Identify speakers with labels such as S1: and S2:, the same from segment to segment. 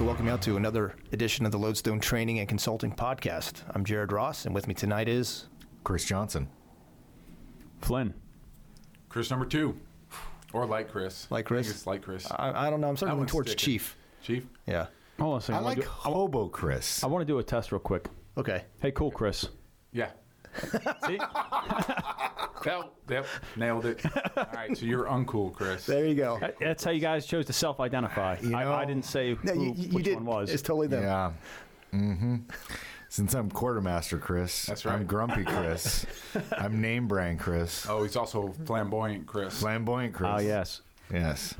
S1: welcome out to another edition of the Lodestone Training and Consulting Podcast. I'm Jared Ross, and with me tonight is
S2: Chris Johnson.
S3: Flynn.
S4: Chris number two, or light Chris.
S1: Light Chris?
S4: I think it's light Chris.
S1: I, I don't know. I'm starting to
S4: one's
S1: towards
S4: sticking.
S1: Chief.
S4: Chief.
S1: Yeah.
S3: Hold on a second.
S2: I
S3: wanna
S2: like
S3: do-
S2: Hobo Chris.
S3: I want to do a test real quick.
S1: Okay.
S3: Hey, cool, Chris.
S4: Yeah.
S3: See?
S4: Yep. Yep. Nailed it. All right. So you're uncool, Chris.
S1: There you go.
S3: That- That's how you guys chose to self-identify.
S2: You know-
S3: I, I didn't say
S1: No,
S3: who,
S1: you, you- you
S3: which
S1: did.
S3: one was.
S1: It's totally them.
S2: Yeah. hmm Since I'm quartermaster Chris,
S4: That's
S2: I'm
S4: right.
S2: grumpy Chris. I'm name brand Chris.
S4: Oh, he's also flamboyant, Chris.
S2: Flamboyant Chris.
S3: Ah, yes.
S2: Yes.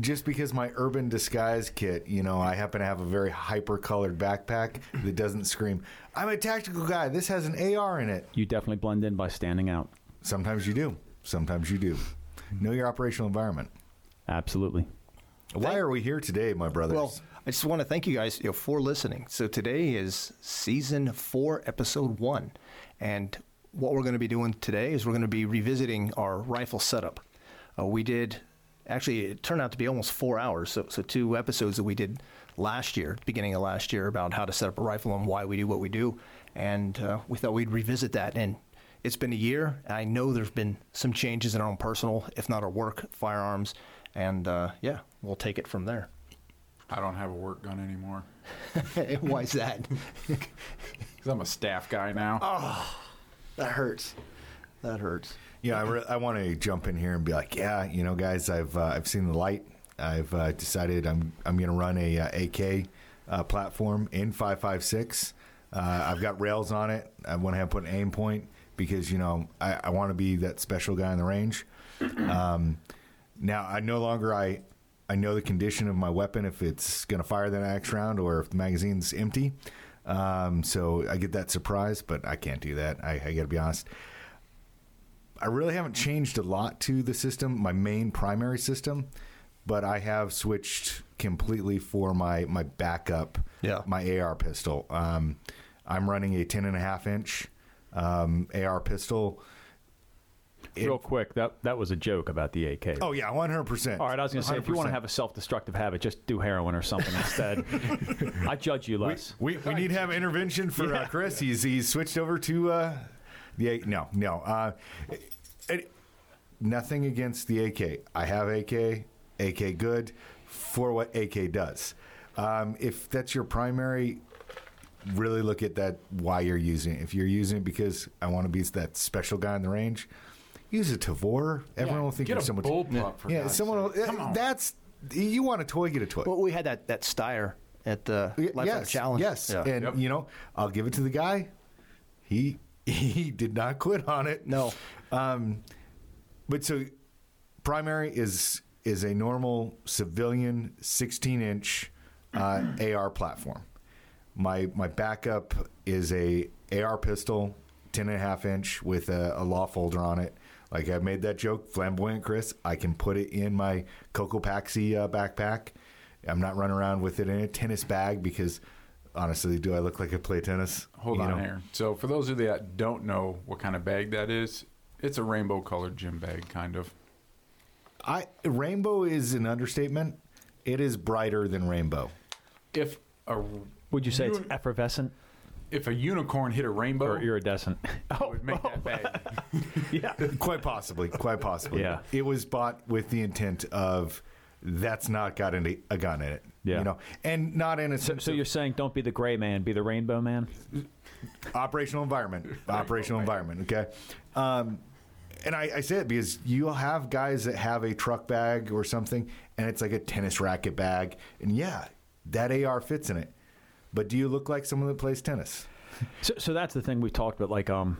S2: Just because my urban disguise kit, you know, I happen to have a very hyper colored backpack that doesn't scream, I'm a tactical guy. This has an AR in it.
S3: You definitely blend in by standing out.
S2: Sometimes you do. Sometimes you do. Know your operational environment.
S3: Absolutely.
S2: Why are we here today, my brothers?
S1: Well, I just want to thank you guys you know, for listening. So today is season four, episode one, and what we're going to be doing today is we're going to be revisiting our rifle setup. Uh, we did actually it turned out to be almost four hours, so so two episodes that we did last year, beginning of last year, about how to set up a rifle and why we do what we do, and uh, we thought we'd revisit that and. It's been a year. I know there's been some changes in our own personal, if not our work, firearms, and uh, yeah, we'll take it from there.
S4: I don't have a work gun anymore
S1: Why is that?
S4: because I'm a staff guy now.
S1: that hurts. That hurts.
S2: Yeah, I, re- I want to jump in here and be like, yeah, you know, guys, I've uh, I've seen the light. I've uh, decided I'm I'm going to run a uh, AK uh, platform in five five six. Uh, I've got rails on it. I went ahead and put an aim point because you know I, I want to be that special guy in the range. Um, now I no longer I I know the condition of my weapon if it's going to fire the next round or if the magazine's empty. Um, so I get that surprise, but I can't do that. I, I got to be honest. I really haven't changed a lot to the system, my main primary system, but I have switched completely for my my backup,
S1: Yeah.
S2: my AR pistol. Um, I'm running a ten and a half inch um, AR pistol. It-
S3: Real quick, that that was a joke about the AK.
S2: oh yeah, one hundred percent.
S3: All right, I was going to say, if you want to have a self-destructive habit, just do heroin or something instead. I judge you less.
S2: we, we need to have intervention for uh, Chris. He's he's switched over to uh, the A- no no. Uh, it, nothing against the AK. I have AK. AK good for what AK does. Um, if that's your primary, really look at that why you're using it. If you're using it because I want to be that special guy in the range, use a Tavor. Everyone will think
S4: Get
S2: you're
S4: a
S2: someone.
S4: bull pup for
S2: yeah,
S4: God's
S2: someone. Will,
S4: sake. Come on.
S2: That's you want a toy, get a toy.
S1: Well, we had that that Steyer at the
S2: Y-
S1: Life
S2: yes,
S1: Challenge.
S2: Yes,
S1: Yeah.
S2: and
S4: Yep.
S2: you know, I'll give it to the guy. He he did not quit on it.
S1: No.
S2: Um, but so primary is is a normal civilian 16 inch uh, AR platform. My my backup is a AR pistol, 10 and a half inch with a, a law folder on it. Like I made that joke, flamboyant Chris. I can put it in my Coco Paxi uh, backpack. I'm not running around with it in a tennis bag because honestly, do I look like I play tennis?
S4: Hold
S2: You
S4: on
S2: know?
S4: here. So for those of you that don't know what kind of bag that is, it's a rainbow colored gym bag, kind of.
S2: I rainbow is an understatement. It is brighter than rainbow.
S4: If a
S3: Would you say it's
S4: You-
S3: effervescent
S4: if a unicorn hit a rainbow,
S2: Oh.
S3: or iridescent?
S4: it would make that bag.
S3: yeah.
S2: Quite possibly. Quite possibly.
S3: Yeah.
S2: It was bought with the intent of that's not got any, a gun in it.
S3: Yeah.
S2: You know, and not in a sense
S3: So
S2: of
S3: you're saying don't be the gray man, be the rainbow man?
S2: operational environment. operational environment. Okay. Um, and I, I say it because you'll have guys that have a truck bag or something, and it's like a tennis racket bag, and yeah, that AR fits in it. But do you look like someone that plays tennis?
S3: So, so that's the thing we talked about. Like, um,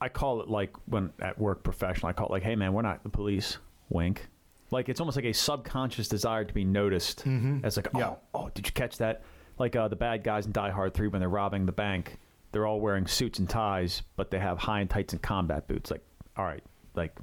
S3: I call it like when at work professional, I call it like, hey man, we're not the police. Wink. Like it's almost like a subconscious desire to be noticed. It's like, oh,
S2: Mm-hmm. Yeah.
S3: oh, did you catch that? Like uh, the bad guys in Die Hard Three when they're robbing the bank, they're all wearing suits and ties, but they have high and tights and combat boots. Like, all right, like.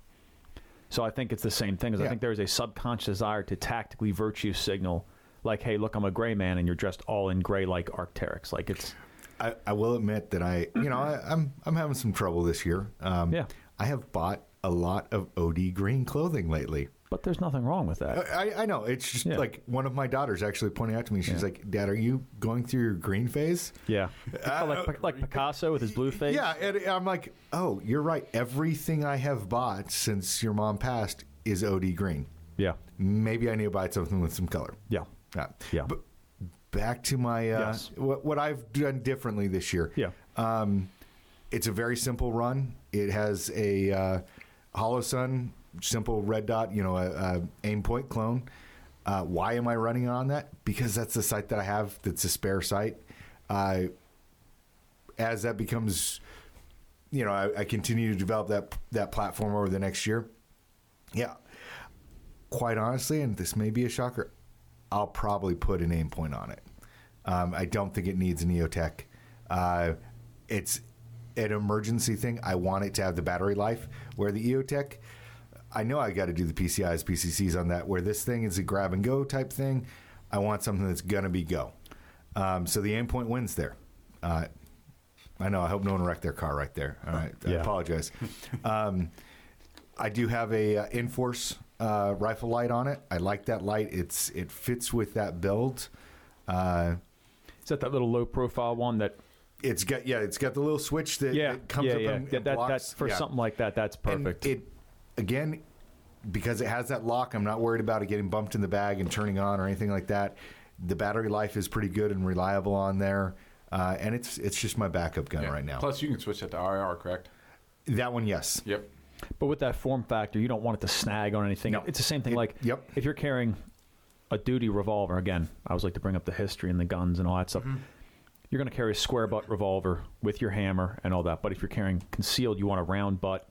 S3: So I think it's the same thing. As I
S2: Yeah.
S3: think there is a subconscious desire to tactically virtue signal, like, hey, look, I'm a gray man, and you're dressed all in gray like Arcteryx. Like it's
S2: I, I will admit that I, you know, I, I'm I'm having some trouble this year. Um,
S3: Yeah.
S2: I have bought a lot of OD green clothing lately.
S3: But there's nothing wrong with that.
S2: I, I know. It's just
S3: Yeah.
S2: like one of my daughters actually pointed out to me. She's
S3: Yeah.
S2: like, "Dad, are you going through your green phase?"
S3: Yeah. like, Pic- like Picasso with his blue face.
S2: Yeah, and I'm like, "Oh, you're right. Everything I have bought since your mom passed is OD green.
S3: Yeah.
S2: Maybe I need to buy something with some color."
S3: Yeah.
S2: Yeah.
S3: Yeah.
S2: But back to my uh,
S3: Yes.
S2: what what I've done differently this year.
S3: Yeah.
S2: Um, it's a very simple run. It has a uh, hollow sun, simple red dot, you know, a, a aim point clone. Uh, why am I running on that? Because that's the site that I have. That's a spare site. Uh, as that becomes, you know, I, I continue to develop that that platform over the next year. Yeah, quite honestly, and this may be a shocker, I'll probably put an aim point on it. Um, I don't think it needs an EOTech. Uh, it's an emergency thing. I want it to have the battery life where the EOTech. I know I got to do the PCIs, PCCs on that. Where this thing is a grab and go type thing, I want something that's gonna be go. Um, so the aim point wins there. Uh, I know. I hope no one wrecked their car right there. All right, I
S3: Yeah.
S2: apologize. Um, I do have a uh, Enforce uh, rifle light on it. I like that light. It's it fits with that build. Uh,
S3: Is that that little low profile one that?
S2: it's got yeah, it's got the little switch that,
S3: Yeah.
S2: that comes
S3: yeah.
S2: up
S3: yeah.
S2: and,
S3: Yeah,
S2: and
S3: that,
S2: blocks.
S3: that, for
S2: Yeah.
S3: something like that, that's
S2: And
S3: perfect.
S2: it again because it has that lock. I'm not worried about it getting bumped in the bag and turning on or anything like that. The battery life is pretty good and reliable on there, uh, and it's it's just my backup gun
S4: Yeah.
S2: right now.
S4: Plus, you can switch that to RIR, correct?
S2: that one, yes.
S4: Yep.
S3: but with that form factor, you don't want it to snag on anything.
S2: No.
S3: It's the same thing.
S2: It-
S3: like
S2: yep.
S3: if you're carrying a duty revolver, again, I always like to bring up the history and the guns and all that stuff.
S2: Mm-hmm.
S3: You're going to carry a square butt revolver with your hammer and all that. But if you're carrying concealed, you want a round butt.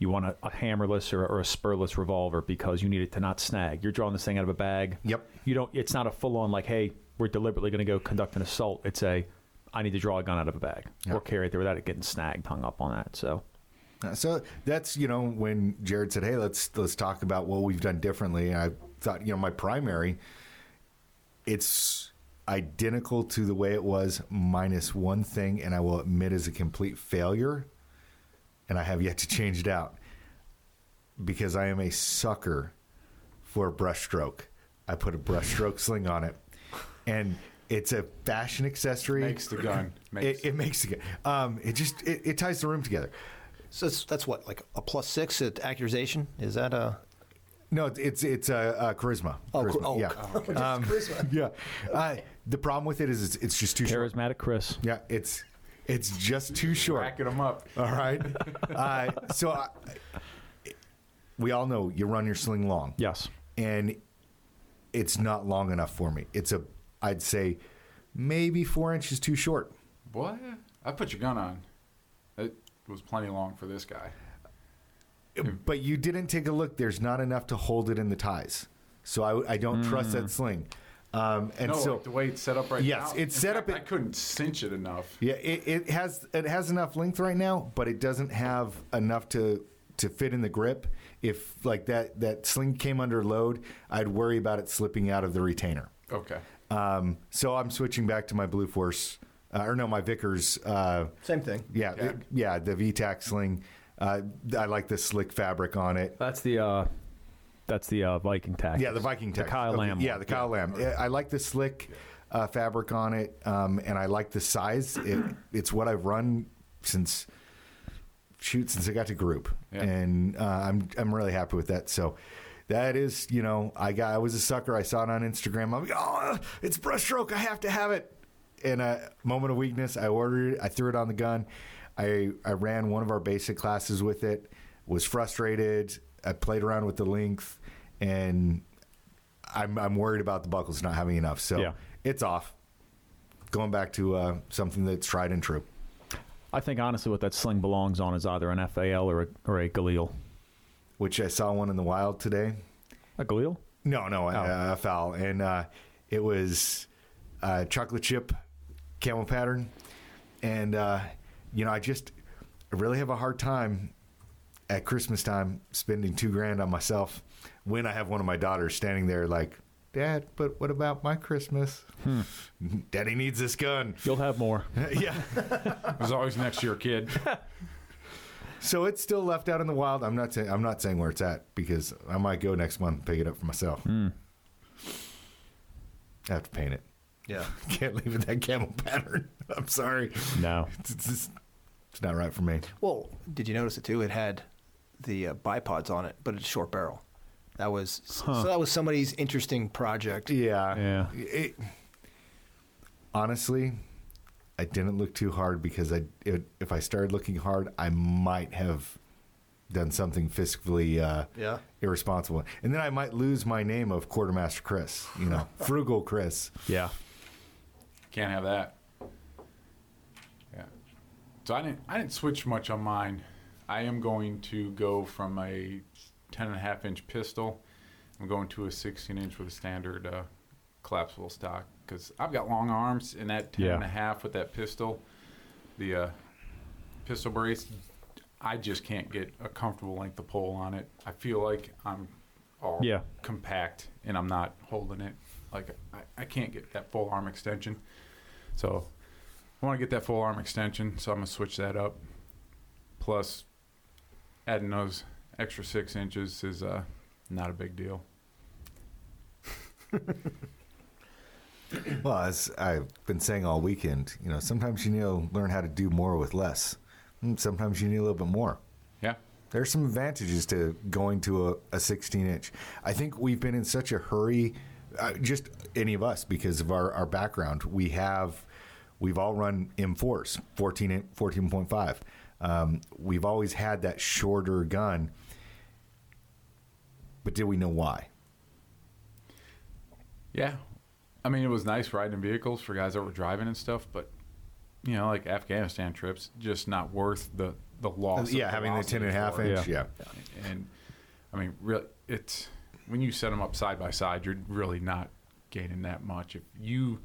S3: You want a, a hammerless or, or a spurless revolver because you need it to not snag. You're drawing this thing out of a bag.
S2: Yep.
S3: You don't. It's not a full on like, hey, we're deliberately going to go conduct an assault. It's a, I need to draw a gun out of a bag
S2: Yeah.
S3: or carry it there without it getting snagged, hung up on that. So
S2: Uh, So that's you know when Jared said, "Hey, let's let's talk about what we've done differently." I thought you know my primary, it's identical to the way it was minus one thing, and I will admit is a complete failure, and I have yet to change it out because I am a sucker for a brushstroke. I put a brushstroke sling on it, and it's a fashion accessory.
S4: Makes the gun. Makes.
S2: it, it makes it. Um, it just it, it ties the room together.
S1: So that's, that's what, like a plus six at accusation? Is that a.
S2: No, it's- it's it's uh, uh, charisma.
S1: Oh,
S2: charisma.
S1: char- oh,
S2: yeah,
S1: oh, okay.
S2: Um, yeah. Uh, the problem with it is it's, it's just too short.
S3: charismatic Chris.
S2: Yeah, it's it's just too short.
S4: Racking them up.
S2: All right. Uh, so I, we all know you run your sling long.
S3: Yes.
S2: and it's not long enough for me. It's a I'd say maybe four inches too short.
S4: What? I put your gun on. It was plenty long for this guy. Hmm.
S2: But you didn't take a look. There's not enough to hold it in the ties. So I, I don't trust that sling. Um, and
S4: Hmm. no,
S2: so
S4: like the way it's set up right now.
S2: Yes, it's
S4: In
S2: set
S4: fact,
S2: up
S4: I
S2: in-
S4: couldn't cinch it enough.
S2: Yeah, it, it has it has enough length right now, but it doesn't have enough to to fit in the grip. If like that that sling came under load, I'd worry about it slipping out of the retainer.
S4: Okay.
S2: Um, so I'm switching back to my Blue Force, uh, or no, my Vickers. Uh,
S1: Same thing.
S2: yeah, yeah, yeah the VTAC sling. Uh, I like the slick fabric on it.
S3: That's the uh, that's the uh, Viking tax.
S2: Yeah, the Viking tech.
S3: The Kyle
S2: Okay,
S3: Lamb.
S2: Yeah,
S3: one.
S2: the Kyle Lamb. Yeah, I like the slick uh, fabric on it, um, and I like the size. It, it's what I've run since shoot since I got to group,
S4: Yeah.
S2: and uh, I'm I'm really happy with that. So. That is, you know, I got I was a sucker. I saw it on Instagram. I'm like, oh, it's brushstroke. I have to have it. In a moment of weakness, I ordered it. I threw it on the gun. I I ran one of our basic classes with it. Was frustrated. I played around with the length, and I'm I'm worried about the buckles not having enough. So
S3: Yeah.
S2: it's off. Going back to uh, something that's tried and true.
S3: I think honestly, what that sling belongs on is either an FAL or a, or a Galil.
S2: Which I saw one in the wild today.
S3: A Galil?
S2: No, no, uh, a foul, and uh, it was uh, chocolate chip camel pattern, and uh, you know I just I really have a hard time at Christmas time spending two grand on myself when I have one of my daughters standing there like, Dad, but what about my Christmas? Daddy needs this gun.
S3: You'll have more.
S2: yeah.
S4: It was always next year, kid.
S2: So it's still left out in the wild. I'm not saying I'm not saying where it's at because I might go next month and pick it up for myself. I have to paint it.
S1: Yeah.
S2: Can't leave it that camel pattern. I'm sorry.
S3: No.
S2: It's, it's, just- it's not right for me.
S1: Well, did you notice it too? It had the uh, bipods on it, but it's short barrel. That was so. That was somebody's interesting project.
S2: Yeah.
S3: Yeah.
S2: It, honestly, I didn't look too hard because I it, if I started looking hard, I might have done something fiscally uh,
S1: Yeah.
S2: irresponsible, and then I might lose my name of Quartermaster Chris. You know, Frugal Chris.
S3: Yeah.
S4: Can't have that. Yeah. So I didn't I didn't switch much on mine. I am going to go from a 10 and a half inch pistol. I'm going to a 16 inch with a standard uh, collapsible stock because I've got long arms and that 10 and a
S3: Yeah.
S4: half with that pistol, the uh, pistol brace. I just can't get a comfortable length of pole on it. I feel like I'm all
S3: Yeah.
S4: compact and I'm not holding it. Like I, I can't get that full arm extension. So I want to get that full arm extension, so I'm gonna switch that up. Plus, adding those extra six inches is uh, not a big deal.
S2: Well, as I've been saying all weekend, you know, sometimes you need to learn how to do more with less. And Sometimes you need a little bit more.
S4: Yeah,
S2: There's some advantages to going to a, a 16 inch. I think we've been in such a hurry, uh, just any of us, because of our, our background. We have, we've all run M4s, 14, in- 14.5. Um, we've always had that shorter gun, but did we know why?
S4: yeah. I mean, it was nice riding in vehicles for guys that were driving and stuff, but you know, like Afghanistan trips, just not worth the the loss. of
S2: yeah, having the 10 and a half
S4: Oh, velocity
S2: inch.
S3: Yeah.
S2: yeah.
S4: for it. And I mean, really, it's when you set them up side by side, you're really not gaining that much. If you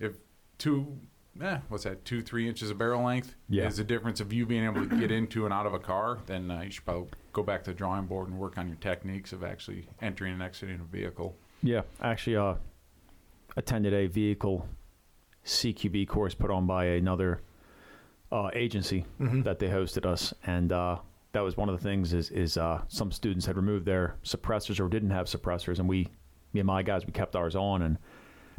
S4: if two eh, what's that two three inches of barrel length
S3: Yeah.
S4: is the difference of you being able to get into and out of a car then uh, you should probably go back to the drawing board and work on your techniques of actually entering and exiting a vehicle
S3: Yeah. Actually, uh, attended a vehicle CQB course put on by another uh, agency that they hosted us, and uh, that was one of the things is is uh, some students had removed their suppressors or didn't have suppressors, and we, me and my guys, we kept ours on, and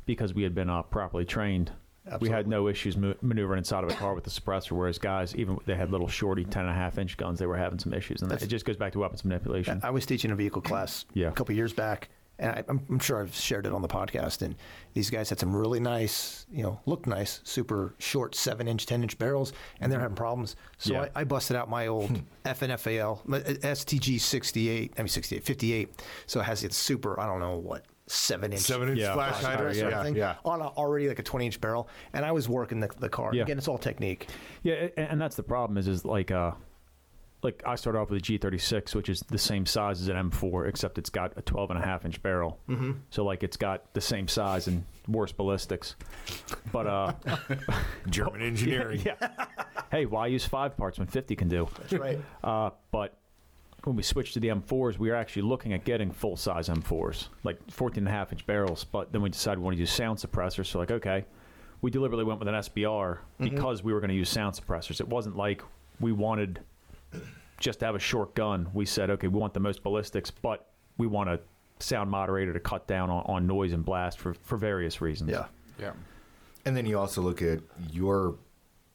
S3: because we had been uh, properly trained. We had no issues ma- maneuvering inside of a car with the suppressor, whereas guys, even they had little shorty 10 and a half inch guns, they were having some issues. And that, it just goes back to weapons manipulation.
S1: I was teaching a vehicle class
S3: Yeah.
S1: a couple years back, and I, I'm, I'm sure I've shared it on the podcast. And these guys had some really nice, you know, looked nice, super short, seven inch, ten inch barrels, and they're having problems. So
S3: Yeah.
S1: I, I busted out my old FNFAL my, uh, STG 68, I mean 68, 58. So it has its super, I don't know what, seven inch.
S2: Seven inch
S3: Yeah.
S2: flash
S3: Flash
S2: hider.
S3: hider,
S1: sort of
S2: Yeah.
S1: thing,
S2: yeah.
S1: on a, already like a 20 inch barrel, and I was working the, the car.
S3: Yeah.
S1: Again, it's all technique.
S3: Yeah, a- and, that's the problem is is like uh like I started off with a G36, which is the same size as an M4, except it's got a 12 and a half inch barrel. Mm-hmm. So like it's got the same size and worse ballistics. But uh,
S2: German engineering.
S3: hey, why use five parts when 50 can do?
S1: That's right.
S3: Uh, but when we switched to the M4s, we were actually looking at getting full size M4s, like 14 and a half inch barrels. But then we decided we want to use sound suppressors. So, like, okay, we deliberately went with an SBR because we were going to use sound suppressors. It wasn't like we wanted just to have a short gun. We said, okay, we want the most ballistics, but we want a sound moderator to cut down on, on noise and blast for, for various reasons.
S1: yeah.
S4: yeah
S2: And then you also look at your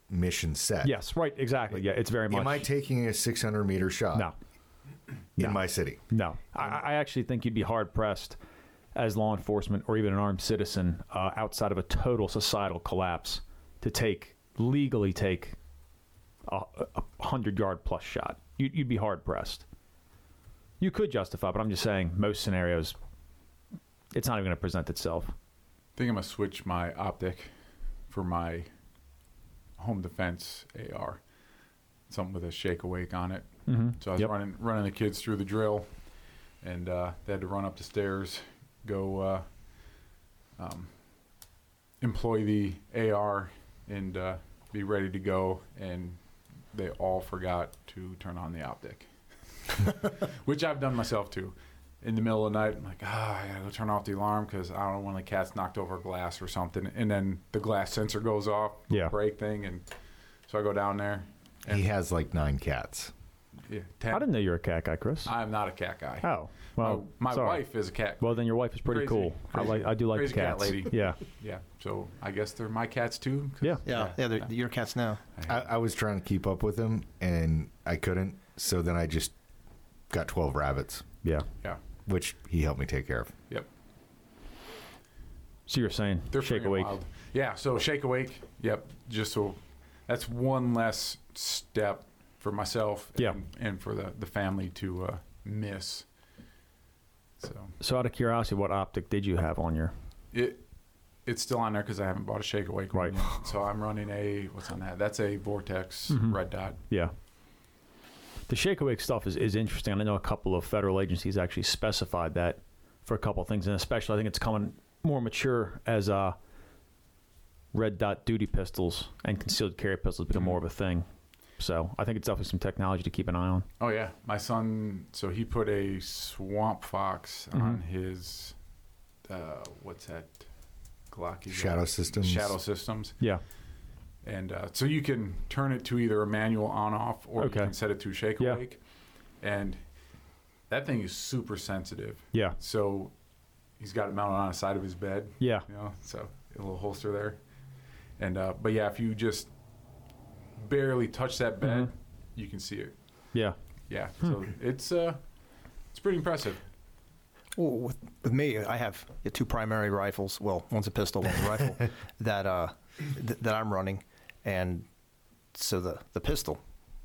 S2: mission set.
S3: Yes, right, exactly. Yeah, it's very much.
S2: Am I taking a 600 meter shot
S3: no.
S2: in
S3: no.
S2: my city?
S3: No, I, I actually think you'd be hard pressed as law enforcement or even an armed citizen uh, outside of a total societal collapse to take legally take a, a hundred yard plus shot. You, you'd be hard pressed. You could justify, but I'm just saying most scenarios, it's not even going to present itself.
S4: I think I'm gonna switch my optic for my home defense AR, something with a shake awake on it. So I was
S3: Mm-hmm. Yep.
S4: running running the kids through the drill, and uh, they had to run up the stairs, go uh, um, employ the AR, and uh, be ready to go. And they all forgot to turn on the optic, which I've done myself too in the middle of the night, I'm like, ah, I gotta go turn off the alarm because I don't know when the cat's knocked over glass or something, and then the glass sensor goes off,
S3: Yeah.
S4: break thing, and so I go down there.
S2: He has like nine cats.
S4: Yeah,
S3: I
S4: ten.
S3: didn't know you were a cat guy, Chris.
S4: I'm not a cat guy.
S3: oh, well,
S4: my my
S3: sorry.
S4: wife is a cat.
S3: Well, then your wife is pretty
S4: Crazy-
S3: cool. I
S4: crazy-
S3: like. I do like
S4: crazy
S3: the
S4: cat
S3: cats.
S4: lady.
S3: Yeah,
S4: yeah, so I guess they're my cats too. 'cause-
S3: yeah.
S1: Yeah, yeah, they're, your cats now.
S2: I, I was trying to keep up with him and I couldn't. So then I just got 12 rabbits,
S3: Yeah.
S4: yeah,
S2: which he helped me take care of.
S4: yep.
S3: So you're saying
S4: They're
S3: shake
S4: freaking
S3: awake.
S4: wild. Yeah, so shake awake. Yep. Just so that's one less step for myself
S3: Yeah.
S4: and, and for the, the family to uh, miss. So
S3: So out of curiosity, what optic did you have on your?
S4: it it's still on there because I haven't bought a shake awake one
S3: Right.
S4: yet. So I'm running a what's on that? That's a vortex
S3: Mm-hmm.
S4: red dot.
S3: Yeah. The shake awake stuff is, is interesting. I know a couple of federal agencies actually specified that for a couple of things, and especially I think it's coming more mature as uh, red dot duty pistols and concealed carry pistols become more of a thing. So I think it's definitely some technology to keep an eye on.
S4: Oh yeah, my son. So he put a swamp fox
S3: Mm-hmm.
S4: on his uh, what's that? Glock. he's got?
S2: Shadow systems.
S4: Shadow systems.
S3: Yeah.
S4: and uh, so you can turn it to either a manual on off or
S3: Okay.
S4: you can set it to shake
S3: Yeah.
S4: awake and that thing is super sensitive
S3: Yeah.
S4: so he's got it mounted on the side of his bed
S3: Yeah.
S4: you know so a little holster there and uh, but yeah if you just barely touch that bed
S3: Mhm.
S4: you can see it
S3: Yeah.
S4: yeah
S3: Hmm.
S4: so it's uh it's pretty impressive
S1: Well, with, with me, I have uh, two primary rifles. Well, one's a pistol, one's a rifle that uh, th- that I'm running, and so the the pistol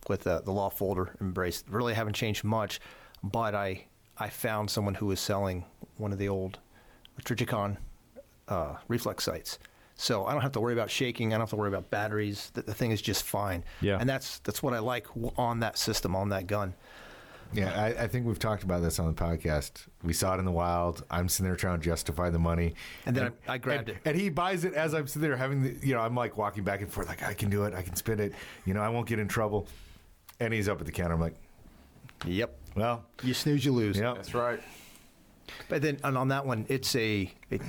S1: with the, the law folder embrace really haven't changed much, but I I found someone who was selling one of the old Trigicon uh, reflex sights. So I don't have to worry about shaking. I don't have to worry about batteries. The, the thing is just fine.
S3: Yeah.
S1: And that's that's what I like w- on that system, on that gun.
S2: Yeah, I, I think we've talked about this on the podcast. We saw it in the wild. I'm sitting there trying to justify the money,
S1: And then I- I grabbed
S2: and-
S1: it.
S2: and he buys it as I'm sitting there having the, you know, I'm like walking back and forth, like I can do it, I can spin it, you know, I won't get in trouble. And he's up at the counter. I'm like,
S1: Yep.
S2: well,
S1: You snooze, you lose.
S2: yeah,
S4: that's right
S1: But then and on that one, it's a, a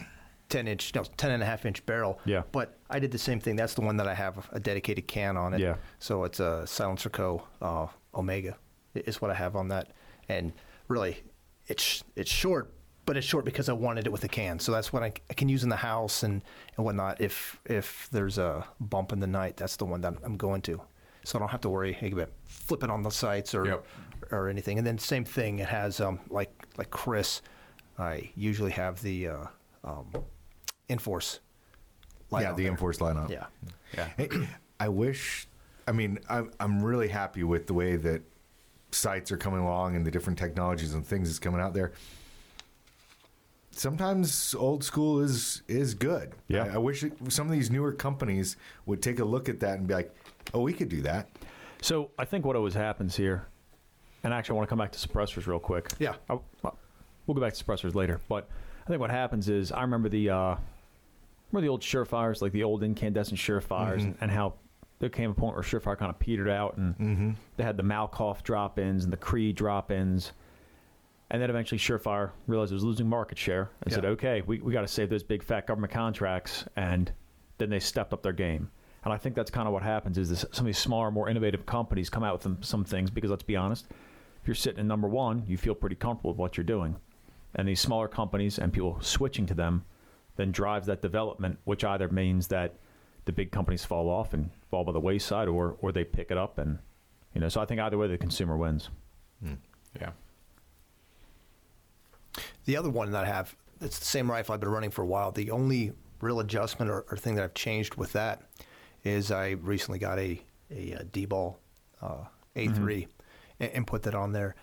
S1: 10 inch, no, 10 and a half inch barrel.
S3: Yeah.
S1: But I did the same thing. That's the one that I have a dedicated can on it.
S3: Yeah.
S1: So it's a Silencer Co. Uh, Omega i- is what I have on that. And really, it's it's short, but it's short because I wanted it with a can. So that's what I, c- I can use in the house and, and whatnot. If if there's a bump in the night, that's the one that I'm going to. So I don't have to worry about flipping on the sights or
S4: Yep.
S1: or anything. And then same thing, it has um, like like Chris, I usually have the uh, um, Enforce. light
S2: yeah,
S1: on
S2: the
S1: there.
S2: enforced lineup.
S1: Yeah.
S4: yeah
S2: Hey, I wish. I mean, I'm I'm really happy with the way that sites are coming along and the different technologies and things that's coming out there. Sometimes old school is is good.
S3: Yeah.
S2: I, I wish it, some of these newer companies would take a look at that and be like, "Oh, we could do that."
S3: So I think what always happens here, and actually I want to come back to suppressors real quick.
S1: Yeah.
S3: I, well, we'll go back to suppressors later, but I think what happens is I remember the uh, remember the old surefires, like the old incandescent surefires, and, and how there came a point where surefire kind of petered out, and they had the Malkoff drop-ins and the Cree drop-ins, and then eventually surefire realized it was losing market share and said,
S1: Yeah.
S3: "Okay, we we got to save those big fat government contracts," and then they stepped up their game. And I think that's kind of what happens is this, some of these smaller, more innovative companies come out with them, some things because let's be honest, if you're sitting in number one, you feel pretty comfortable with what you're doing. And these smaller companies and people switching to them then drives that development, which either means that the big companies fall off and fall by the wayside or, or they pick it up. And, you know, so I think either way, the consumer wins.
S4: yeah
S1: The other one that I have, it's the same rifle I've been running for a while. The only real adjustment or, or thing that I've changed with that is I recently got a a, uh, D-ball uh, A3
S2: Mm-hmm.
S1: and, and put that on there.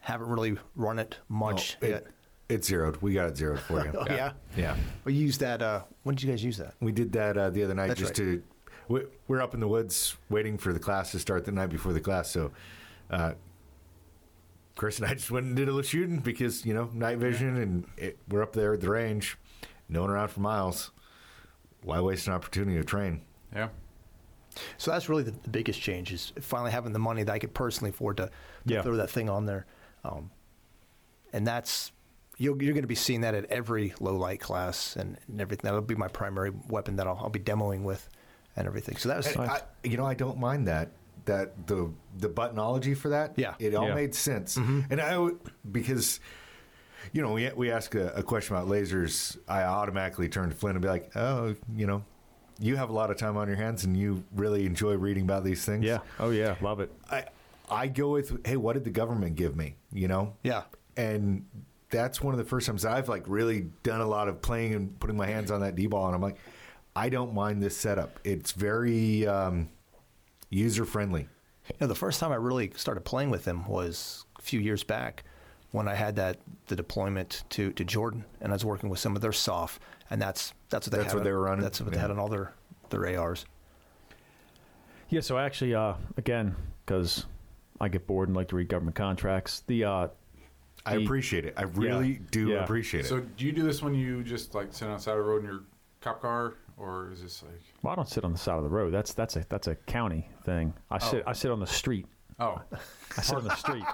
S1: Haven't really run it much
S2: Oh, it-
S1: yet.
S2: it's zeroed. We got it zeroed for you.
S1: Oh yeah.
S2: yeah.
S1: We used that. Uh, when did you guys use that?
S2: We did that uh, the other night
S1: That's
S2: just
S1: right.
S2: to. We, we're up in the woods waiting for the class to start the night before the class. So, uh, Chris and I just went and did a little shooting because, you know, night vision and it, we're up there at the range, no one around for miles. Why waste an opportunity to train?
S4: yeah
S1: So that's really the, the biggest change is finally having the money that I could personally afford to, to
S3: Yeah.
S1: throw that thing on there. Um, and that's you're, you're going to be seeing that at every low light class and, and everything. That'll be my primary weapon that I'll, I'll be demoing with and everything. So that was
S2: And I, you know, I don't mind that that the the buttonology for that.
S1: Yeah.
S2: it all
S3: Yeah.
S2: made sense. And I would- because you know we we ask a, a question about lasers, I automatically turn to Flynn and be like, oh, you know. You have a lot of time on your hands, and you really enjoy reading about these things.
S3: Yeah. Oh yeah. Love it.
S2: I I go with hey, what did the government give me? You know?
S1: Yeah.
S2: And that's one of the first times I've like really done a lot of playing and putting my hands on that D ball and I'm like, I don't mind this setup. It's very um, user friendly.
S1: You know, the first time I really started playing with them was a few years back when I had that the deployment to, to Jordan, and I was working with some of their soft, and that's that's what they
S2: That's
S1: had
S2: what
S1: on-
S2: they were running?
S1: That's what they
S2: Yeah.
S1: had on all their their ARs.
S3: Yeah, so actually, uh, again, because I get bored and like to read government contracts, the uh,
S2: I
S3: The-
S2: appreciate it. I really do
S3: Yeah.
S2: appreciate it.
S4: So do you do this when you just like sit on the side of the road in your cop car, or is this like?
S3: well, I don't sit on the side of the road. That's that's a that's a county thing. I sit I sit on the street.
S4: Oh,
S3: I sit on the street,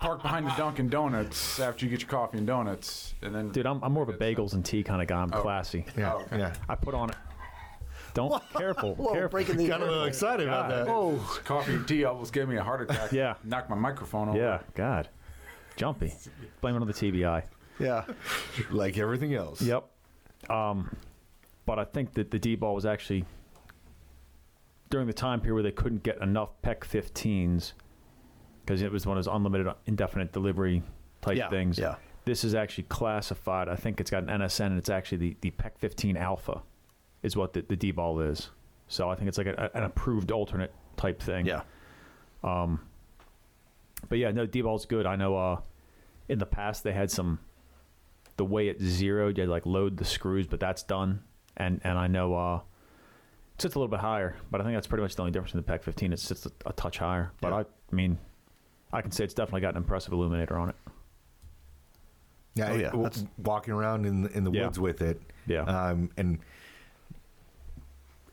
S4: park behind the Dunkin' Donuts after you get your coffee and donuts, and then
S3: dude. I'm, I'm more of a bagels and tea kind of guy. I'm classy.
S2: yeah,
S4: Oh, okay.
S2: yeah.
S3: I put on it. Don't careful, careful.
S1: the
S2: Got a little excited about that.
S3: oh,
S4: coffee and tea almost gave me a heart attack.
S3: Yeah.
S4: knocked my microphone over.
S3: yeah, God, jumpy. Blame it on the TBI.
S1: yeah.
S2: Like everything else.
S3: Yep. Um, but I think that the D ball was actually during the time period where they couldn't get enough PEC 15s because it was one of those unlimited, indefinite delivery type
S1: Yeah,
S3: things.
S1: yeah.
S3: This is actually classified. I think it's got an NSN and it's actually the, the PEC 15 alpha is what the, the D ball is. So I think it's like a, an approved alternate type thing.
S1: Yeah.
S3: But yeah, no, D ball's good. I know uh, in the past they had some the way it zeroed, you had to, like load the screws, but that's done. And and I know uh it sits a little bit higher, but I think that's pretty much the only difference in the Pac fifteen. It sits a, a touch higher. But
S1: Yeah.
S3: I, I mean I can say it's definitely got an impressive illuminator on it.
S2: Yeah,
S1: Oh,
S2: it-
S1: yeah,
S2: w-
S1: that's-
S2: walking around in in the
S3: Yeah.
S2: woods with it.
S3: Yeah.
S2: um, and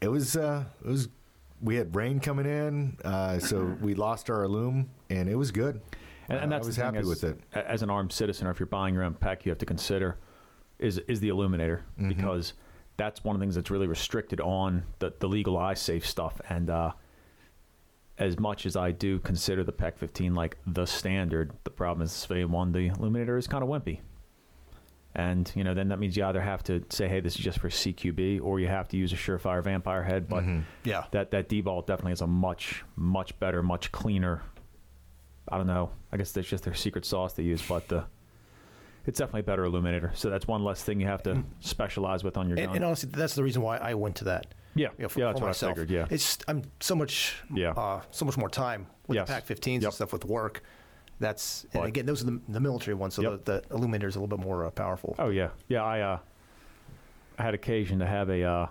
S2: it was uh, it was we had rain coming in, uh, so we lost our loom, and it was good.
S3: And, and
S2: Uh, I
S3: that's
S2: was
S3: the thing
S2: happy
S3: as-
S2: with it.
S3: a- As an armed citizen, or if you're buying your own pack, you have to consider is is the illuminator
S2: Mm-hmm.
S3: because that's one of the things that's really restricted on the, the legal eye safe stuff. And uh, as much as I do consider the PEC 15 like the standard, the problem is the civilian one, the illuminator is kind of wimpy. And you know, then that means you either have to say, "Hey, this is just for CQB," or you have to use a surefire vampire head. But
S2: Mm-hmm.
S1: Yeah.
S3: that that D ball definitely is a much much better, much cleaner. I don't know. I guess that's just their secret sauce they use, but the it's definitely a better illuminator. So that's one less thing you have to specialize with on your
S1: Mm. And,
S3: gun.
S1: and honestly, that's the reason why I went to that.
S3: Yeah.
S1: you know, for,
S3: Yeah, that's
S1: for
S3: what I
S1: myself.
S3: figured, yeah.
S1: it's I'm so much,
S3: Yeah.
S1: uh, so much more time with
S3: Yes.
S1: the Pac-15s
S3: Yep.
S1: and stuff with work. That's and
S3: But-
S1: again, those are the, the military ones, so
S3: Yep.
S1: the, the illuminator is a little bit more uh, powerful.
S3: oh yeah, yeah. I uh, I had occasion to have a uh,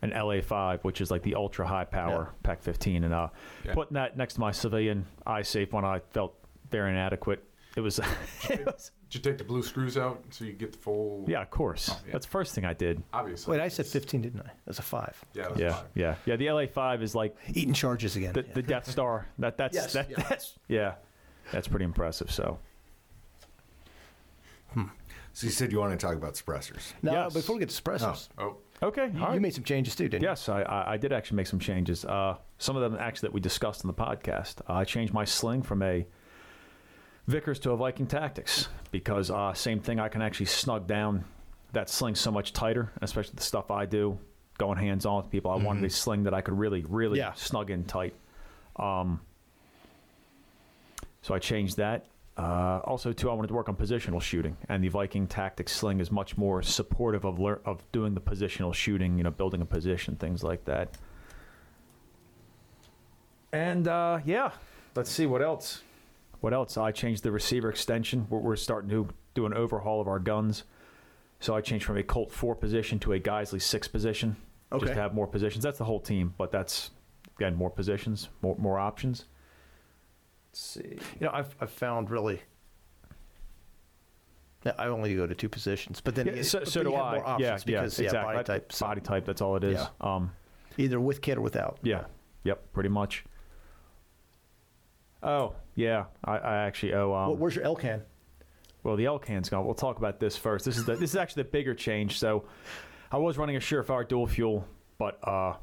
S3: an LA five, which is like the ultra high power Pac fifteen, and uh,
S4: Yeah.
S3: putting that next to my civilian eye safe one, I felt very inadequate. It was, it was
S4: Did you take the blue screws out so you get the full?
S3: yeah, of course.
S1: Oh,
S4: yeah.
S3: That's the first thing I did.
S4: obviously.
S1: Wait, I said 15, didn't I? That's a five.
S4: Yeah, that's
S3: Yeah,
S4: fine.
S3: yeah, yeah. The LA five is like
S1: Eating charges again.
S3: the, the Death Star. That that's
S1: Yes,
S3: that,
S1: yeah.
S3: that's yeah, that's pretty impressive. So
S2: So you said you want to talk about suppressors.
S1: now,
S3: yes.
S1: before we get to suppressors,
S4: Oh,
S3: okay,
S1: you,
S3: all
S1: you
S3: right.
S1: made some changes too, didn't
S3: Yes, I, I I did actually make some changes. Uh, some of them actually that we discussed in the podcast. I changed my sling from a Vickers to a Viking Tactics because uh, same thing. I can actually snug down that sling so much tighter, especially the stuff I do going hands on with people. I wanted a sling that I could really really
S1: Yeah.
S3: snug in tight. Um, So I changed that. Uh, also, too, I wanted to work on positional shooting, and the Viking tactic sling is much more supportive of lear- of doing the positional shooting, you know, building a position, things like that. And uh, yeah, let's see what else. What else? I changed the receiver extension. We're, we're starting to do an overhaul of our guns. So I changed from a Colt four position to a Geisley six position,
S1: Okay.
S3: just to have more positions. That's the whole team, but that's again more positions, more more options.
S1: you? You know, I've, I've found really. Yeah, I only go to two positions, but then
S3: Yeah, so,
S1: but
S3: so
S1: you
S3: do
S1: have
S3: I.
S1: More options
S3: yeah,
S1: because
S3: yeah,
S1: yeah,
S3: exactly.
S1: body
S3: That-
S1: type, so
S3: Body type. That's all it is.
S1: Yeah.
S3: Um,
S1: either with kit or without.
S3: yeah. Yep. Pretty much. Oh yeah, I, I actually owe. Um,
S1: Well, where's your LCAN?
S3: well, the Elcan's gone. We'll talk about this first. This is the, this is actually the bigger change. So, I was running a Surefire dual fuel, but uh,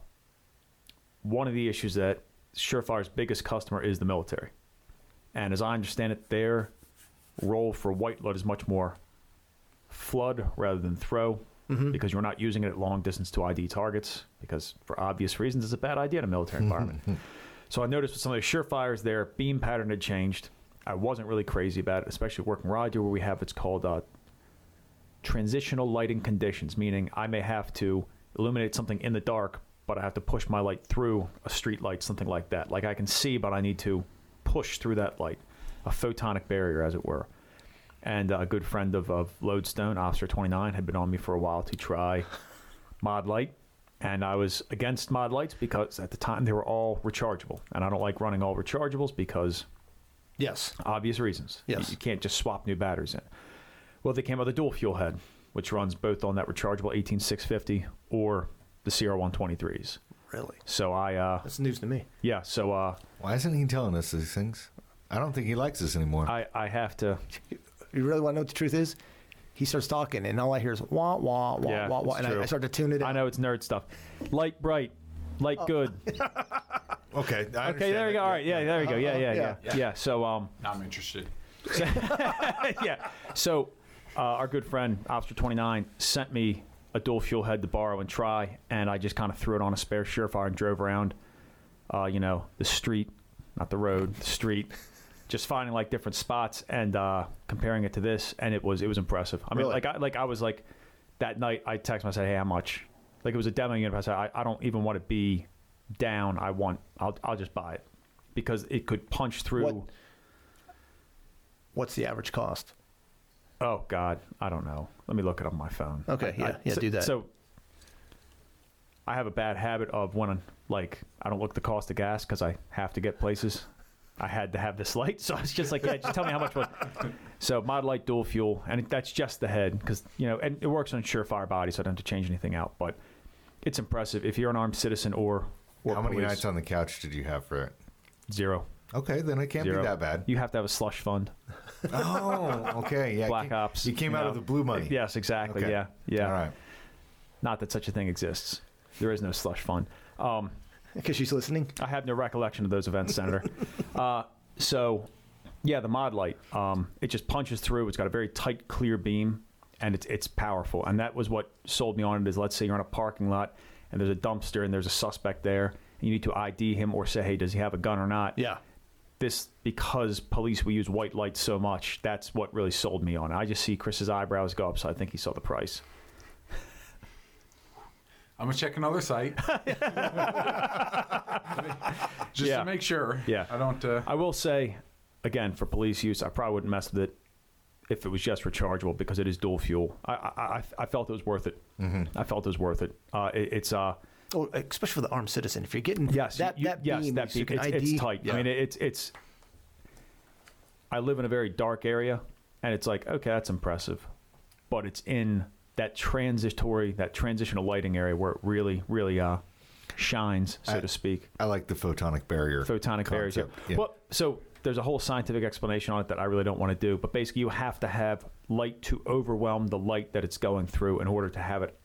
S3: one of the issues that Surefire's biggest customer is the military, and as I understand it, their role for white load is much more flood rather than throw because you're not using it at long distance to ID targets because for obvious reasons it's a bad idea in a military environment. so I noticed with some of the Surefires, their beam pattern had changed. I wasn't really crazy about it, especially working where I do, where we have it's called uh, transitional lighting conditions, meaning I may have to illuminate something in the dark, but I have to push my light through a street light, something like that. Like I can see, but I need to push through that light, a photonic barrier, as it were. And a good friend of, of Lodestone, Officer 29, had been on me for a while to try mod light. And I was against mod lights because at the time they were all rechargeable. And I don't like running all rechargeables because
S1: Yes.
S3: obvious reasons. You-
S1: Yes.
S3: You, can't just swap new batteries in. Well, they came out with a dual fuel head, which runs both on that rechargeable 18650 or the CR123s.
S1: Really?
S3: So I, uh,
S1: That's news to me.
S3: yeah, so uh,
S2: Why isn't he telling us these things? I don't think he likes us anymore.
S3: I, I have to,
S1: You really want to know what the truth is? He starts talking, and all I hear is wah, wah, wah,
S3: Yeah,
S1: wah, wah.
S3: it's
S1: And
S3: true.
S1: I, I start to tune it
S3: I
S1: out.
S3: know it's nerd stuff. Light bright, light good.
S2: okay. I
S3: Okay, there you go. All right, yeah, there you go. Yeah, yeah, yeah, yeah. So, um,
S4: I'm interested.
S3: yeah. So, uh, our good friend Officer Twenty Nine sent me a dual fuel head to borrow and try, and I just kind of threw it on a spare Surefire and drove around, uh, you know, the street, not the road, the street, just finding like different spots and uh, comparing it to this, and it was it was impressive. I mean,
S1: Really?
S3: like I like I was like that night I texted him I said, hey, how much? Like it was a demo unit. but I said, I, I don't even want to be down. I want I'll I'll just buy it because it could punch through.
S1: What- What's the average cost?
S3: Oh God, I don't know. Let me look it up on my phone.
S1: Okay,
S3: I-
S1: yeah,
S3: I-
S1: yeah,
S3: so,
S1: do that.
S3: So I have a bad habit of when I'm like I don't look at the cost of gas because I have to get places. I had to have this light, so I was just like, yeah, just tell me how much. Was. So mod light dual fuel, and that's just the head because you know, and it works on Surefire body, so I don't have to change anything out. But it's impressive if you're an armed citizen or or
S2: How many
S3: police,
S2: nights on the couch did you have for it?
S3: zero.
S2: Okay, then it can't
S3: Zero.
S2: be that bad.
S3: You have to have a slush fund.
S2: oh, okay. Yeah. it
S3: Black
S2: came-
S3: Ops.
S2: You came
S3: you
S2: out
S3: know.
S2: of the blue money.
S3: Yes, exactly.
S2: Okay.
S3: Yeah, yeah.
S2: All right.
S3: Not that such a thing exists. There is no slush fund. Um,
S1: Because she's listening.
S3: I have no recollection of those events, Senator. uh, so, yeah, the mod light, um, it just punches through. It's got a very tight, clear beam, and it's it's powerful. And that was what sold me on it. Is let's say you're in a parking lot, and there's a dumpster, and there's a suspect there, and you need to ID him or say, hey, does he have a gun or not?
S1: Yeah.
S3: This because police we use white lights so much. That's what really sold me on. it. I just see Chris's eyebrows go up, so I think he saw the price.
S4: I'm gonna check another site just
S3: Yeah.
S4: to make sure.
S3: Yeah.
S4: I don't. Uh,
S3: I will say, again, for police use, I probably wouldn't mess with it if it was just rechargeable because it is dual fuel. I I, I, I felt it was worth it. Mm-hmm. I felt it was worth it. Uh, it it's uh
S1: Oh, especially for the armed citizen. If you're getting
S3: yes
S1: that,
S3: you-
S1: that
S3: yes
S1: beam,
S3: that
S1: so you
S3: beam
S1: can
S3: it's,
S1: ID,
S3: it's tight.
S1: Yeah.
S3: I mean it, it's it's. I live in a very dark area, and it's like okay, that's impressive, but it's in that transitory, that transitional lighting area where it really, really uh shines, so
S2: I-
S3: to speak.
S2: I like the photonic barrier.
S3: photonic barriers. Yeah.
S2: concept, yeah.
S3: Well, so there's a whole scientific explanation on it that I really don't want to do, but basically you have to have light to overwhelm the light that it's going through in order to have it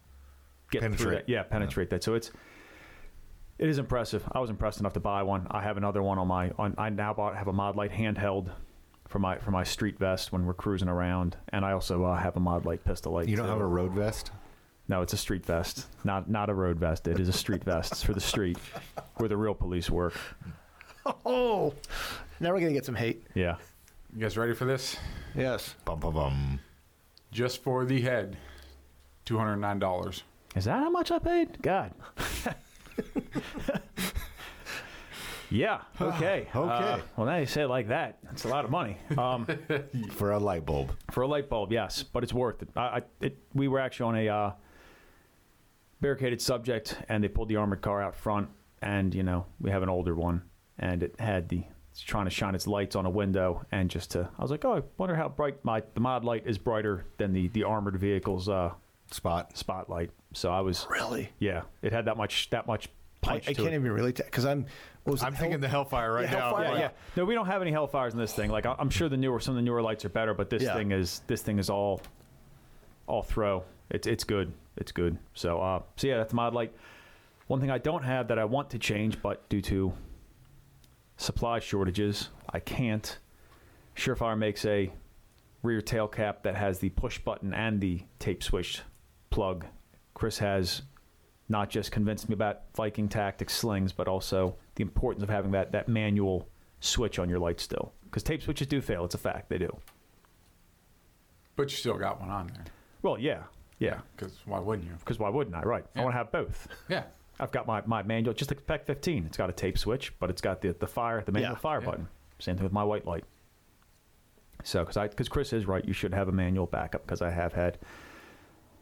S3: get through
S2: Penetrate.
S3: that. Yeah, penetrate that. So it's it is impressive. I was impressed enough to buy one. I have another one on my on I now bought have a mod light handheld for my for my street vest when we're cruising around, and I also uh, have a mod light pistol light.
S2: You don't
S3: too.
S2: have a road vest?
S3: No, it's a street vest. Not not a road vest. It is a street vest. It's for the street where the real police work.
S1: oh, now we're gonna get some hate.
S3: Yeah.
S4: you guys ready for this?
S1: Yes.
S2: Bum bum bum.
S4: Just for the head, two hundred nine dollars.
S3: Is that how much I paid? God. yeah. Okay. Uh,
S2: Okay.
S3: well, now you say it like that. It's a lot of money um,
S2: For a light bulb.
S3: for a light bulb. Yes, but it's worth it. I, I it, we were actually on a uh, barricaded subject, and they pulled the armored car out front, and you know we have an older one, and it had the it's trying to shine its lights on a window, and just to I was like, oh, I wonder how bright my the mod light is brighter than the the armored vehicle's uh,
S2: Spot.
S3: spotlight. So I was
S1: Really?
S3: yeah, it had that much that much
S1: I, I
S3: punch. to
S1: can't
S3: it.
S1: even relate to because I'm. What was it,
S2: I'm thinking the
S1: hell-
S2: Hellfire right
S1: Yeah,
S2: now.
S1: Hellfire,
S2: I'm
S3: Yeah,
S2: like,
S3: yeah. No, we don't have any Hellfires in this thing. Like I- I'm sure the newer some of the newer lights are better, but this
S1: Yeah.
S3: thing is this thing is all all throw. It's it's good. It's good. So uh, so yeah, that's mod light. One thing I don't have that I want to change, but due to supply shortages. I can't. Surefire makes a rear tail cap that has the push button and the tape switch plug. Chris has not just convinced me about Viking tactics slings, but also the importance of having that, that manual switch on your light still. Because tape switches do fail. It's a fact. They do.
S4: But you still got one on there.
S3: Well, yeah. Yeah.
S4: Because why wouldn't you?
S3: Because why wouldn't I? Right. I
S4: Yeah.
S3: want to have both.
S4: Yeah.
S3: I've got my, my manual, just like the Pack 15. It's got a tape switch, but it's got the, the fire, the manual
S1: Yeah,
S3: fire
S4: yeah.
S3: button. Same thing with my white light. So, because I because Chris is right, you should have a manual backup because I have had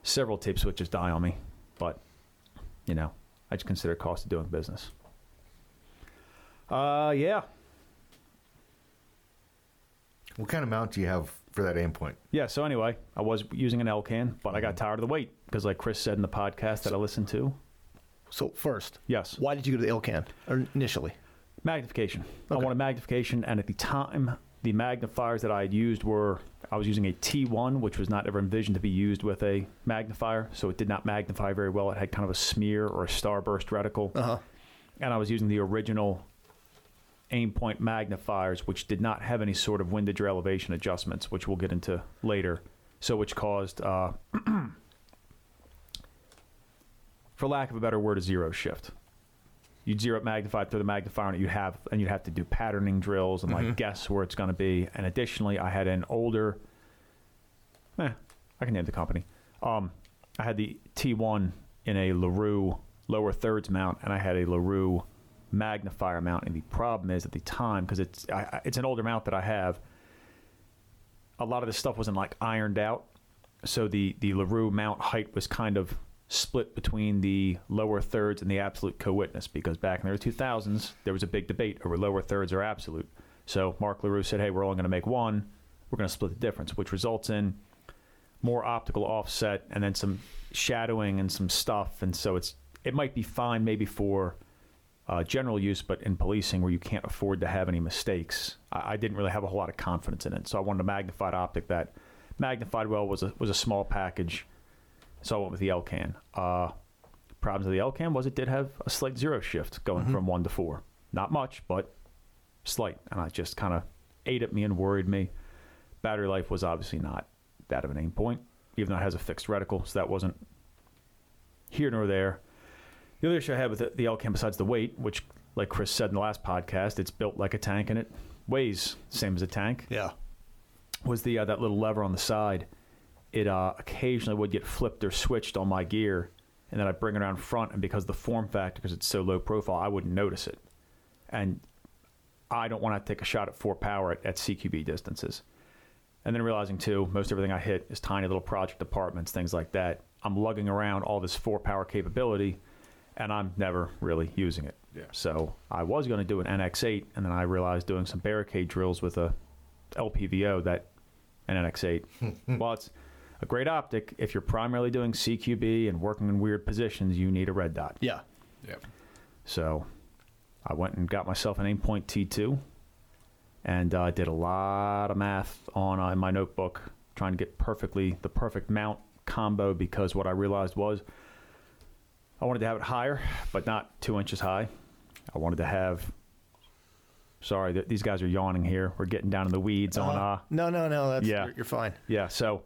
S3: several tape switches die on me, but you know, I just consider it cost of doing business. Uh, yeah,
S2: What kind of mount do you have for that aimpoint?
S3: yeah. So anyway, I was using an Elcan, but I got tired of the wait because, like Chris said in the podcast that I listened to,
S1: So first,
S3: yes,
S1: why did you go to the Ilcan or initially?
S3: Magnification. I
S1: Okay.
S3: wanted magnification, and at the time, the magnifiers that I had used were I was using a T1, which was not ever envisioned to be used with a magnifier, so it did not magnify very well. It had kind of a smear or a starburst reticle,
S1: Uh-huh.
S3: and I was using the original aim point magnifiers, which did not have any sort of windage or elevation adjustments, which we'll get into later. So, which caused, uh, for lack of a better word, a zero shift you'd zero it magnified through the magnifier and you'd have and you'd have to do patterning drills and like guess where it's going to be and additionally i had an older eh, i can name the company um i had the t1 in a larue lower thirds mount and i had a larue magnifier mount and the problem is at the time because it's I, I- it's an older mount that i have a lot of this stuff wasn't like ironed out. So the the Larue mount height was kind of split between the lower thirds and the absolute co-witness because back in the early 2000s there was a big debate over lower thirds or absolute. So Mark Larue said, "Hey, we're only going to make one. We're going to split the difference," which results in more optical offset and then some shadowing and some stuff. And so it's it might be fine maybe for uh, general use, but in policing where you can't afford to have any mistakes, I, I didn't really have a whole lot of confidence in it. So I wanted a magnified optic that magnified well was a was a small package. So I went with the LCAN. Uh, problems with the LCAN was it did have a slight zero shift going from one to four. Not much, but slight. And I just kind of ate at me and worried me. Battery life was obviously not that of an aim point, even though it has a fixed reticle, so that wasn't here nor there. The other issue I had with the, the LCAM, besides the weight, which, like Chris said in the last podcast, it's built like a tank and it weighs same as a tank,
S1: Yeah.
S3: was the uh, that little lever on the side. It uh, occasionally would get flipped or switched on my gear, and then I bring it around front, and because of the form factor, because it's so low profile, I wouldn't notice it. And I don't want to take a shot at four power at, at CQB distances. And then realizing too, most everything I hit is tiny little project apartments, things like that. I'm lugging around all this four power capability, and I'm never really using it.
S4: Yeah.
S3: So I was going to do an NX8, and then I realized doing some barricade drills with a LPVO that an NX8. well, it's a great optic. If you're primarily doing CQB and working in weird positions, you need a red dot.
S1: Yeah.
S4: Yep.
S3: So I went and got myself an aimpoint T2 and uh, did a lot of math on uh, in my notebook trying to get perfectly the perfect mount combo because what I realized was I wanted to have it higher, but not two inches high. I wanted to have. Sorry, th- these guys are yawning here. We're getting down in the weeds on uh,
S1: Uh-huh. no, no, no. That's,
S3: Yeah.
S1: you're, you're fine.
S3: yeah. So,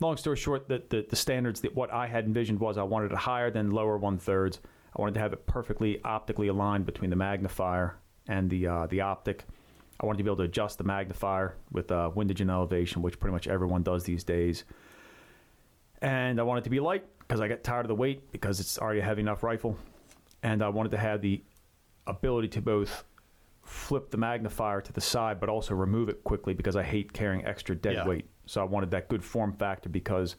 S3: long story short, the, the the standards that what I had envisioned was I wanted it higher than lower one thirds. I wanted to have it perfectly optically aligned between the magnifier and the uh, the optic. I wanted to be able to adjust the magnifier with uh, windage and elevation, which pretty much everyone does these days. And I wanted it to be light because I got tired of the weight because it's already a heavy enough rifle. And I wanted to have the ability to both flip the magnifier to the side but also remove it quickly because I hate carrying extra dead
S1: Yeah.
S3: weight. So I wanted that good form factor because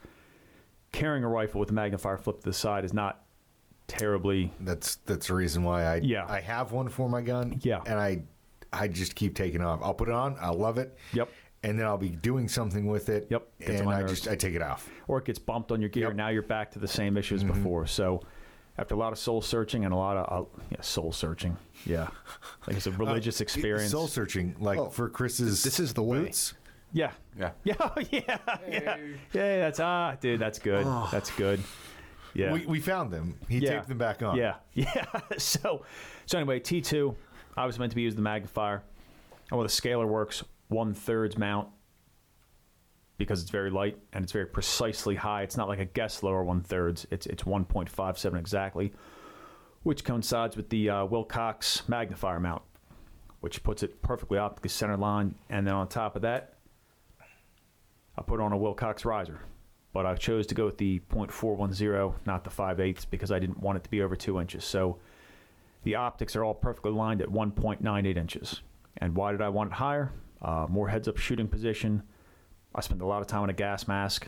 S3: carrying a rifle with a magnifier flipped to the side is not terribly
S2: That's that's the reason why I
S3: Yeah.
S2: I have one for my gun.
S3: Yeah.
S2: And I I just keep taking off. I'll put it on, I love it.
S3: Yep.
S2: And then I'll be doing something with it.
S3: Yep. Gets on
S2: And
S3: my
S2: I
S3: nerves.
S2: just I take it off.
S3: or it gets bumped on your gear.
S2: Yep.
S3: Now you're back to the same issue as before. So after a lot of soul searching and a lot of uh, yeah, soul searching, yeah, like it's a religious experience.
S2: Uh, Soul searching, like
S1: Oh,
S2: for Chris's
S1: this is the way.
S2: boots.
S3: yeah,
S4: Yeah.
S3: yeah, oh, yeah, yeah, yeah. That's ah, dude, that's good. That's good. Yeah,
S2: Oh. We, we found them. He
S3: yeah.
S2: taped them back on.
S3: Yeah, yeah. so, so anyway, T two. I was meant to be using the magnifier. And with a scalar works, one thirds mount because it's very light and it's very precisely high. It's not like a Gessler or one thirds. It's it's one point five seven exactly, which coincides with the uh, Wilcox magnifier mount, which puts it perfectly optically center line. And then on top of that, I put on a Wilcox riser, but I chose to go with the 0.410, not the 5 eighths, because I didn't want it to be over two inches. So the optics are all perfectly lined at 1.98 inches. And why did I want it higher? Uh, more heads up shooting position. I spend a lot of time in a gas mask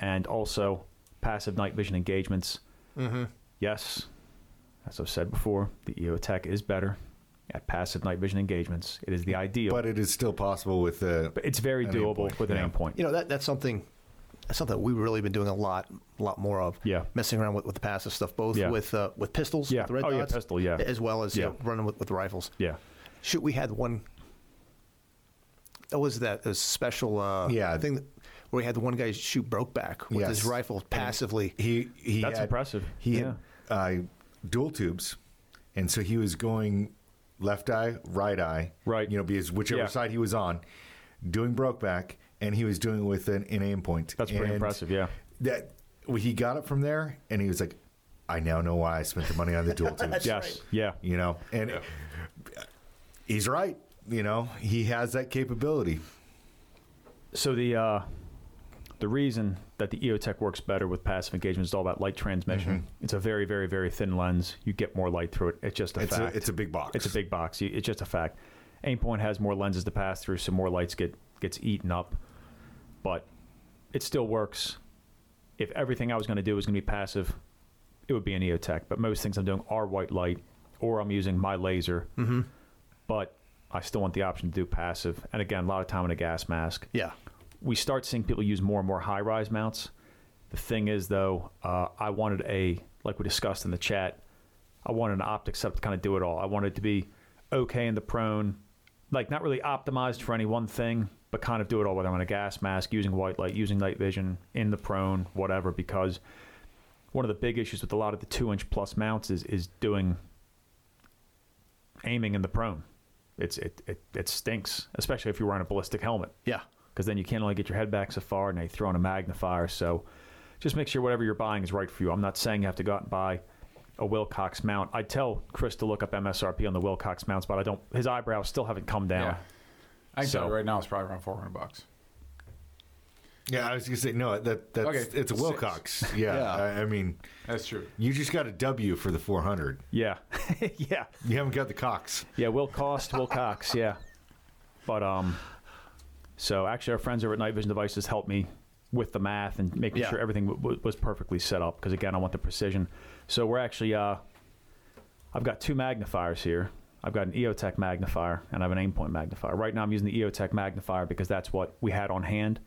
S3: and also passive night vision engagements.
S1: Mm-hmm.
S3: Yes, as I've said before, the EOTech is better at passive night vision engagements. It is the ideal,
S2: But
S3: but,
S2: it is still possible with the.
S3: it's very
S2: An
S3: doable
S2: aimpoint,
S3: with an
S2: yeah.
S3: endpoint.
S1: You know that that's something that's something we've really been doing a lot, a lot more of.
S3: Yeah.
S1: messing around with, with the passive stuff, both
S3: Yeah.
S1: with uh, with pistols,
S3: Yeah.
S1: with the red
S3: Oh, yeah,
S1: dots,
S3: pistol, yeah.
S1: as well as
S3: Yeah.
S1: you know, running with, with rifles.
S3: Yeah.
S1: Shoot, we had one. That was that a special uh,
S2: Yeah.
S1: thing that- where we had the one guy shoot Brokeback with his
S2: Yes.
S1: rifle passively.
S2: He he.
S3: That's
S2: had-
S3: impressive.
S2: He
S3: Yeah.
S2: had uh, dual tubes, and so he was going left eye, right eye,
S3: Right.
S2: You know, because whichever
S3: Yeah.
S2: side he was on, doing brokeback, and he was doing it with an, an aim point.
S3: That's pretty
S2: And
S3: impressive, yeah.
S2: That well, he got it from there, and he was like, "I now know why I spent the money on the dual tubes."
S3: yes. Yeah.
S2: you know, and
S4: Yeah.
S2: he's right. You know, he has that capability.
S3: So the uh, the reason that the EOTech works better with passive engagement is all about light transmission.
S2: Mm-hmm.
S3: It's a very, very, very thin lens. You get more light through it. It's just a
S2: It's a,
S3: fact.
S2: it's a big box.
S3: It's a big box. You- It's just a fact. Aimpoint has more lenses to pass through, so more lights get gets eaten up, but it still works. If everything I was going to do was going to be passive, it would be an EOTech. But most things I'm doing are white light, or I'm using my laser. Mm-hmm. But I still want the option to do passive. And again, a lot of time in a gas mask
S1: Yeah,
S3: we start seeing people use more and more high rise mounts. The thing is, though, uh, I wanted a, like we discussed in the chat, I wanted an optic setup to kind of do it all. I wanted it to be okay in the prone, like not really optimized for any one thing, but kind of do it all, whether I'm on a gas mask, using white light, using night vision, in the prone, whatever, because one of the big issues with a lot of the two inch plus mounts is, is doing aiming in the prone. It's, it, it, it stinks, especially if you're wearing a ballistic helmet
S1: yeah.
S3: because then you can't only get your head back so far and they throw in a magnifier. So just make sure whatever you're buying is right for you. I'm not saying you have to go out and buy a Wilcox mount. I tell Chris to look up MSRP on the Wilcox mounts, but I don't. His eyebrows still haven't come down.
S4: Yeah. I can
S3: So-
S4: tell you right now it's probably around 400 bucks.
S2: Yeah, I was gonna say no. That that's
S4: Okay,
S2: it's a
S4: six.
S2: Wilcox. Yeah,
S1: Yeah.
S2: I, I mean,
S4: That's true.
S2: you just got a W for the 400.
S3: Yeah, yeah, yeah.
S2: You haven't got the Cox.
S3: Will cost, Will Cox. Yeah, but um, so actually, our friends over at Night Vision Devices helped me with the math and making
S1: Yeah.
S3: sure everything w- w- was perfectly set up because again, I want the precision. So we're actually uh, I've got two magnifiers here. I've got an EOTech magnifier and I have an aimpoint magnifier. Right now, I'm using the EOTech magnifier because that's what we had on hand.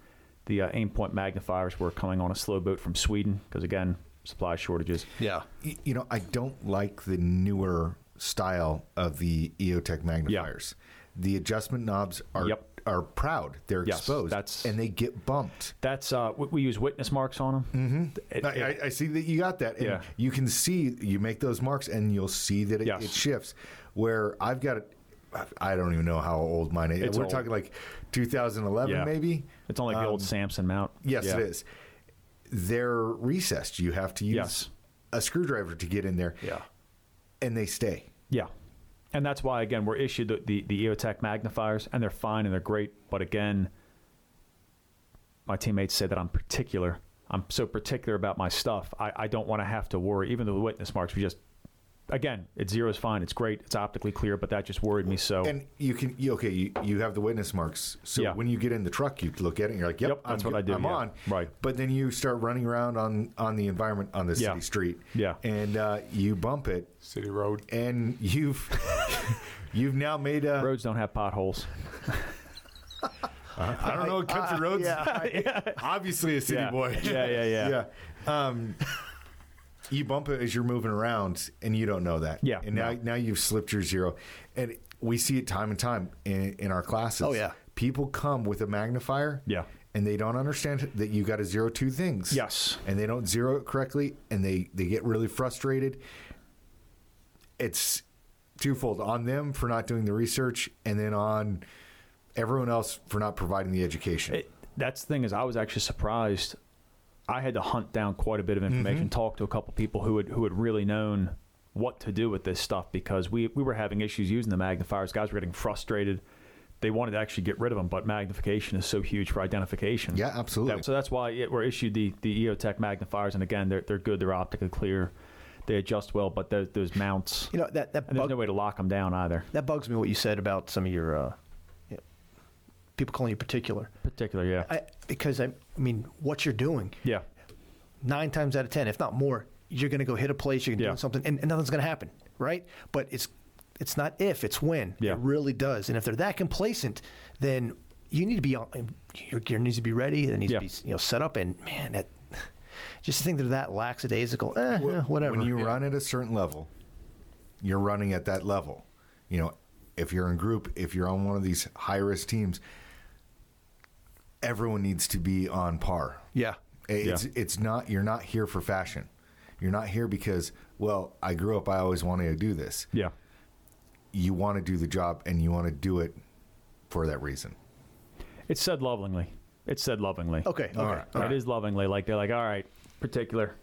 S3: The uh, aimpoint magnifiers were coming on a slow boat from Sweden because again, supply shortages.
S1: Yeah,
S2: Y- You know, I don't like the newer style of the EOTech magnifiers. The adjustment knobs are
S3: Yep.
S2: are proud. They're
S3: Yes,
S2: exposed,
S3: that's-
S2: and they get bumped.
S3: That's uh, we, we use witness marks on them. Mm-hmm.
S2: I, I, I see that you got that. And
S3: Yeah.
S2: You can see you make those marks, and you'll see that it,
S3: Yes.
S2: it shifts. Where I've got it, I don't even know how old mine is.
S3: It's
S2: We're
S3: old.
S2: talking like 2011,
S3: Yeah.
S2: maybe.
S3: It's on like the old
S2: Um,
S3: Samson mount.
S2: Yes,
S3: Yeah.
S2: it is. They're recessed. You have to use
S3: Yes.
S2: a screwdriver to get in there.
S3: Yeah.
S2: And they stay.
S3: Yeah. And that's why, again, we're issued the, the, the EOTech magnifiers, and they're fine and they're great. But again, my teammates say that I'm particular. I'm so particular about my stuff. I, I don't want to have to worry, even though the witness marks, we just, again, it's zero is fine. It's great. It's optically clear, but that just worried me. So,
S2: And you can, you, okay, you, you have the witness marks. So
S3: Oh. Yeah.
S2: when you get in the truck, you look at it and you're like, yep,
S3: Yep, that's
S2: I'm,
S3: what I do,
S2: I'm
S3: yeah.
S2: on.
S3: Right.
S2: But then you start running around on, on the environment on the
S3: Yeah.
S2: city street.
S3: Yeah.
S2: And uh, you bump it
S4: City Road.
S2: and you've, you've now made a,
S3: roads don't have potholes.
S2: I don't know, country roads. Obviously a city
S3: Uh, yeah.
S2: boy.
S3: Yeah, yeah, yeah.
S2: yeah. Um, you bump it as you're moving around, and you don't know that.
S3: Yeah,
S2: And now,
S3: no.
S2: now you've slipped your zero, and we see it time and time in, in our classes.
S1: Oh, yeah.
S2: people come with a magnifier.
S3: Yeah.
S2: and they don't understand that you got to zero two things.
S3: Yes.
S2: and they don't zero it correctly, and they they get really frustrated. It's twofold on them for not doing the research, and then on everyone else for not providing the education.
S3: It, that's the thing is, I was actually surprised. I had to hunt down quite a bit of
S1: Mm-hmm.
S3: information, talk to a couple people who had who had really known what to do with this stuff because we we were having issues using the magnifiers. Guys were getting frustrated. They wanted to actually get rid of them, but magnification is so huge for identification.
S2: Yeah, absolutely.
S3: That- so that's why it, we're issued the the EOTech magnifiers, and again, they're they're good. They're optically clear. They adjust well, but those those mounts.
S1: You know that that
S3: and there's
S1: bug,
S3: no way to lock them down either.
S1: that bugs me what you said about some of your uh, you know, people calling you particular.
S3: Particular, yeah,
S1: I, because I, I mean, what you're doing
S3: yeah,
S1: nine times out of ten, if not more, you're going to go hit a place, you're going to
S3: Yeah.
S1: do something, and, and nothing's going to happen, right? But it's it's not if, it's when.
S3: Yeah.
S1: It really does. And if they're that complacent, then you need to be on. Your gear needs to be ready. It needs
S3: Yeah.
S1: to be you know set up. And man, that just to think they're that lackadaisical. Eh, eh, whatever.
S2: When you run at a certain level, you're running at that level. You know, if you're in group, if you're on one of these high risk teams, everyone needs to be on par.
S1: yeah.
S2: It's
S3: Yeah.
S2: it's not you're not here for fashion. You're not here because well, I grew up. I always wanted to do this.
S3: yeah.
S2: You want to do the job, and you want to do it for that reason.
S3: It's said lovingly. It's said lovingly.
S1: Okay. Okay.
S2: All right.
S3: It is lovingly. Like they're like, all right, particular,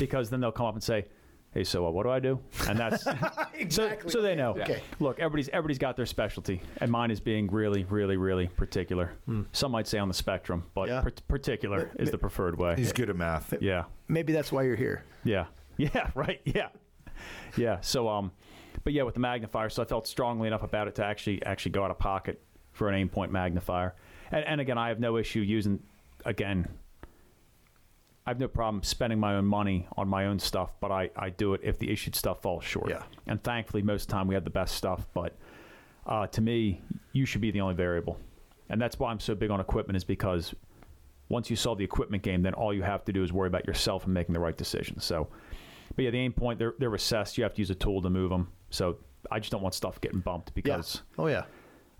S3: because then they'll come up and say, hey, so uh, what do I do? And that's exactly. So, they know.
S1: Okay.
S3: Look, everybody's everybody's got their specialty, and mine is being really, really, really particular. Some might say on the spectrum, but
S1: Yeah.
S3: par- particular is the preferred way.
S2: He's good at math.
S3: yeah.
S1: Maybe that's why you're here.
S3: Yeah. Yeah. Right. Yeah. Yeah. So, um, but yeah, with the magnifier, so I felt strongly enough about it to actually actually go out of pocket for an aim point magnifier, and and again, I have no issue using again. I have no problem spending my own money on my own stuff, but I, I do it if the issued stuff falls short.
S1: Yeah.
S3: And thankfully, most of the time we have the best stuff. But uh, to me, you should be the only variable, and that's why I'm so big on equipment is because once you solve the equipment game, then all you have to do is worry about yourself and making the right decisions. So, but yeah, the aim point, they're, they're recessed. You have to use a tool to move them. So I just don't want stuff getting bumped because,
S1: Yeah. Oh yeah.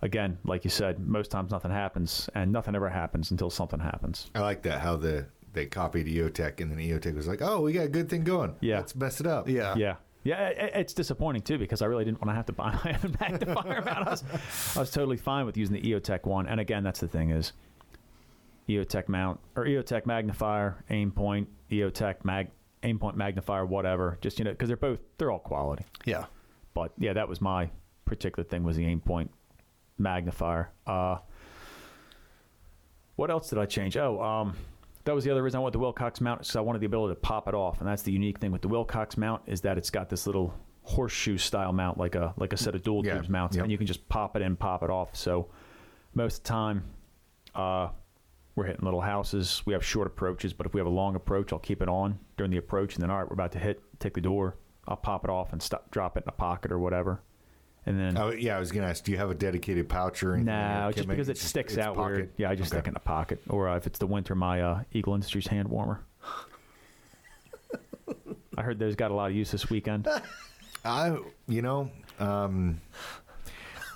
S3: again, like you said, most times nothing happens and nothing ever happens until something happens.
S2: I like that how the they copied EOTech, and then EOTech was like, "Oh, we got a good thing going.
S3: Yeah.
S2: let's mess it up."
S1: Yeah.
S3: Yeah. Yeah, it, it's disappointing too because I really didn't want to have to buy my own magnifier mount. I was, I was totally fine with using the EOTech one. And again, that's the thing is EOTech mount or EOTech magnifier, aim point, EOTech mag, aim point magnifier, whatever. Just, you know, because they're both, they're all quality.
S1: Yeah.
S3: but yeah, that was my particular thing was the aim point magnifier. Uh, what else did I change? Oh, um, that was the other reason I went with the Wilcox mount because I wanted the ability to pop it off, and that's the unique thing with the Wilcox mount is that it's got this little horseshoe style mount, like a like a set of dual
S2: Yeah,
S3: tubes mounts,
S2: yep.
S3: and you can just pop it in, pop it off. So most of the time, uh, we're hitting little houses. We have short approaches, but if we have a long approach, I'll keep it on during the approach, and then all right, we're about to hit, take the door. I'll pop it off and stop, drop it in a pocket or whatever, and then
S2: Oh, yeah, I was gonna ask, do you have a dedicated pouch or anything?
S3: no,
S2: Or
S3: just
S2: can make-
S3: because it
S2: it's-
S3: sticks
S2: it's
S3: out
S2: pocket?
S3: weird. Yeah, I just
S2: Okay.
S3: stick it in a pocket, or uh, if it's the winter, my uh, Eagle Industries hand warmer. I heard those got a lot of use this weekend.
S2: I, you know, um,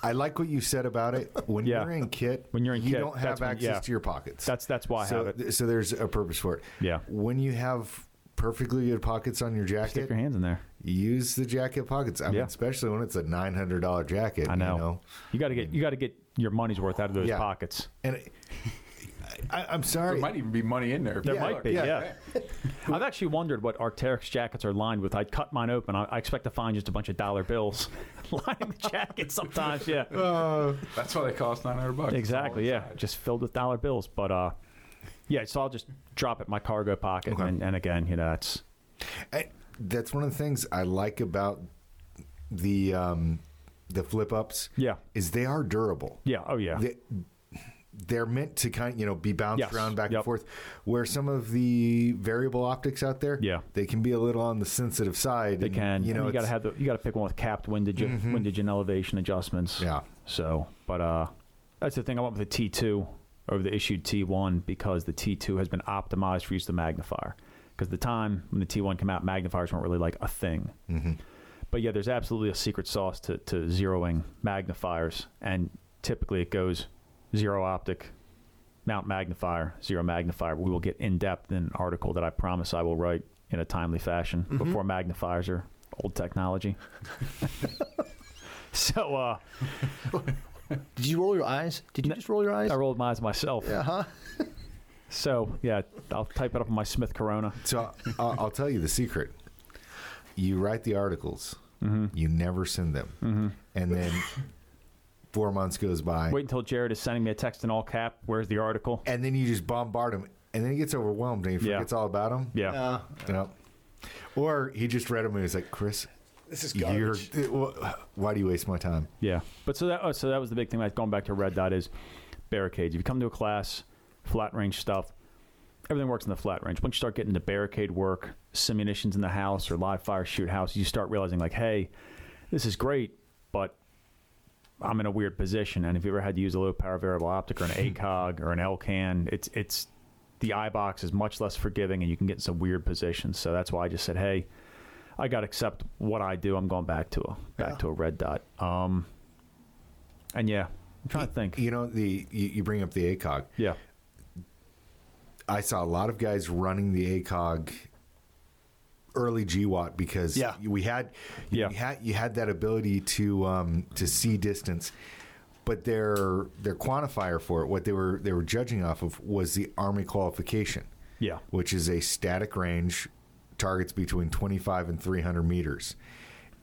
S2: I like what you said about it. When
S3: Yeah.
S2: you're in kit,
S3: When you're in
S2: you
S3: kit,
S2: don't have
S3: that's when-
S2: access
S3: yeah.
S2: to your pockets.
S3: That's that's why I
S2: so,
S3: have it.
S2: th- so there's a purpose for it.
S3: Yeah.
S2: When you have perfectly good pockets on your
S3: Stick
S2: jacket,
S3: your hands in there.
S2: use the jacket pockets. I mean,
S3: Yeah.
S2: especially when it's a nine hundred dollar jacket.
S3: I
S2: You
S3: know.
S2: know?
S3: You got to get you got to get your money's worth out of those
S2: Yeah.
S3: pockets.
S2: And it, I, I'm sorry.
S4: There might even be money in there.
S3: There
S4: Yeah.
S3: might be,
S2: yeah.
S3: yeah. I've actually wondered what Arc'teryx jackets are lined with. I cut mine open. I, I expect to find just a bunch of dollar bills lining the jacket sometimes. Yeah.
S2: Uh,
S4: That's why they cost nine hundred bucks.
S3: Exactly.
S4: It's all
S3: Yeah,
S4: inside.
S3: just filled with dollar bills. But uh, yeah. So I'll just drop it in my cargo pocket,
S2: Okay.
S3: and, and again, you know, that's
S2: I, that's one of the things I like about the um, the flip ups.
S3: Yeah.
S2: is they are durable.
S3: yeah. Oh yeah.
S2: They, they're meant to kind you know be bounced
S3: Yes.
S2: around back and
S3: Yep.
S2: forth. Where some of the variable optics out there,
S3: Yeah.
S2: they can be a little on the sensitive side.
S3: they
S2: and,
S3: can.
S2: you know,
S3: you got to
S2: it's- Mm-hmm.
S3: have the you got to pick one with capped windage, windage and elevation adjustments.
S2: Yeah.
S3: So, but uh, that's the thing. I went with the T two over the issued T one because the T two has been optimized for use of the magnifier. Because the time when the T one came out, magnifiers weren't really like a thing.
S2: Mm-hmm.
S3: But yeah, there's absolutely a secret sauce to, to zeroing magnifiers, and typically it goes zero optic, mount magnifier, zero magnifier. We will get in depth in an article that I promise I will write
S1: Mm-hmm.
S3: in a timely fashion before magnifiers are old technology. So uh,
S1: Did you roll your eyes? Did you
S3: No.
S1: just roll your eyes?
S3: I rolled my eyes myself.
S1: Yeah, huh?
S3: So yeah, I'll type it up on my Smith Corona.
S2: So I'll, I'll tell you the secret. You write the articles,
S3: Mm-hmm.
S2: you never send them, and then four months goes by,
S3: Wait until Jared is sending me a text in all cap. Where's the article?
S2: and then you just bombard him, and then he gets overwhelmed and he
S3: Yeah.
S2: forgets all about him.
S3: Yeah.
S1: Uh,
S2: Yep. Or he just read them and he's like, Chris,
S1: this is
S2: you're, why do you waste my time?
S3: Yeah, but so that oh, so that was the big thing. Like going back to red dot is barricades. If you come to a class, flat range stuff, everything works in the flat range. Once you start getting into barricade work, simulations in the house or live fire shoot house, you start realizing like, hey, this is great, but I'm in a weird position. And if you ever had to use a low power variable optic or an ACOG or an LCAN, it's it's the eye box is much less forgiving, and you can get in some weird positions. So that's why I just said, hey. I got to accept what I do. I'm going back to a back
S1: Yeah.
S3: to a red dot. Um, and yeah, I'm trying to think.
S2: You know, the you, you bring up the ACOG.
S3: Yeah,
S2: I saw a lot of guys running the ACOG early GWAT because
S1: Yeah.
S2: we had
S3: Yeah.
S2: you had you had that ability to um, to see distance, but their their quantifier for it, what they were they were judging off of, was the Army qualification,
S3: yeah,
S2: which is a static range, targets between twenty five and three hundred meters,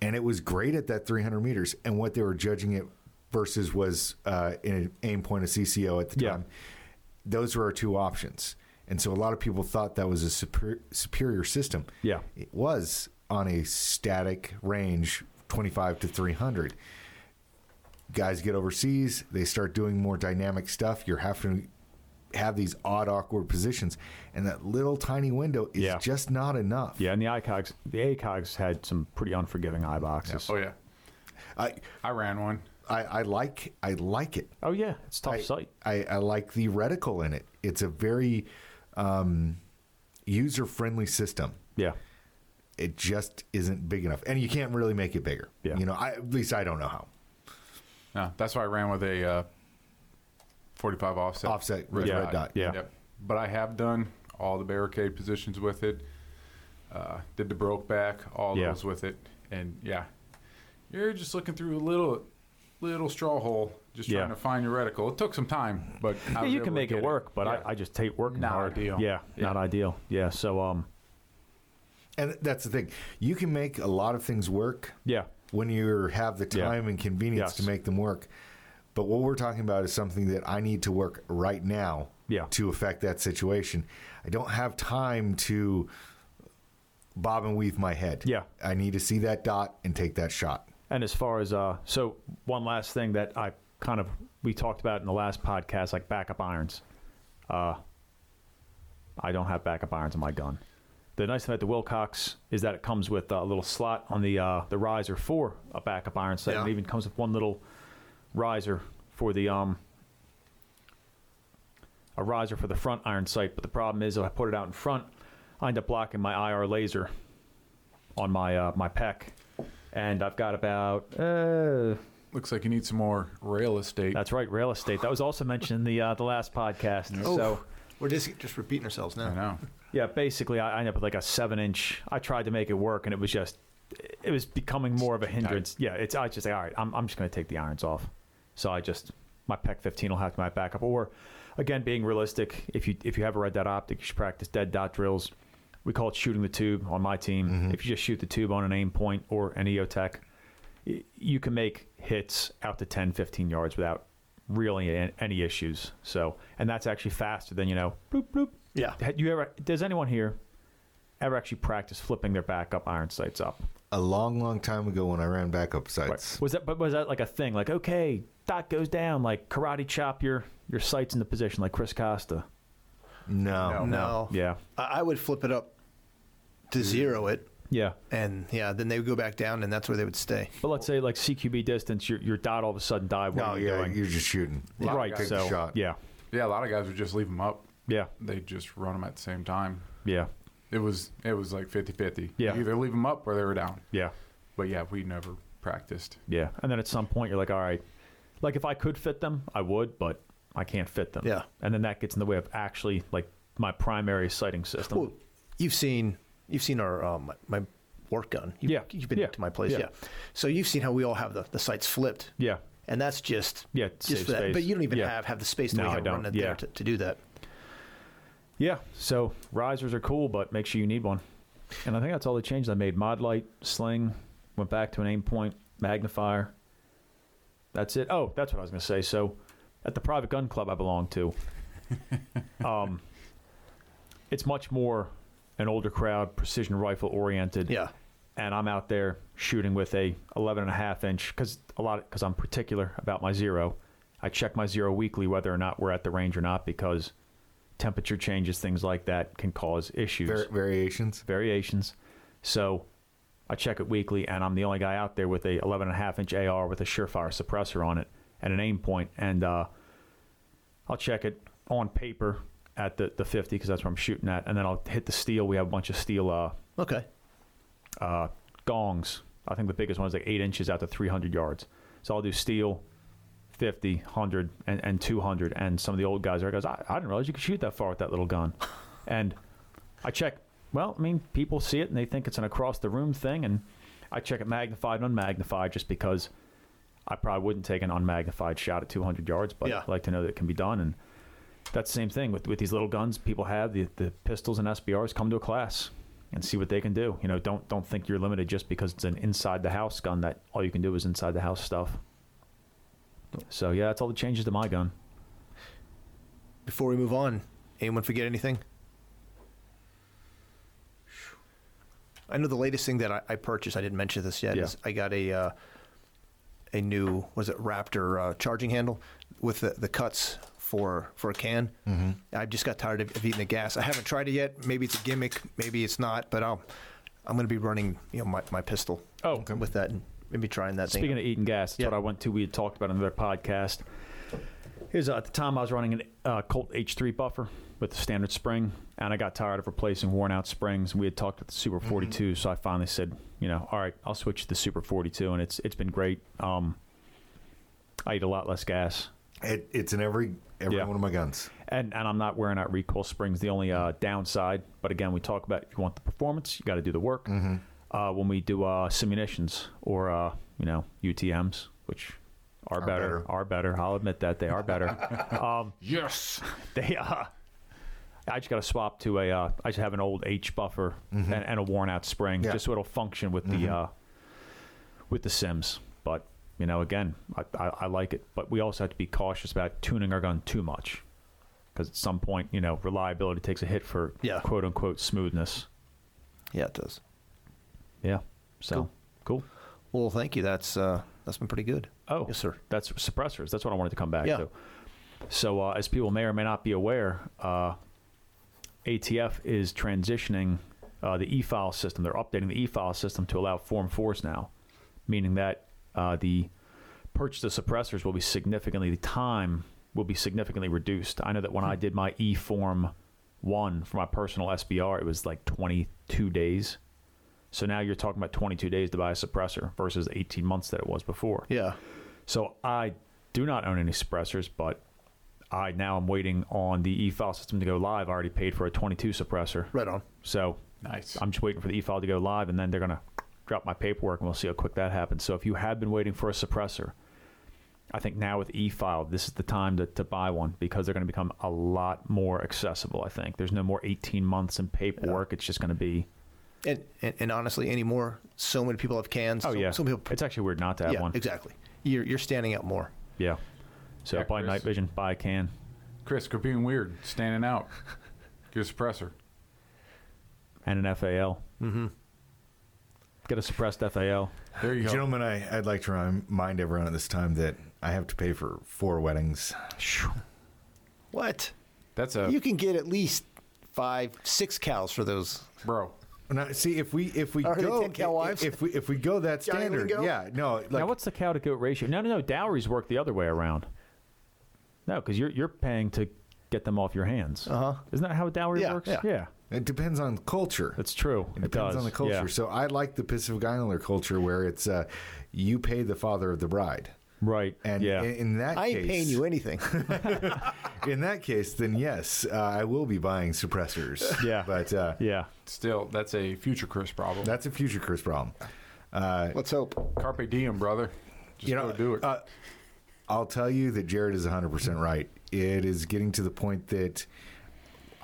S2: and it was great at that three hundred meters. And what they were judging it versus was uh, in an aim point of CCO at the
S3: Yeah.
S2: time those were our two options. And so a lot of people thought that was a super, superior system.
S3: Yeah.
S2: It was on a static range 25 to 300. Guys get overseas, they start doing more dynamic stuff. You're having to have these odd, awkward positions. And that little tiny window is
S3: Yeah.
S2: just not enough.
S3: yeah. And the ICOGs, the ACOGs had some pretty unforgiving eye boxes.
S4: Oh yeah,
S2: I,
S4: Oh, I ran one.
S2: I, I like I like it.
S3: Oh yeah, it's a tough
S2: I,
S3: sight.
S2: I, I like the reticle in it. It's a very um, user friendly system.
S3: Yeah,
S2: it just isn't big enough, and you can't really make it bigger.
S3: Yeah.
S2: You know, I, at least I don't know how.
S4: No, that's why I ran with a uh, 45 offset.
S2: Offset with
S3: red dot, yeah.
S4: But I have done all the barricade positions with it. Uh, did the broke back, all
S3: Yeah.
S4: those with it, and yeah, you're just looking through a little, little straw hole, just
S3: Yeah.
S4: trying to find your reticle. It took some time, but I
S3: Yeah,
S4: was
S3: you
S4: able
S3: can
S4: to
S3: make
S4: get
S3: it work, but
S4: Yeah.
S3: I, I just hate working
S4: Not
S3: hard.
S4: ideal.
S3: Yeah,
S4: Yeah.
S3: not ideal. Yeah. So um,
S2: And that's the thing. You can make a lot of things work
S3: yeah,
S2: when you have the
S3: Yeah.
S2: time and convenience
S3: Yes.
S2: to make them work. But what we're talking about is something that I need to work right now
S3: Yeah.
S2: to affect that situation. I don't have time to bob and weave my head.
S3: Yeah.
S2: I need to see that dot and take that shot.
S3: And as far as uh, so one last thing that I kind of we talked about in the last podcast, like backup irons. Uh, I don't have backup irons in my gun. The nice thing about the Wilcox is that it comes with a little slot on the uh, the riser for a backup iron set. and It
S2: Yeah.
S3: even comes with one little riser for the um a riser for the front iron sight. But the problem is if I put it out in front, I end up blocking my IR laser on my uh, my pec, and I've got about uh,
S4: Looks like you need some more rail estate.
S3: that's right real estate. That was also mentioned in the uh, the last podcast.
S1: oh.
S3: So
S1: we're just just repeating ourselves
S4: I
S1: now.
S4: know.
S3: yeah, basically I I end up with like a seven inch. I tried to make it work, and it was just it was becoming more of a hindrance. Yeah, it's I just say all right, I'm I'm just gonna take the irons off. So I just my pec 15 will have to my backup. Or again, being realistic, if you if you have a red dot optic, you should practice dead dot drills. We call it shooting the tube on my team. If you just shoot the tube on an aim point or an E EOTech, y- you can make hits out to 10, 15 yards without really a- any issues. So, and that's actually faster than, you know, bloop, bloop.
S1: Yeah.
S3: Had you ever, does anyone here ever actually practice flipping their backup iron sights up?
S2: A long, long time ago when I ran backup sites.
S3: Was that, but was that like a thing? Like, okay, dot goes down, like karate chop your, your sights into position, like Chris Costa.
S2: No.
S1: Oh, No.
S3: Yeah. Mm-hmm.
S1: I, I would flip it up to zero it,
S3: Yeah.
S1: and yeah, then they would go back down, and that's where they would stay.
S3: But let's say like CQB distance, your, your dot all of a sudden died. What
S2: No,
S3: are you
S2: yeah,
S3: doing?
S2: you're just shooting.
S4: Yeah.
S3: right.
S4: Take
S2: the
S3: so,
S2: shot.
S3: yeah.
S4: Yeah, a lot of guys would just leave them up.
S3: Yeah.
S4: They just run them at the same time.
S3: Yeah.
S4: It was it was like 50-50.
S3: Yeah.
S4: You either leave them up or they were down.
S3: Yeah.
S4: But yeah, we never practiced.
S3: Yeah. And then at some point, you're like, all right, like if I could fit them, I would, but I can't fit them.
S1: Yeah.
S3: And then that gets in the way of actually like my primary sighting system.
S1: Well, you've seen you've seen our um, my work gun. You,
S3: Yeah.
S1: You've been
S3: Yeah.
S1: to my place.
S3: Yeah.
S1: Yeah. So you've seen how we all have the, the sites flipped.
S3: Yeah.
S1: And that's just,
S3: Yeah, it
S1: just
S3: saves
S1: for that.
S3: space.
S1: But you don't even
S3: Yeah.
S1: have, have the space that
S3: No,
S1: we
S3: I
S1: have
S3: don't.
S1: running
S3: Yeah.
S1: there to, to do that.
S3: Yeah. So risers are cool, but make sure you need one. And I think that's all the changes I made. Mod light, sling, went back to an aim point, magnifier. That's it. Oh, that's what I was going to say. So at the private gun club I belong to, um, it's much more an older crowd, precision rifle oriented.
S1: Yeah.
S3: And I'm out there shooting with a 11 and a half inch because a lot because I'm particular about my zero. I check my zero weekly whether or not we're at the range or not because temperature changes, things like that can cause issues
S2: Var- variations.
S3: variations. So I check it weekly, and I'm the only guy out there with a 11 and a half inch AR with a Surefire suppressor on it and an aim point. And uh, I'll check it on paper at the, the 50 because that's where I'm shooting at. And then I'll hit the steel. We have a bunch of steel uh,
S1: Okay.
S3: uh, gongs. I think the biggest one is like eight inches out to 300 yards. So I'll do steel, 50, 100, and, and 200. And some of the old guys are goes, I, I didn't realize you could shoot that far with that little gun. and I check, well, I mean, people see it and they think it's an across the room thing. And I check it magnified and unmagnified just because I probably wouldn't take an unmagnified shot at 200 yards, but
S1: Yeah.
S3: I like to know that it can be done. And that's the same thing with, with these little guns people have the, the pistols and SBRs come to a class and see what they can do. You know, don't don't think you're limited just because it's an inside the house gun that all you can do is inside the house stuff. So yeah, that's all the changes to my gun.
S1: Before we move on, anyone forget anything? I know the latest thing that I, I purchased. I didn't mention this yet.
S3: Yeah.
S1: Is I got a uh, a new was it Raptor uh, charging handle with the, the cuts for for a can. Mm-hmm. I just got tired of, of eating the gas. I haven't tried it yet. Maybe it's a gimmick. Maybe it's not. But I'll I'm going to be running you know my, my pistol.
S3: Oh, okay.
S1: with that and maybe trying that
S3: Speaking
S1: thing.
S3: of eating gas, that's
S1: Yeah.
S3: what I went to. We had talked about in another podcast. Here's uh, at the time I was running an uh, Colt H3 buffer with the standard spring, and I got tired of replacing worn out springs. We had talked about the Super 42, so I finally said, you know, all right, I'll switch to the Super 42, and it's it's been great. Um, I eat a lot less gas.
S2: It, it's in every every
S3: Yeah.
S2: one of my guns.
S3: and and I'm not wearing out recoil springs. The only uh, downside, but again, we talk about if you want the performance, you got to do the work.
S2: Mm-hmm.
S3: Uh, when we do uh, simunitions or uh, you know UTM's, which are,
S2: Are
S3: better,
S2: better.
S3: are better. I'll admit that they are better. Um,
S4: Yes.
S3: they uh, I just got to swap to a. Uh, I just have an old H buffer and, and a worn out spring,
S2: Yeah.
S3: just so it'll function with the uh, with the Sims. But you know, again, I, I, I like it, but we also have to be cautious about tuning our gun too much, because at some point, you know, reliability takes a hit for
S1: Yeah.
S3: quote unquote smoothness.
S1: yeah, it does.
S3: Yeah. So cool.
S1: Well, thank you. That's uh, that's been pretty good.
S3: Oh,
S1: yes, sir.
S3: That's suppressors. That's what I wanted to come back
S1: Yeah.
S3: to. So, uh, as people may or may not be aware, uh, ATF is transitioning uh, the e-file system. They're updating the e-file system to allow Form Fours now, meaning that uh, the purchase of suppressors will be significantly the time will be significantly reduced. I know that when
S1: Hmm.
S3: I did my E Form One for my personal SBR, it was like 22 days. So now you're talking about 22 days to buy a suppressor versus the 18 months that it was before.
S1: Yeah.
S3: So I do not own any suppressors, but I now am waiting on the e file system to go live. I already paid for a 22 suppressor.
S1: Right on.
S3: So
S4: Nice.
S3: I'm just waiting for the e file to go live, and then they're going to drop my paperwork, and we'll see how quick that happens. So if you have been waiting for a suppressor, I think now with e file, this is the time to, to buy one because they're going to become a lot more accessible, I think. There's no more 18 months in paperwork. It's just going to be.
S1: And, and and honestly, anymore, so many people have cans.
S3: Oh,
S1: so,
S3: yeah.
S1: Some people.
S3: it's actually weird not to have
S1: yeah,
S3: one.
S1: exactly. You're you're standing out more.
S3: Yeah. So
S4: Yeah,
S3: buy
S4: Chris.
S3: night vision, buy a can.
S4: Chris, quit being weird. Standing out. Get a suppressor.
S3: and an FAL. Mm-hmm. Get a suppressed FAL.
S4: There you go.
S2: Gentlemen, I, I'd like to remind everyone at this time that I have to pay for four weddings.
S1: What?
S4: That's
S2: Oh.
S4: a
S1: you can get at least five, six cows for those.
S4: bro.
S2: Now, see if we if we
S1: Are they
S2: go
S1: 10 cow wives?
S2: if we if we go that
S1: Johnny
S2: standard,
S1: Lingo?
S2: yeah, no, like
S3: now, what's the cow to goat ratio? No, no, no. Dowries work the other way around. No, because you're you're paying to get them off your hands.
S1: Uh-huh.
S3: Isn't that how a dowry
S1: Yeah,
S3: works?
S1: yeah.
S2: it depends on culture.
S3: that's true. It,
S2: It depends
S3: does.
S2: on the culture.
S3: Yeah.
S2: So I like the Pacific Islander culture where it's uh, you pay the father of the bride.
S3: Right.
S2: And
S3: yeah.
S2: in, in that
S5: I
S2: case,
S5: ain't paying you anything.
S2: in that case, then yes, uh, I will be buying suppressors.
S3: Yeah.
S2: but uh,
S3: yeah.
S4: Still, that's a future Chris problem.
S2: that's a future curse problem. Uh,
S1: Let's hope.
S4: Carpe diem, brother. Just
S2: you know,
S4: go do it.
S2: Uh, I'll tell you that Jared is 100 percent right. It is getting to the point that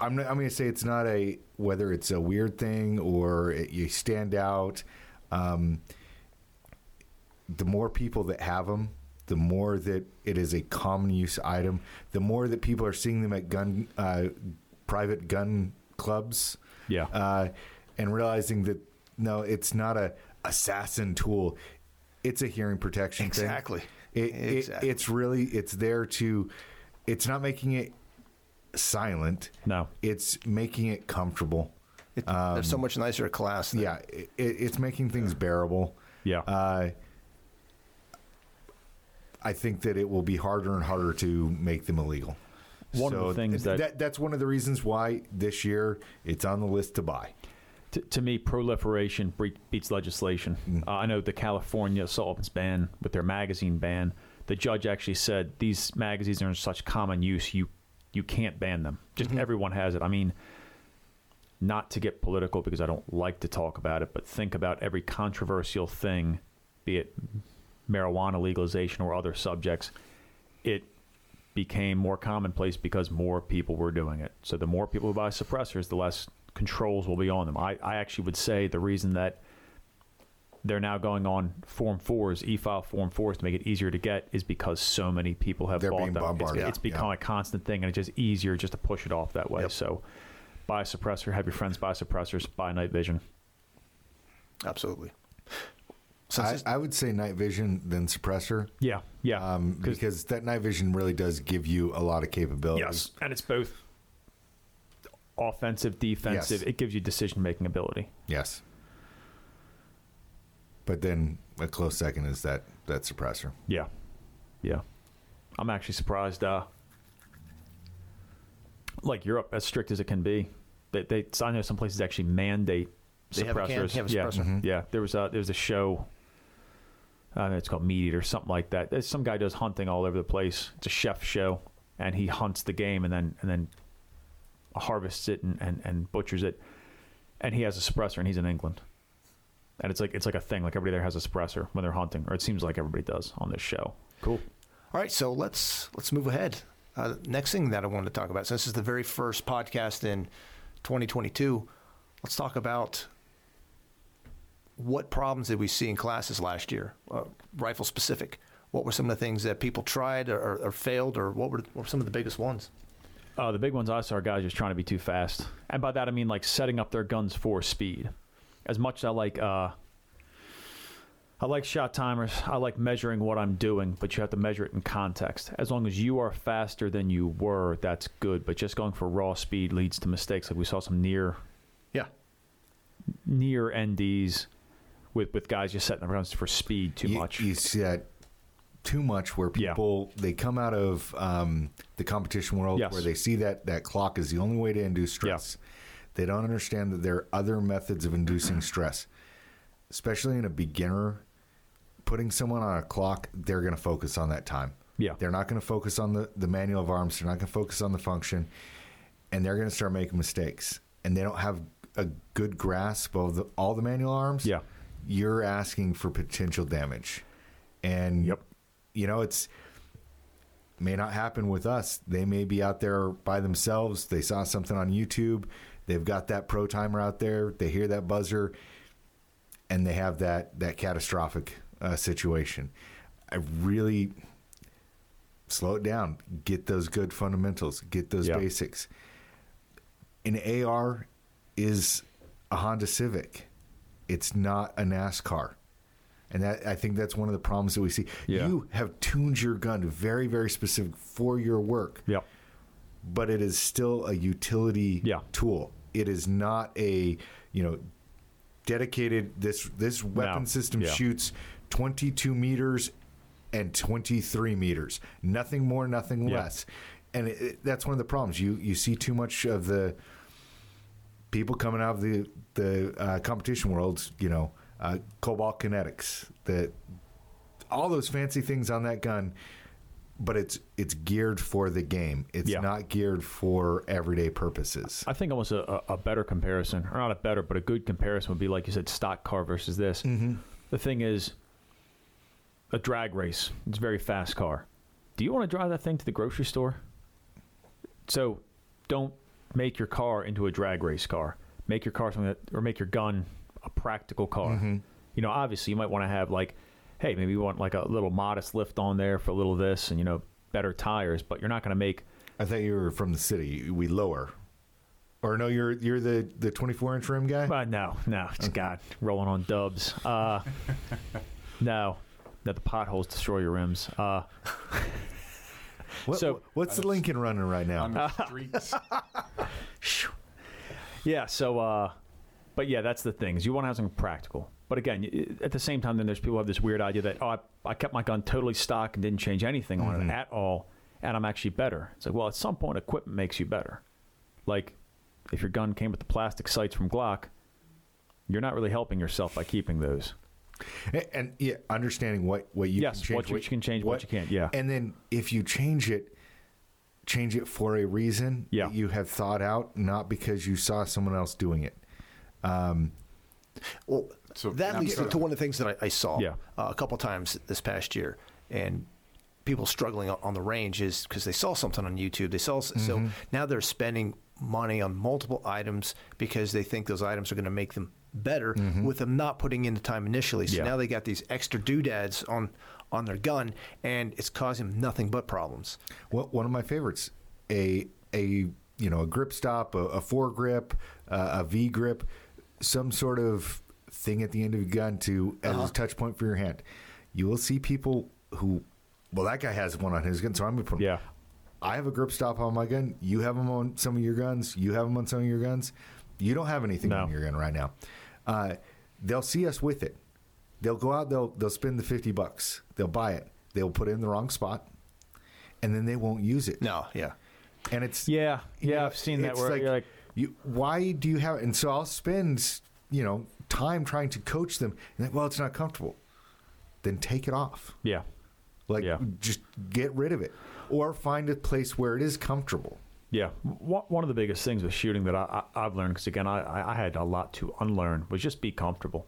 S2: I'm. not- I'm going to say it's not a whether it's a weird thing or it, you stand out. Um, the more people that have them, the more that it is a common use item. The more that people are seeing them at gun uh, private gun clubs.
S3: Yeah.
S2: Uh, and realizing that no, it's not a assassin tool. It's a hearing protection thing.
S1: Exactly.
S2: It, it-
S1: Exactly.
S2: it's really it's there to. It's not making it silent.
S3: No.
S2: It's making it comfortable.
S1: It, they're so much nicer at class. than-
S2: Um, Yeah, it, it's making things bearable.
S3: Yeah.
S2: Uh, I think that it will be harder and harder to make them illegal.
S3: One of the things that-
S2: that's one of the reasons why this year it's on the list to buy.
S3: T- to me, proliferation bre- beats legislation. Uh, I know the California assaults ban with their magazine ban. The judge actually said these magazines are in such common use, you you can't ban them. Just everyone has it. I mean, not to get political because I don't like to talk about it, but think about every controversial thing, be it marijuana legalization or other subjects. It became more commonplace because more people were doing it. So the more people who buy suppressors, the less controls will be on them. I, I actually would say the reason that they're now going on Form 4s, e-file Form 4s to make it easier to get is because so many people have
S2: They're
S3: bought
S2: being
S3: them. It's-
S2: bombarded.
S3: It's,
S2: Yeah,
S3: become
S2: yeah.
S3: a constant thing and it's just easier just to push it off that way.
S2: Yep.
S3: So buy a suppressor, have your friends buy suppressors, buy night vision.
S1: absolutely. Since
S2: I,
S1: it's-
S2: I would say night vision then suppressor.
S3: Yeah, yeah.
S2: Um, because that night vision really does give you a lot of capabilities.
S3: yes, and it's both offensive, defensive.
S2: Yes.
S3: It gives you decision making ability.
S2: Yes. But then a close second is that that suppressor.
S3: Yeah, yeah. I'm actually surprised. Uh, like Europe, as strict as it can be, they, they I know some places actually mandate
S1: They
S3: suppressors.
S1: have a can, they have a
S3: yeah, Mm-hmm.
S1: suppressor.
S3: yeah. There was a there was a show. I don't know, it's called Meat Eater, something like that. There's some guy does hunting all over the place. It's a chef show, and he hunts the game and then and then harvests it and, and, and butchers it. And he has a suppressor, and he's in England. And it's like it's like a thing. Like everybody there has a suppressor when they're hunting, or it seems like everybody does on this show. Cool.
S1: All right, so let's let's move ahead. Uh, next thing that I wanted to talk about, since this is the very first podcast in 2022, let's talk about what problems did we see in classes last year, uh, rifle specific. What were some of the things that people tried or, or, or failed, or what were, what were some of the biggest ones?
S3: Uh, the big ones I saw are guys just trying to be too fast, and by that I mean like setting up their guns for speed. As much as I like, uh, I like shot timers. I like measuring what I'm doing, but you have to measure it in context. As long as you are faster than you were, that's good. But just going for raw speed leads to mistakes. Like we saw some near
S1: Yeah,
S3: near NDs with with guys just setting their guns for speed too
S2: you,
S3: much.
S2: You see that too much where
S3: Yeah.
S2: people they come out of um, the competition world
S3: Yes.
S2: where they see that that clock is the only way to induce stress. They don't understand that there are other methods of inducing stress, especially in a beginner. Putting someone on a clock, they're going to focus on that time.
S3: Yeah.
S2: they're not going to focus on the the manual of arms. They're not going to focus on the function, and they're going to start making mistakes. And they don't have a good grasp of the, all the manual arms
S3: Yeah.
S2: you're asking for potential damage. And
S3: Yep.
S2: you know, it's may not happen with us. They may be out there by themselves. They saw something on YouTube. They've got that pro timer out there. They hear that buzzer and they have that that catastrophic uh, situation. I really slow it down. Get those good fundamentals. Get those
S3: Yeah.
S2: basics. An AR is a Honda Civic. It's not a NASCAR. And that I think that's one of the problems that we see.
S3: Yeah.
S2: You have tuned your gun very, very specific for your work,
S3: yep.
S2: but it is still a utility
S3: Yeah.
S2: tool. It is not a, you know, dedicated this this weapon system
S3: Yeah.
S2: shoots 22 meters and 23 meters nothing more nothing
S3: Yeah.
S2: less and it, it- that's one of the problems you you see too much of the people coming out of the the uh, competition world you know uh, cobalt kinetics that all those fancy things on that gun, but it's it's geared for the game. It's
S3: Yeah.
S2: not geared for everyday purposes.
S3: I think almost a, a- a better comparison, or not a better, but a good comparison would be like you said, stock car versus this. Mm-hmm. The thing is, a drag race. It's a very fast car. Do you want to drive that thing to the grocery store? So, don't make your car into a drag race car. Make your car something that, or make your gun a practical car. You know, obviously, you might want to have like, hey, maybe you want like a little modest lift on there for a little this, and you know, better tires. But you're not going to make
S2: I thought you were from the city. We lower, or no? You're you're the the 24 inch rim guy.
S3: Uh, no, no, it's God, rolling on dubs. Uh, no, no, the potholes destroy your rims. Uh,
S2: What,
S3: so-
S2: what's the Lincoln running right now?
S4: on the streets.
S3: yeah, so, uh, but yeah, that's the thing. Is you want to have something practical. But again, y- at the same time, then there's people who have this weird idea that oh, I, I kept my gun totally stock and didn't change anything on it at all, and I'm actually better. It's like well, at some point, equipment makes you better. Like, if your gun came with the plastic sights from Glock, you're not really helping yourself by keeping those.
S2: And, and, yeah, understanding what what you
S3: Yes,
S2: can change,
S3: what you can change, what you can't, yeah.
S2: and then if you change it, change it for a reason
S3: Yeah.
S2: that you have thought out, not because you saw someone else doing it.
S1: Well,
S4: So
S1: that
S4: now
S1: leads
S4: sort of-
S1: to one of the things that I, I saw
S3: Yeah.
S1: uh, a couple times this past year, and people struggling on- on the range is because they saw something on YouTube. They saw s so now they're spending money on multiple items because they think those items are going to make them better with them not putting in the time initially. So
S3: Yeah.
S1: now they got these extra doodads on on their gun, and it's causing them nothing but problems.
S2: What one of my favorites, a a you know a grip stop, a, a foregrip, uh, a V grip, some sort of thing at the end of your gun to
S3: Uh-huh.
S2: as a touch point for your hand. You will see people who, well, that guy has one on his gun, so I'm gonna put.
S3: Yeah.
S2: I have a grip stop on my gun. You have them on some of your guns. You have them on some of your guns. You don't have anything
S3: No.
S2: on your gun right now. Uh, they'll see us with it. They'll go out. They'll they'll spend the fifty bucks. They'll buy it. They'll put it in the wrong spot, and then they won't use it.
S1: No, yeah,
S2: And it's
S3: Yeah,
S2: you
S3: yeah,
S2: know,
S3: I've seen that
S2: it's
S3: where you're like
S2: you, why do you have? And so I'll spend you know time trying to coach them. And like, well, it's not comfortable. Then take it off.
S3: Yeah.
S2: Like
S3: Yeah.
S2: just get rid of it, or find a place where it is comfortable.
S3: Yeah. Wha- One of the biggest things with shooting that I, I, I've learned, because again, I- I, I had a lot to unlearn, was just be comfortable.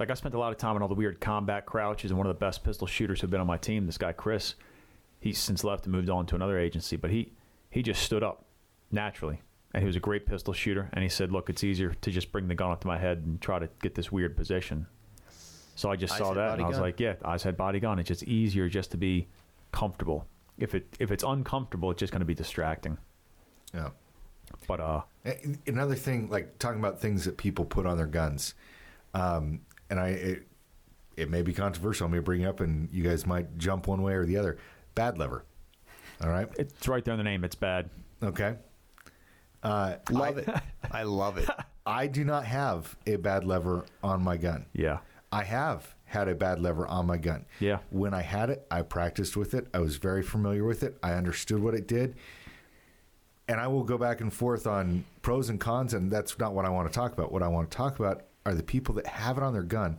S3: Like, I spent a lot of time in all the weird combat crouches, and one of the best pistol shooters who've been on my team, this guy, Chris, he's since left and moved on to another agency, but he, he just stood up naturally. And he was a great pistol shooter. And he said, Look, it's easier to just bring the gun up to my head and try to get this weird position. So I just
S1: Eyes
S3: saw
S1: head,
S3: that and
S1: body
S3: I was
S1: gun.
S3: like, Yeah, eyes head, body gun. It's just easier just to be comfortable. If, it, if it's uncomfortable, it's just going to be distracting.
S2: Yeah.
S3: But uh,
S2: A- Another thing, like talking about things that people put on their guns, um, and I, it, it may be controversial. I'm going to bring it up, and you guys might jump one way or the other. Bad lever, all right,
S3: it's right there in the name. It's bad.
S2: okay. Uh,
S1: love it. I love it.
S2: I do not have a bad lever on my gun.
S3: Yeah.
S2: I have had a bad lever on my gun.
S3: Yeah.
S2: When I had it, I practiced with it. I was very familiar with it. I understood what it did. And I will go back and forth on pros and cons, and that's not what I want to talk about. What I want to talk about are the people that have it on their gun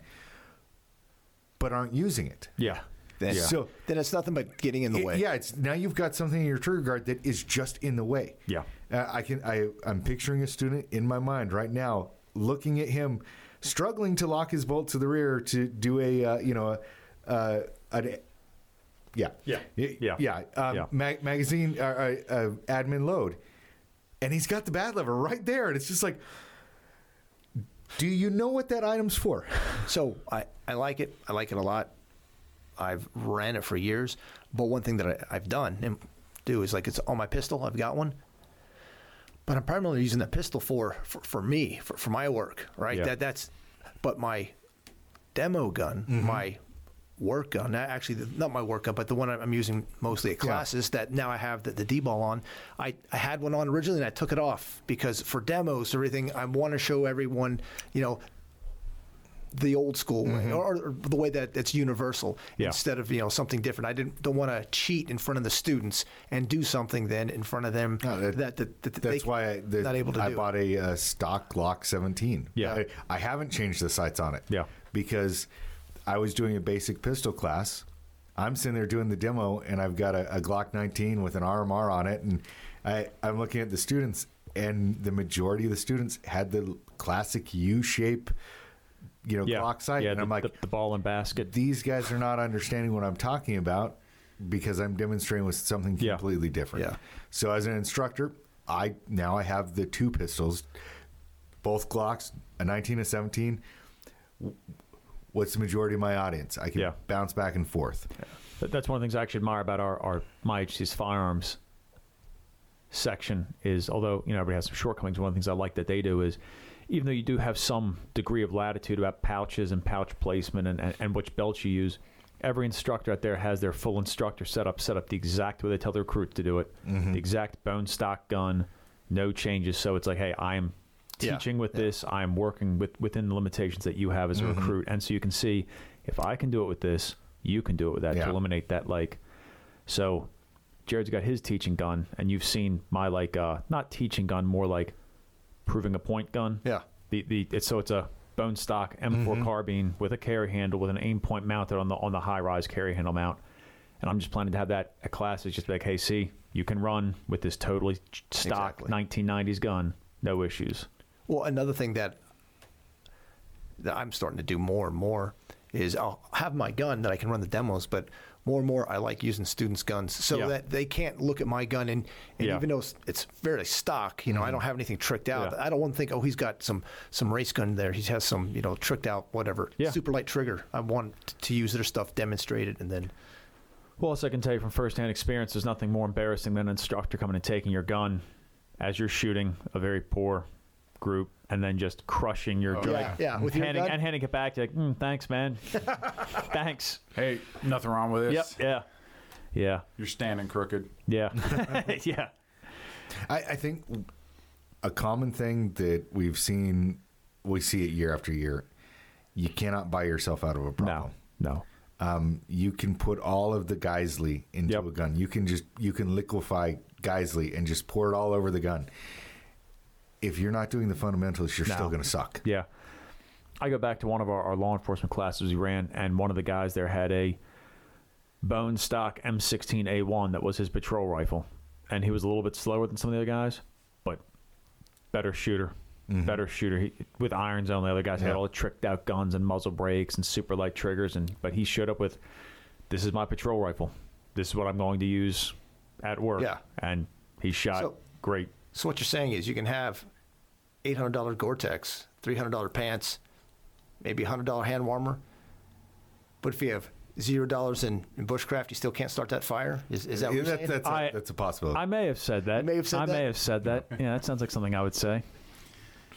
S2: but aren't using it.
S3: Yeah.
S1: Then,
S2: Yeah. So-
S1: then it's nothing but getting in the
S2: It-
S1: way.
S2: Yeah, it's now you've got something in your trigger guard that is just in the way.
S3: Yeah.
S2: uh, I can. I I'm picturing a student in my mind right now, looking at him, struggling to lock his bolt to the rear to do a uh, you know a, uh, an, yeah
S3: Yeah.
S2: Y-
S3: Yeah.
S2: yeah, um,
S3: Yeah.
S2: Mag- magazine uh, uh, uh, admin load, and he's got the bad lever right there, and it's just like. Do you know what that item's for?
S1: So I, I like it. I like it a lot. I've ran it for years. But one thing that I, I've done and do is like it's on my pistol. I've got one. But I'm primarily using that pistol for for, for me, for, for my work, right?
S3: Yeah.
S1: That that's but my demo gun, my work gun, not actually the, not my work gun, but the one I'm using mostly at classes that now I have the, the D ball on. I, I had one on originally and I took it off because for demos, everything I want to show everyone, you know, the old school way
S2: Mm-hmm.
S1: or, or the way that it's universal
S3: Yeah.
S1: instead of you know something different. I didn't don't want to cheat in front of the students and do something then in front of them
S2: No, that-
S1: that, that, that,
S2: That's
S1: they
S2: why I, the,
S1: not able to
S2: I
S1: do.
S2: bought a uh, stock Glock 17.
S3: Yeah.
S2: I, I haven't changed the sights on it.
S3: Yeah.
S2: Because I was doing a basic pistol class. I'm sitting there doing the demo, and I've got a, a Glock 19 with an RMR on it, and I, I'm looking at the students, and the majority of the students had the classic U shape, you know,
S3: yeah,
S2: Glock sight,
S3: yeah,
S2: and
S3: the,
S2: I'm like,
S3: the, the ball and basket.
S2: these guys are not understanding what I'm talking about because I'm demonstrating with something
S3: Yeah.
S2: completely different.
S1: Yeah.
S2: So as an instructor, I now I have the two pistols, both Glocks, a 19 and 17. What's the majority of my audience? I can
S3: Yeah.
S2: bounce back and forth.
S3: That- That's one of the things I actually admire about our, our my HC's firearms section is although you know everybody has some shortcomings, one of the things I like that they do is even though you do have some degree of latitude about pouches and pouch placement and, and, and which belts you use, every instructor out there has their full instructor setup set up the exact way they tell the recruit to do it,
S1: Mm-hmm.
S3: the exact bone stock gun, no changes. So it's like, hey, I'm
S1: Yeah. Mm-hmm.
S3: teaching with this, I'm working with within the limitations that you have as a recruit, and so you can see if I can do it with this, you can do it with that
S2: Yeah.
S3: to eliminate that like. So Jared's got his teaching gun, and you've seen my like uh not teaching gun, more like proving a point gun.
S1: Yeah. Mm-hmm.
S3: The the it's so it's a bone stock M4 carbine with a carry handle with an aim point mounted on the on the high rise carry handle mount. And I'm just planning to have that at classes, just like, hey, see, you can run with this totally ch- stock
S1: Exactly.
S3: 1990s gun, no issues.
S1: Well, another thing that that I'm starting to do more and more is I'll have my gun that I can run the demos, but more and more I like using students' guns so
S3: Yeah.
S1: that they can't look at my gun and, and
S3: Yeah. Mm-hmm.
S1: even though it's- it's fairly stock, you know, I don't have anything tricked out.
S3: Yeah.
S1: I don't want to think, oh, he's got some some race gun there. He has some you know tricked out whatever
S3: Yeah.
S1: super light trigger. I want t- to use their stuff demonstrated and then
S3: Well, as I can tell you from firsthand experience, there's nothing more embarrassing than an instructor coming and taking your gun as you're shooting a very poor group and then just crushing your
S4: Oh,
S3: gun.
S4: yeah.
S3: like,
S1: Yeah, with your
S3: handing,
S1: gun?
S3: and handing it back to like, mm, thanks, man. thanks.
S4: Hey, nothing wrong with this.
S3: Yep. Yeah. Yeah.
S4: You're standing crooked.
S3: Yeah. yeah.
S2: I, I think a common thing that we've seen, we see it year after year. You cannot buy yourself out of a problem.
S3: No. No.
S2: um, you can put all of the Geisley into
S3: Yep.
S2: a gun. You can just you can liquefy Geisley and just pour it all over the gun. If you're not doing the fundamentals, you're still going to suck.
S3: Yeah. I go back to one of our, our law enforcement classes we ran, and one of the guys there had a bone stock M16A1 that was his patrol rifle. And he was a little bit slower than some of the other guys, but better shooter.
S1: Mm-hmm.
S3: Better shooter. He, with irons on, the other guys had
S2: Yeah.
S3: all the tricked out guns and muzzle brakes and super light triggers. And But he showed up with this is my patrol rifle. This is what I'm going to use at work.
S1: Yeah.
S3: And he shot
S1: So-
S3: great.
S1: So what you're saying is you can have eight hundred dollar Gore-Tex, three hundred dollar pants, maybe a hundred dollar hand warmer, but if you have zero dollars in, in bushcraft, you still can't start that fire. Is, is that what
S2: Yeah,
S1: you're
S2: that-
S1: saying?
S2: that's, a-
S3: I-
S2: that's a possibility.
S3: I may have said that.
S1: may have said
S3: I
S1: that?
S3: may have said that. Yeah, that sounds like something I would say.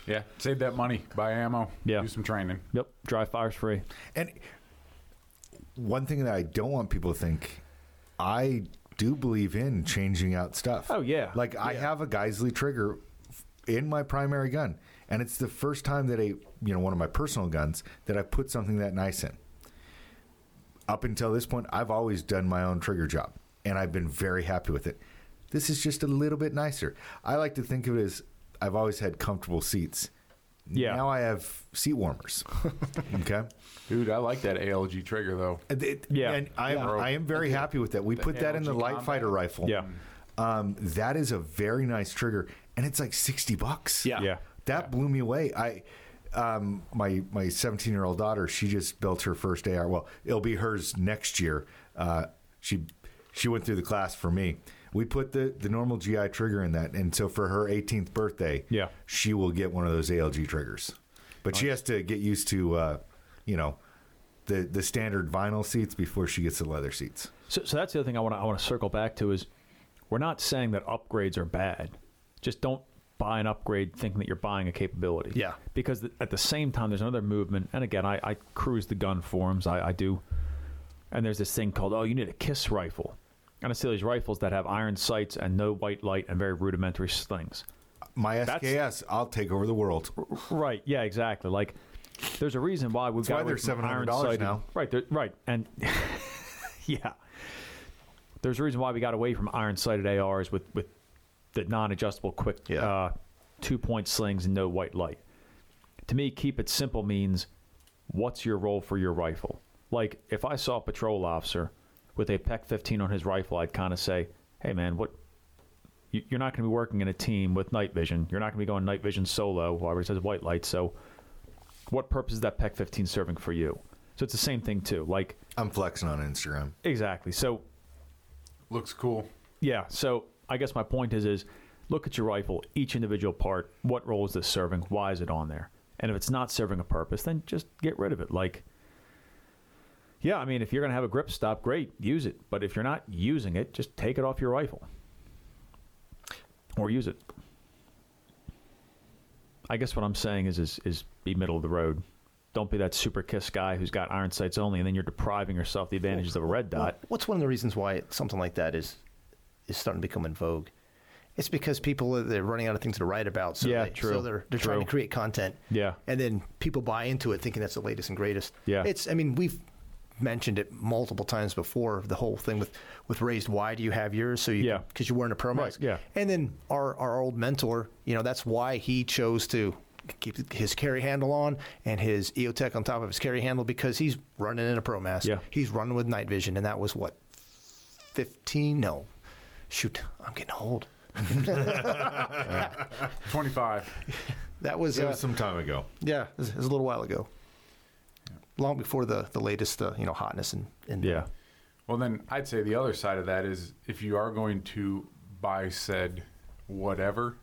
S4: Yeah. Save that money. Buy ammo.
S3: Yeah.
S4: Do some training.
S3: Yep, dry fire's free.
S2: and one thing that I don't want people to think, I do believe in changing out stuff.
S3: Oh, yeah.
S2: like I have a Geisley trigger f- in my primary gun, and it's the first time that a you know one of my personal guns that I put something that nice in. Up until this point, I've always done my own trigger job, and I've been very happy with it. This is just a little bit nicer. I like to think of it as I've always had comfortable seats.
S3: Yeah.
S2: Now I have seat warmers. okay.
S4: Dude, I like that ALG trigger though.
S2: And it-
S3: Yeah.
S2: Uh, And I am,
S4: Yeah.
S2: I am very happy with that. We put that in the
S4: ALG
S2: light
S4: combat.
S2: fighter rifle.
S3: Yeah.
S2: Um, that is a very nice trigger, and it's like sixty bucks.
S1: Yeah.
S3: Yeah.
S2: That blew me away. I. Um, my my 17 year old daughter, she just built her first AR. Well, it'll be hers next year. Uh, she she went through the class for me. We put the the normal GI trigger in that, and so for her 18th birthday,
S3: Yeah.
S2: she will get one of those ALG triggers. But she has to get used to, uh, you know, the the standard vinyl seats before she gets the leather seats.
S3: So, so that's the other thing I want to I want to circle back to is we're not saying that upgrades are bad. Just don't buy an upgrade thinking that you're buying a capability.
S1: Yeah.
S3: Because th- at the same time, there's another movement, and again, I, I cruise the gun forums. I, I do, and there's this thing called oh, you need a kiss rifle, and I see these rifles that have iron sights and no white light and very rudimentary slings.
S2: My
S3: That's-
S2: SKS, I'll take over the world.
S3: Right. Yeah. Exactly. Like, there's a reason why we've
S2: why
S3: got away
S2: they're
S3: from iron
S2: $700
S3: sighted-
S2: now.
S3: Right. there- Right. And yeah, there's a reason why we got away from iron sighted ARs with with the non-adjustable quick
S1: Yeah.
S3: uh, two point slings and no white light. To me, keep it simple means what's your role for your rifle? Like if I saw a patrol officer with a PEC-15 on his rifle, I'd kind of say, "Hey, man, what? you- You're not going to be working in a team with night vision. You're not going to be going night vision solo. Well, everybody says white light. So, what purpose is that PEC-15 serving for you? So it's the same thing too. Like
S2: I'm flexing on Instagram.
S3: exactly. So
S4: Looks cool.
S3: Yeah. So I guess my point is is look at your rifle, each individual part. What role is this serving? Why is it on there? And if it's not serving a purpose, then just get rid of it. Like, yeah, I mean, if you're going to have a grip stop, great, use it. But if you're not using it, just take it off your rifle or use it. I guess what I'm saying is is, is be middle of the road. Don't be that super kiss guy who's got iron sights only, and then you're depriving yourself the advantages of a red dot.
S1: What's one of the reasons why something like that is is starting to become in vogue? It's because people are, they're running out of things to write about. So
S3: Yeah,
S1: they,
S3: true,
S1: So they're they're trying to
S3: true.
S1: create content.
S3: Yeah.
S1: And then people buy into it thinking that's the latest and greatest.
S3: Yeah.
S1: It's I mean we've mentioned it multiple times before the whole thing with with raised why do you have yours so you
S3: Yeah.
S1: because you weren't a pro mask
S3: Right, yeah.
S1: and then our our old mentor you know that's why he chose to keep his carry handle on and his EOTech on top of his carry handle because he's running in a pro mask
S3: Yeah.
S1: he's running with night vision and that was what 15 no shoot i'm getting old
S4: 25.
S1: that was,
S2: It
S1: uh,
S2: was some time ago.
S1: yeah it was, it was a little while ago long before the the latest uh, you know hotness and, and
S3: Yeah.
S4: Well, then I'd say the other side of that is if you are going to buy said whatever,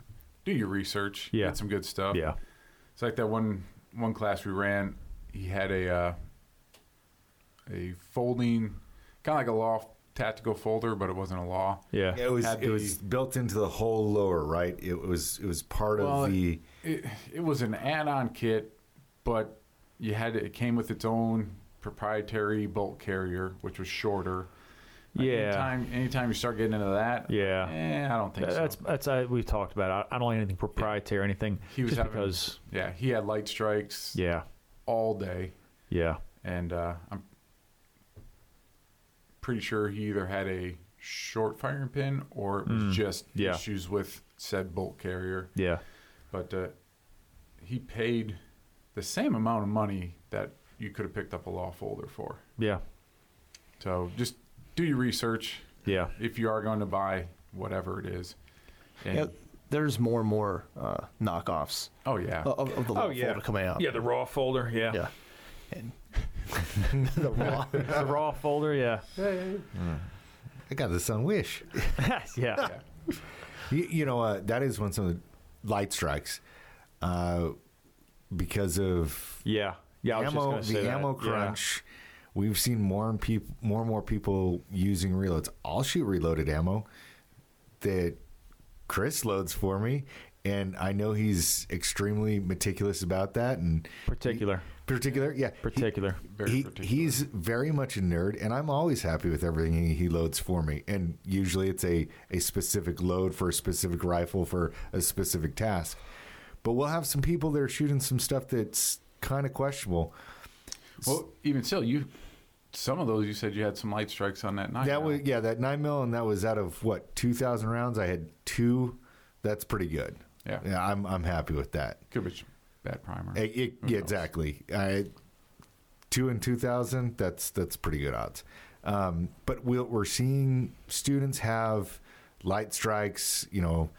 S4: do your research.
S3: Yeah.
S4: Get some good stuff.
S3: Yeah.
S4: It's like that one one class we ran. He had a uh, a folding, kind of like a law tactical folder, but it wasn't a law.
S3: Yeah.
S2: It was
S4: Had
S2: it was built into the whole lower right. It was it was part
S4: Well,
S2: of the
S4: It, it was an add-on kit, but you had it came with its own proprietary bolt carrier, which was shorter.
S3: Yeah.
S4: Anytime, anytime you start getting into that,
S3: Yeah.
S4: eh, I don't think
S3: Th-
S4: so.
S3: That's that's uh, we've talked about. it. I, I don't like anything proprietary or anything.
S4: He was
S3: just
S4: having-
S3: because.
S4: Yeah, he had light strikes
S3: Yeah,
S4: all day,
S3: yeah,
S4: and uh, I'm pretty sure he either had a short firing pin or it was just
S3: Mm, yeah.
S4: issues with said bolt carrier.
S3: yeah,
S4: But uh, he paid the same amount of money that you could have picked up a law folder for.
S3: yeah,
S4: So just do your research
S3: yeah.
S4: if you are going to buy whatever it is. And,
S1: Yeah, there's more and more uh, knockoffs
S4: oh yeah,
S2: Uh,
S1: of, of the little
S3: yeah.
S1: folder coming out.
S3: the raw folder.
S1: yeah, and the raw.
S3: the raw folder. Yeah,
S2: I got this on Wish.
S3: yeah,
S4: yeah.
S2: You, you know, uh, that is when some of the light strikes, uh, because of
S3: yeah, yeah. I was just
S2: ammo,
S3: gonna say
S2: the
S3: that.
S2: ammo
S3: Yeah.
S2: crunch. We've seen more and peop- more and more people using reloads. I'll shoot reloaded ammo that Chris loads for me, and I know he's extremely meticulous about that. And
S3: Particular,
S2: particular, yeah, he-
S3: particular.
S4: Very
S2: he,
S4: particular.
S2: he's very much a nerd, and I'm always happy with everything he, he loads for me. And usually it's a, a specific load for a specific rifle for a specific task. But we'll have some people that are shooting some stuff that's kind of questionable.
S4: Well, even still, you some of those you said you had some light strikes on that night.
S2: That was yeah, that nine mil, and that was out of what two thousand rounds. I had two. That's pretty good.
S4: Yeah.
S2: yeah, I'm I'm happy with that.
S4: could be bad primer.
S2: It- it-
S4: Who
S2: yeah,
S4: knows?
S2: exactly. I, two and two thousand. That's that's pretty good odds. Um, but we'll, we're seeing students have light strikes, you know,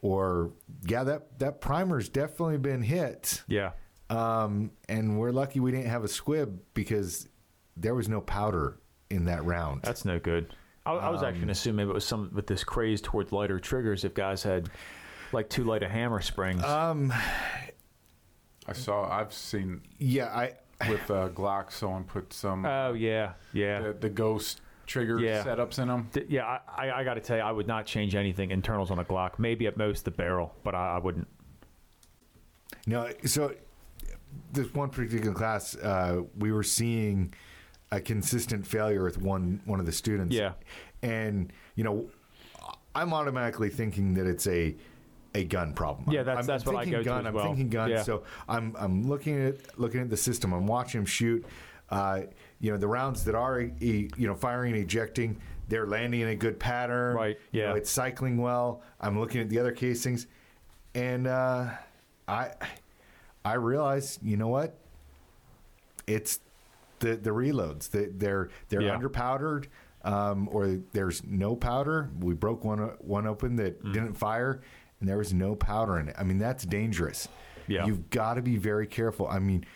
S2: or yeah, that that primer's definitely been hit.
S3: Yeah,
S2: Um, and we're lucky we didn't have a squib because there was no powder in that round.
S3: that's no good. I, I was actually gonna assume maybe it was some with this craze towards lighter triggers. If guys had like too light a hammer springs.
S4: I saw. I've seen
S2: yeah, I
S4: with uh, Glock. Someone put some
S3: oh yeah, yeah.
S4: the, the ghost trigger
S3: Yeah.
S4: setups in them.
S3: D- Yeah, I, I, I got to tell you, I would not change anything internals on a Glock. Maybe at most the barrel, but I, I wouldn't.
S2: No, so this one particular class, uh, we were seeing a consistent failure with one one of the students.
S3: Yeah.
S2: and you know, I'm automatically thinking that it's a a gun problem.
S3: Yeah, that's-
S2: I'm,
S3: that's
S2: I'm
S3: what I
S2: thinking
S3: go to
S2: gun,
S3: as
S2: I'm
S3: well.
S2: thinking gun.
S3: Yeah.
S2: So I'm I'm looking at looking at the system. I'm watching him shoot. Uh, you know, the rounds that are e- you know firing and ejecting, they're landing in a good pattern.
S3: Right,
S2: You know,
S3: yeah.
S2: it's cycling well. I'm looking at the other casings, and uh, I I realized, you know what? It's the the reloads. They, they're they're
S3: Yeah.
S2: underpowdered, um, or there's no powder. We broke one one open that
S3: Mm.
S2: didn't fire, and there was no powder in it. I mean, that's dangerous.
S3: Yeah.
S2: you've got to be very careful. I mean,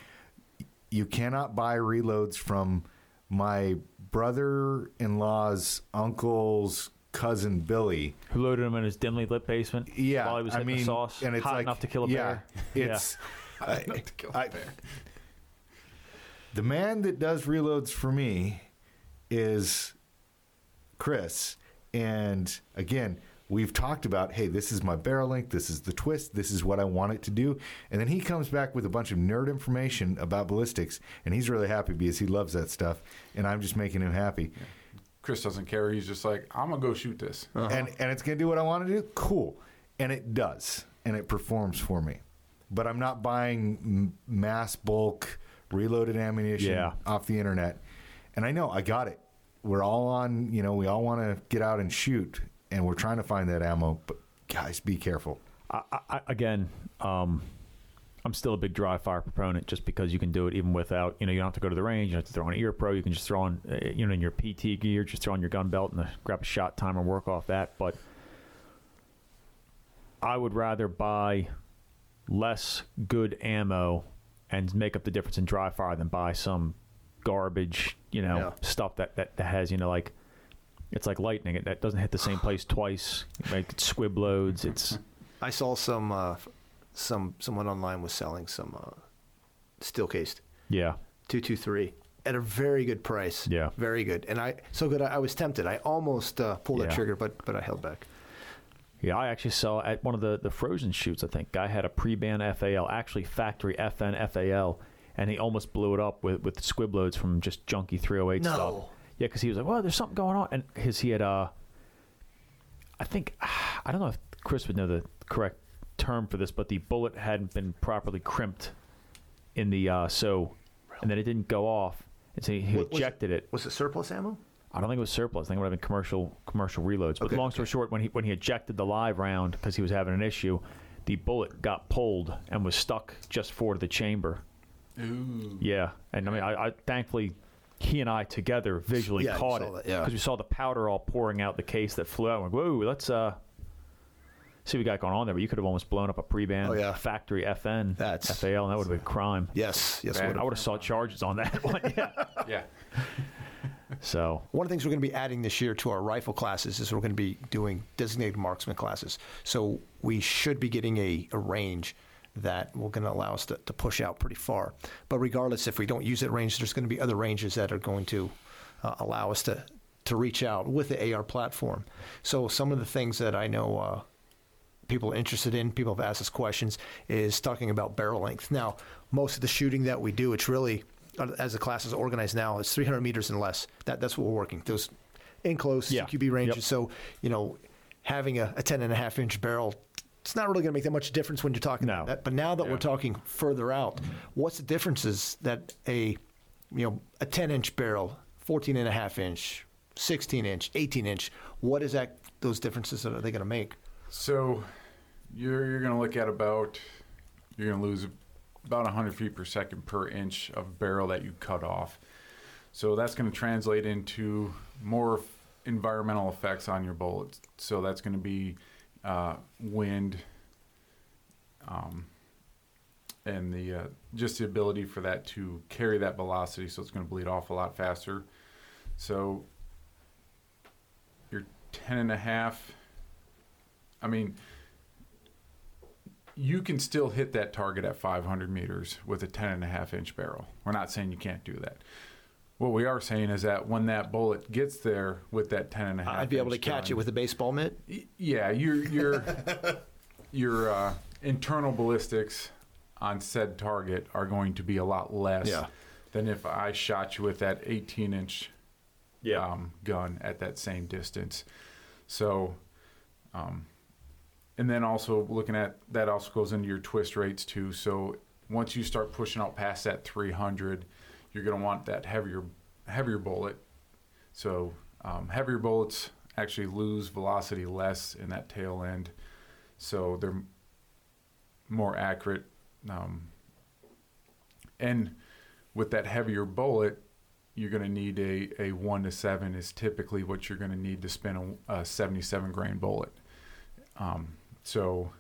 S2: you cannot buy reloads from my brother-in-law's uncle's cousin Billy.
S3: Who loaded him in his dimly lit basement?
S2: Yeah,
S3: while he was
S2: I
S3: hitting
S2: mean,
S3: the sauce,
S2: and it's
S3: hot
S2: like,
S3: enough to kill a
S2: yeah,
S3: bear.
S2: It's I- I- the man that does reloads for me is Chris, and again, we've talked about, hey, this is my barrel length, this is the twist, this is what I want it to do, and then he comes back with a bunch of nerd information about ballistics, and he's really happy because he loves that stuff, and I'm just making him happy.
S4: Chris doesn't care. He's just like, I'm gonna go shoot this.
S3: Uh-huh.
S2: and and it's gonna do what I want to do. Cool, and it does, and it performs for me. But I'm not buying m- mass bulk reloaded ammunition
S3: Yeah.
S2: off the internet. And I know I got it. We're all on, you know, we all want to get out and shoot, and we're trying to find that ammo. But guys, be careful.
S3: I, I, I- again, um, I'm still a big dry fire proponent just because you can do it even without, you know, you don't have to go to the range. You don't have to throw on an ear pro. You can just throw on, uh, you know, in your PT gear, just throw on your gun belt and uh, grab a shot timer and work off that. But I would rather buy less good ammo and make up the difference in dry fire than buy some garbage, you know,
S1: Yeah.
S3: stuff that, that, that has, you know, like it's like lightning. It that doesn't hit the same place twice. Like it squib loads. It's
S1: I saw some uh, f- some someone online was selling some uh, steel cased
S3: yeah.
S1: two two three at a very good price.
S3: Yeah.
S1: very good. And I so good. I, I was tempted. I almost uh, pulled the
S3: Yeah.
S1: trigger, but but I held back.
S3: Yeah, I actually saw at one of the, the frozen shoots, I think, guy had a pre ban FAL, actually factory FN FAL, and he almost blew it up with, with squib loads from just junky 308
S1: No.
S3: stuff. Yeah, because he was like, well, there's something going on. And his, he had, uh, I think, I don't know if Chris would know the correct term for this, but the bullet hadn't been properly crimped in the, uh, so, and then it didn't go off. And so he, he
S1: What was it?
S3: ejected it.
S1: Was it surplus ammo?
S3: I don't think it was surplus. I think it would have been commercial commercial reloads. But
S1: Okay,
S3: long story short, when he when he ejected the live round because he was having an issue, the bullet got pulled and was stuck just forward of the chamber.
S4: Ooh.
S3: Yeah, and I mean, I, I thankfully he and I together visually
S1: Yeah, you
S3: caught
S1: saw
S3: it
S1: that, yeah.
S3: we saw the powder all pouring out the case that flew out. We're like, whoa, let's uh see what we got going on there. But you could have almost blown up a pre-ban
S1: Oh, yeah.
S3: factory FN
S1: That's-
S3: FAL, and that would have been crime.
S1: Yes, yes.
S4: Bad.
S1: would've.
S3: I would have saw charges on that one. Yeah.
S4: Yeah.
S3: so
S1: One of the things we're going to be adding this year to our rifle classes is we're going to be doing designated marksman classes. So we should be getting a, a range that will going to allow us to, to push out pretty far. But regardless, if we don't use that range, there's going to be other ranges that are going to uh, allow us to, to reach out with the AR platform. So some of the things that I know uh, people are interested in, people have asked us questions, is talking about barrel length. Now, most of the shooting that we do, it's really, uh, as the class is organized now, it's 300 meters and less. That, that's what we're working. Those enclosed
S3: Yeah.
S1: CQB ranges.
S3: Yep.
S1: So, you know, having a, a 10 and a half inch barrel, it's not really going to make that much difference when you're talking
S3: No.
S1: about that. But now that we're
S4: Yeah.
S1: talking further out, what's the differences that a, you know, a 10 inch barrel, 14 and a half inch, 16 inch, 18 inch, what is that, those differences that are they going to make?
S4: So you're you're gonna look at about you're gonna lose about 100 feet per second per inch of barrel that you cut off. So that's going to translate into more f- environmental effects on your bullets. So that's going to be uh, wind, um, and the uh, just the ability for that to carry that velocity. So it's going to bleed off a lot faster. So your ten and a half. I mean, you can still hit that target at 500 meters with a 10 and a half inch barrel. We're not saying you can't do that. What we are saying is that when that bullet gets there with that 10 and a half,
S1: I'd be able to
S4: inch
S1: catch it
S4: gun-
S1: with a baseball mitt.
S4: Y- yeah, your your your uh, internal ballistics on said target are going to be a lot less
S1: Yeah.
S4: than if I shot you with that 18 inch um, gun at that same distance. So, um, and then also looking at that also goes into your twist rates too. So once you start pushing out past that 300, you're going to want that heavier heavier bullet. So um, heavier bullets actually lose velocity less in that tail end, so they're m- more accurate. Um, and with that heavier bullet, you're going to need a, a one to seven is typically what you're going to need to spin a, a 77 grain bullet. Um, so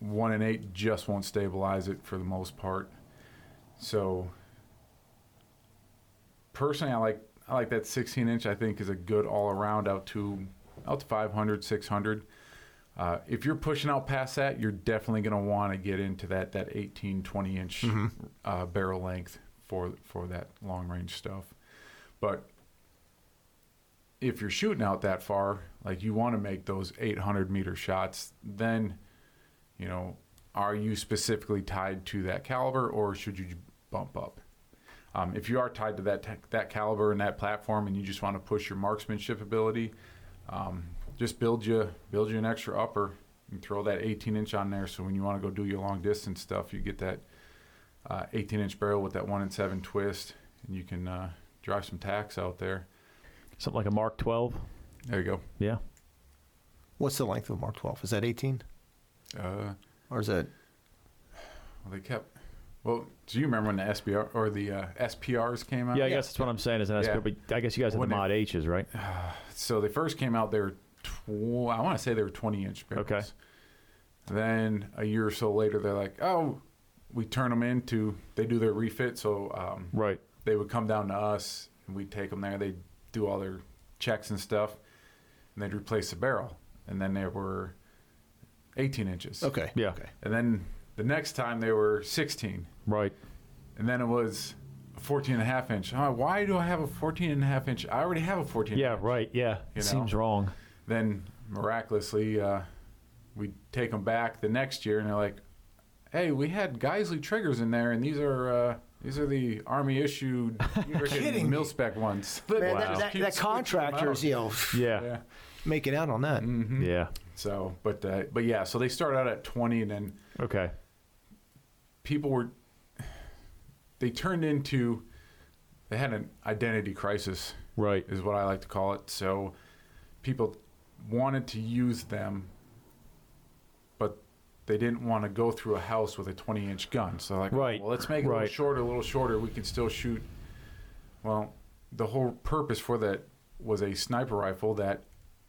S4: one and eight just won't stabilize it for the most part. So personally, I like I like that 16 inch. I think is a good all around out to out to 500, 600. Uh, if you're pushing out past that, you're definitely going to want to get into that that 18, 20 inch uh, barrel length for for that long range stuff. But if you're shooting out that far, like you want to make those 800 meter shots, then you know, are you specifically tied to that caliber, or should you bump up? Um, if you are tied to that tech that caliber and that platform, and you just want to push your marksmanship ability, um, just build you build you an extra upper and throw that 18 inch on there. So when you want to go do your long distance stuff, you get that uh, 18 inch barrel with that one and seven twist, and you can uh, drive some tacks out there.
S3: Something like a Mark 12.
S4: There you go.
S3: Yeah.
S1: What's the length of a Mark 12? Is that 18?
S4: Uh,
S1: Or is that
S4: well, they kept. Well, do you remember when the SBR or the uh, SPRs came out?
S3: Yeah, I guess that's what I'm saying is an SPR,
S4: Yeah.
S3: but I guess you guys had the
S4: When they-
S3: Mod H's, right?
S4: So they first came out. They were, tw- I want to say they were 20 inch barrels.
S3: Okay.
S4: Then a year or so later, they're like, oh, we turn them into. They do their refit, so um,
S3: Right.
S4: they would come down to us and we'd take them there. They'd do all their checks and stuff and they'd replace the barrel. And then they were 18 inches.
S1: okay?
S3: Yeah.
S1: Okay.
S4: And then the next time they were 16.
S3: Right.
S4: And then it was a 14 and a half inch. Oh, why do I have a 14 and a half inch? I already have a 14.
S3: Yeah,
S4: inch.
S3: right. Yeah.
S4: You
S3: Seems
S4: know?
S3: wrong.
S4: Then miraculously, uh, we take them back the next year and they're like, hey, we had Geisley triggers in there and these are. Uh, these are the army issued
S1: kidding me.
S4: mil spec ones.
S3: Man, that- Wow.
S4: Just
S3: that-
S4: keep switching them out.
S1: you know,
S3: Yeah.
S4: Yeah. Mm-hmm.
S1: making out on that.
S3: Yeah.
S4: So, but uh, but yeah, so they start out at 20, and then
S3: Okay.
S4: people were they turned into they had an identity crisis,
S3: Right.
S4: is what I like to call it. So people wanted to use them, but they didn't want to go through a house with a 20 inch gun. So like,
S3: Right.
S4: well, let's make it a
S3: Right.
S4: little shorter, a little shorter. We can still shoot. Well, the whole purpose for that was a sniper rifle that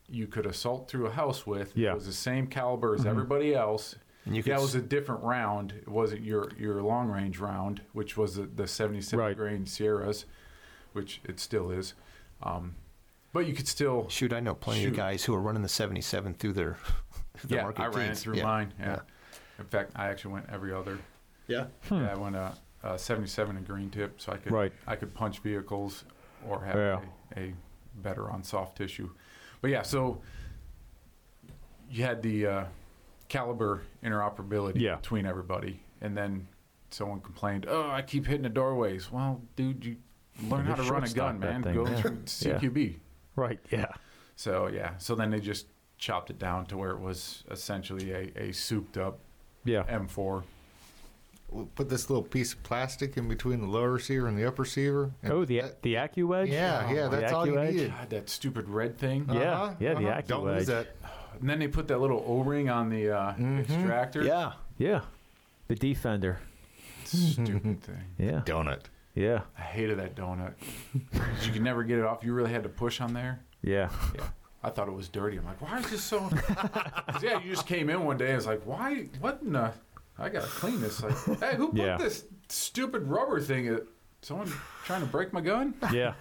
S4: you could assault through a house with.
S3: Yeah. Mm-hmm.
S4: It was the same caliber as everybody else.
S1: And you
S4: yeah,
S1: could
S4: it was
S1: s-
S4: a different round. It wasn't your, your long range round, which was the, the 77
S3: Right.
S4: grain Sierras, which it still is. Um, but you could still
S1: Shoot, I know plenty of
S4: Shoot.
S1: guys who are running the 77 through their. their
S4: yeah,
S1: market
S4: I ran it
S1: teens.
S4: through
S1: Yeah.
S4: mine. Yeah. In fact, I actually went every other.
S1: Yeah.
S4: Yeah, I went a, a 77 and green tip, so I could
S3: Hmm. Right.
S4: I could punch vehicles or have
S3: Yeah.
S4: a, a better on soft tissue. But yeah, so you had the uh, caliber interoperability
S3: Yeah.
S4: between everybody, and then someone complained, "Oh, I keep hitting the doorways." Well, dude, you learn
S3: Yeah,
S4: how to
S3: short
S4: run a
S3: stock
S4: gun,
S3: that
S4: man.
S3: thing.
S4: Go
S3: Yeah.
S4: through
S3: Yeah.
S4: CQB.
S3: Right. Yeah.
S4: So yeah, so then they just chopped it down to where it was essentially a, a souped up
S3: Yeah.
S4: M4.
S2: We'll put this little piece of plastic in between the lower receiver and the upper receiver. and
S3: Oh, the
S2: that-
S3: the AccuEdge.
S2: yeah, yeah,
S3: The
S2: that's all you
S3: AccuEdge?
S2: needed.
S4: God, that stupid red thing.
S3: Yeah, yeah, the
S2: Uh-huh, Don't
S3: AccuEdge.
S2: lose that.
S4: And then they put that little O-ring on the uh, extractor.
S1: Yeah.
S3: Mm-hmm. Yeah. The Defender.
S4: Stupid thing.
S3: Yeah.
S2: Donut.
S3: Yeah.
S4: I hated that donut. 'Cause you could never get it off. You really had to push on there.
S3: Yeah.
S4: Yeah. I thought it was dirty. I'm like, why is this so? 'Cause, yeah, you just came in one day. and It's like, why? What in the? I gotta clean this. Like, hey, who put
S3: Yeah.
S4: this stupid rubber thing? In? Someone trying to break my gun?
S3: Yeah.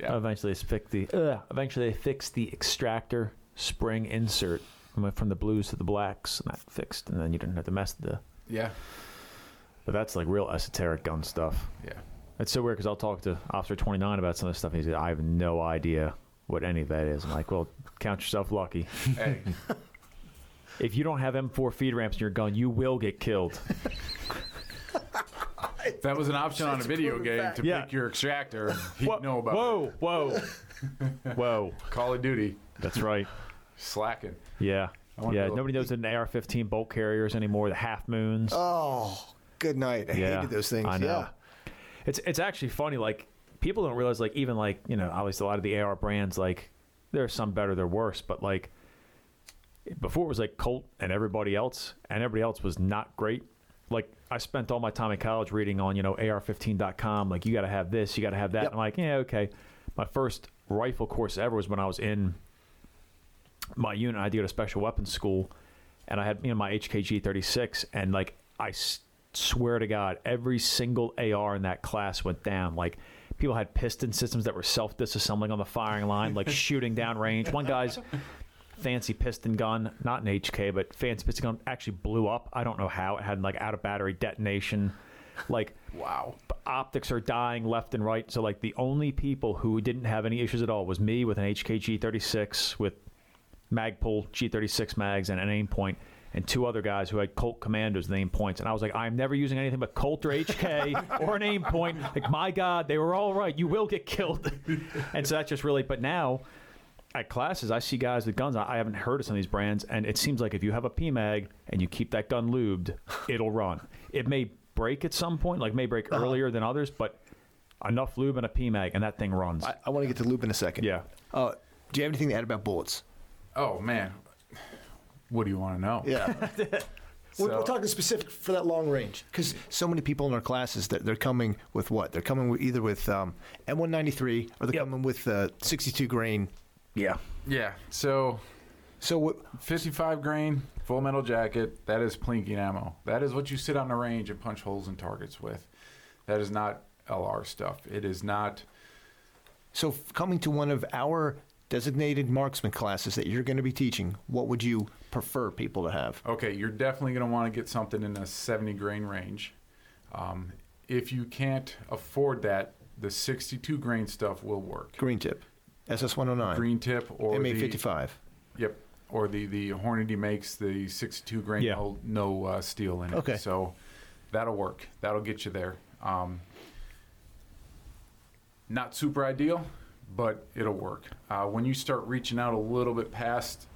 S4: Yeah.
S3: Eventually, they fixed the. Uh, eventually, they fixed the extractor spring insert. We went from the blues to the blacks, and that fixed. And then you didn't have to mess with the.
S4: Yeah.
S3: But that's like real esoteric gun stuff.
S4: Yeah.
S3: It's so weird because I'll talk to Officer 29 about some of this stuff. And he's like, I have no idea what any of that is. I'm like, well, count yourself lucky.
S4: Hey.
S3: If you don't have M4 feed ramps in your gun, you will get killed.
S4: That was an option on a video game to
S3: Yeah.
S4: pick your extractor. He'd
S3: Wha-
S4: know about
S3: whoa, whoa, whoa.
S4: it. Call of Duty,
S3: That's right.
S4: slacking.
S3: Yeah.
S4: I wanna
S3: Yeah,
S4: go-
S3: nobody knows what an AR-15 bolt carriers anymore. The half moons.
S1: Oh, good night. I
S3: yeah,
S1: hated those things.
S3: I know.
S1: Yeah.
S3: It's it's actually funny. Like people don't realize. Like even like you know, obviously a lot of the AR brands. Like there are some better, there are worse. But like before, it was like Colt and everybody else, and everybody else was not great. Like I spent all my time in college reading on, you know, AR15.com. Like, you got to have this, you got to have that.
S1: Yep.
S3: I'm like, yeah, okay. My first rifle course ever was when I was in my unit. I had to go to special weapons school, and I had, you know, my HKG 36. And, like, I s- swear to God, every single AR in that class went down. Like, people had piston systems that were self disassembling on the firing line, like shooting down range. One guy's fancy piston gun, not an HK, but fancy piston gun actually blew up. I don't know how. It had like out of battery detonation. Like
S4: Wow.
S3: p- optics are dying left and right. So like the only people who didn't have any issues at all was me with an HK G36 with Magpul G36 mags and an aim point and two other guys who had Colt commandos and aim points. And I was like, I'm never using anything but Colt or HK or an aim point. Like, my God, they were all right. You will get killed. and so that's just really, but now at classes, I see guys with guns. I I haven't heard of some of these brands, and it seems like if you have a PMag and you keep that gun lubed, it'll run. It may break at some point, like may break earlier than others, but enough lube and a PMag, and that thing runs.
S1: I, I want to get to loop in a second.
S3: yeah.
S1: Uh, do you have anything to add about bullets?
S4: Oh man. What do you want to know?
S1: Yeah. we're, we're
S4: So-
S1: talking specific for that long range because so many people in our classes that they're coming with what? They're coming with either with um, M193 or they're
S3: Yep.
S1: coming with uh, 62 grain.
S3: Yeah.
S4: Yeah. So
S1: So what?
S4: 55 grain full metal jacket that is plinking ammo that is what you sit on the range and punch holes in targets with that is not lr stuff it is not
S1: So f- coming to one of our designated marksman classes that you're going to be teaching, what would you prefer people to have?
S4: okay you're definitely going to want to get something in the 70 grain range um, if you can't afford that the 62 grain stuff will work
S1: Green tip, SS109,
S4: green tip or the-
S1: MA55.
S4: Yep. Or the the Hornady makes the 62 grain
S3: Yeah.
S4: no, no uh, steel in it.
S1: Okay.
S4: So that'll work. That'll get you there. Um, not super ideal, but it'll work. Uh, when you start reaching out a little bit past,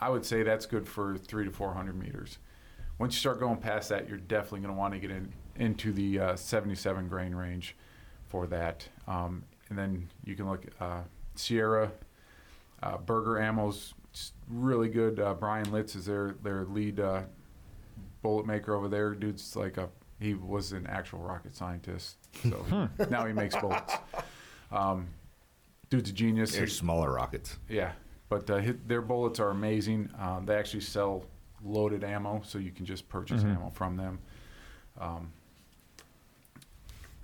S4: I would say that's good for three to 400 meters. Once you start going past that, you're definitely going to want to get in, into the uh, 77 grain range for that. Um, and then you can look uh, Sierra uh, Burger Ammo's s- really good. Uh, Brian Litz is their their lead uh, bullet maker over there. Dude's like a he was an actual rocket scientist, so now he makes bullets. Um, dude's a genius.
S2: They're smaller rockets.
S4: Yeah, but uh, hit, their bullets are amazing. Um, they actually sell loaded ammo, so you can just purchase
S3: Mm-hmm.
S4: ammo from them. Um,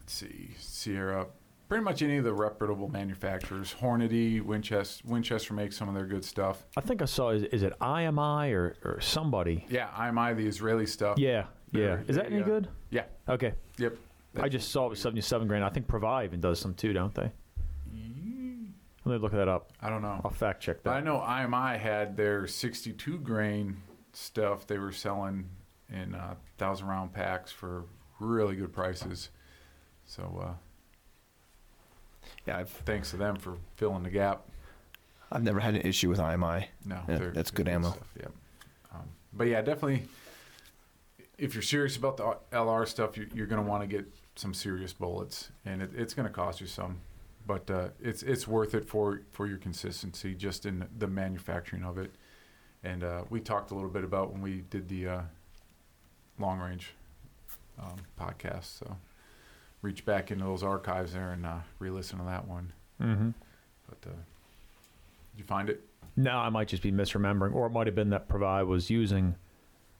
S4: let's see, Sierra. Pretty much any of the reputable manufacturers, Hornady, Winchester. Winchester makes some of their good stuff.
S3: I think I saw, is, is it IMI or, or somebody?
S4: Yeah, IMI, the Israeli stuff.
S3: Yeah. Yeah.
S4: They're-
S3: Is that
S4: they,
S3: any
S4: uh,
S3: good?
S4: Yeah.
S3: Okay.
S4: Yep.
S3: I just saw it was 77 grain. I think Provive even does some too, don't they? Let me look that up.
S4: I don't know.
S3: I'll fact check
S4: But I
S3: that.
S4: know IMI had their 62 grain stuff they were selling in uh, thousand round packs for really good prices. So uh,
S1: Yeah, I've
S4: thanks to them for filling the gap.
S1: I've never had an issue with IMI.
S4: No,
S1: Yeah,
S4: they're-
S1: that's
S4: they're
S1: good ammo.
S4: Stuff. Yep. Um, but yeah, definitely. If you're serious about the LR stuff, you, you're going to want to get some serious bullets, and it, it's going to cost you some, but uh, it's it's worth it for for your consistency, just in the manufacturing of it. And uh, we talked a little bit about when we did the uh, long range um, podcast, so reach back into those archives there and uh, re-listen to that one.
S3: Mm-hmm.
S4: But uh, did you find it?
S3: No, I might just be misremembering, or it might have been that Provide was using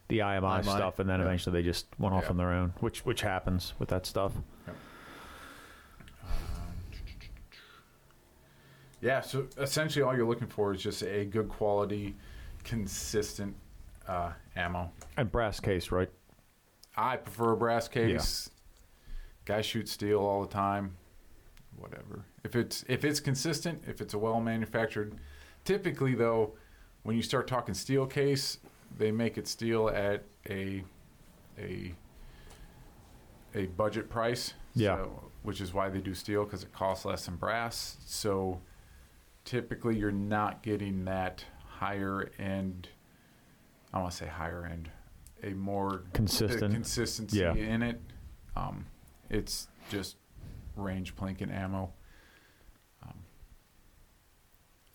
S3: the IMI,
S2: IMI,
S3: stuff, and then
S2: yeah.
S3: eventually they just went off
S4: Yeah.
S3: on their own, which which happens with that stuff.
S4: Yeah, so essentially all you're looking for is just a good quality, consistent uh, ammo.
S3: And brass case, right?
S4: I prefer a brass case. Guys shoot steel all the time. Whatever. If it's if it's consistent, if it's a well manufactured, typically though, when you start talking steel case, they make it steel at a a a budget price.
S3: Yeah.
S4: So, which is why they do steel because it costs less than brass. So typically you're not getting that higher end. I want to say higher end, a more
S3: Consistent.
S4: a consistency
S3: Yeah.
S4: in it. Um, it's just range plink and ammo. Um,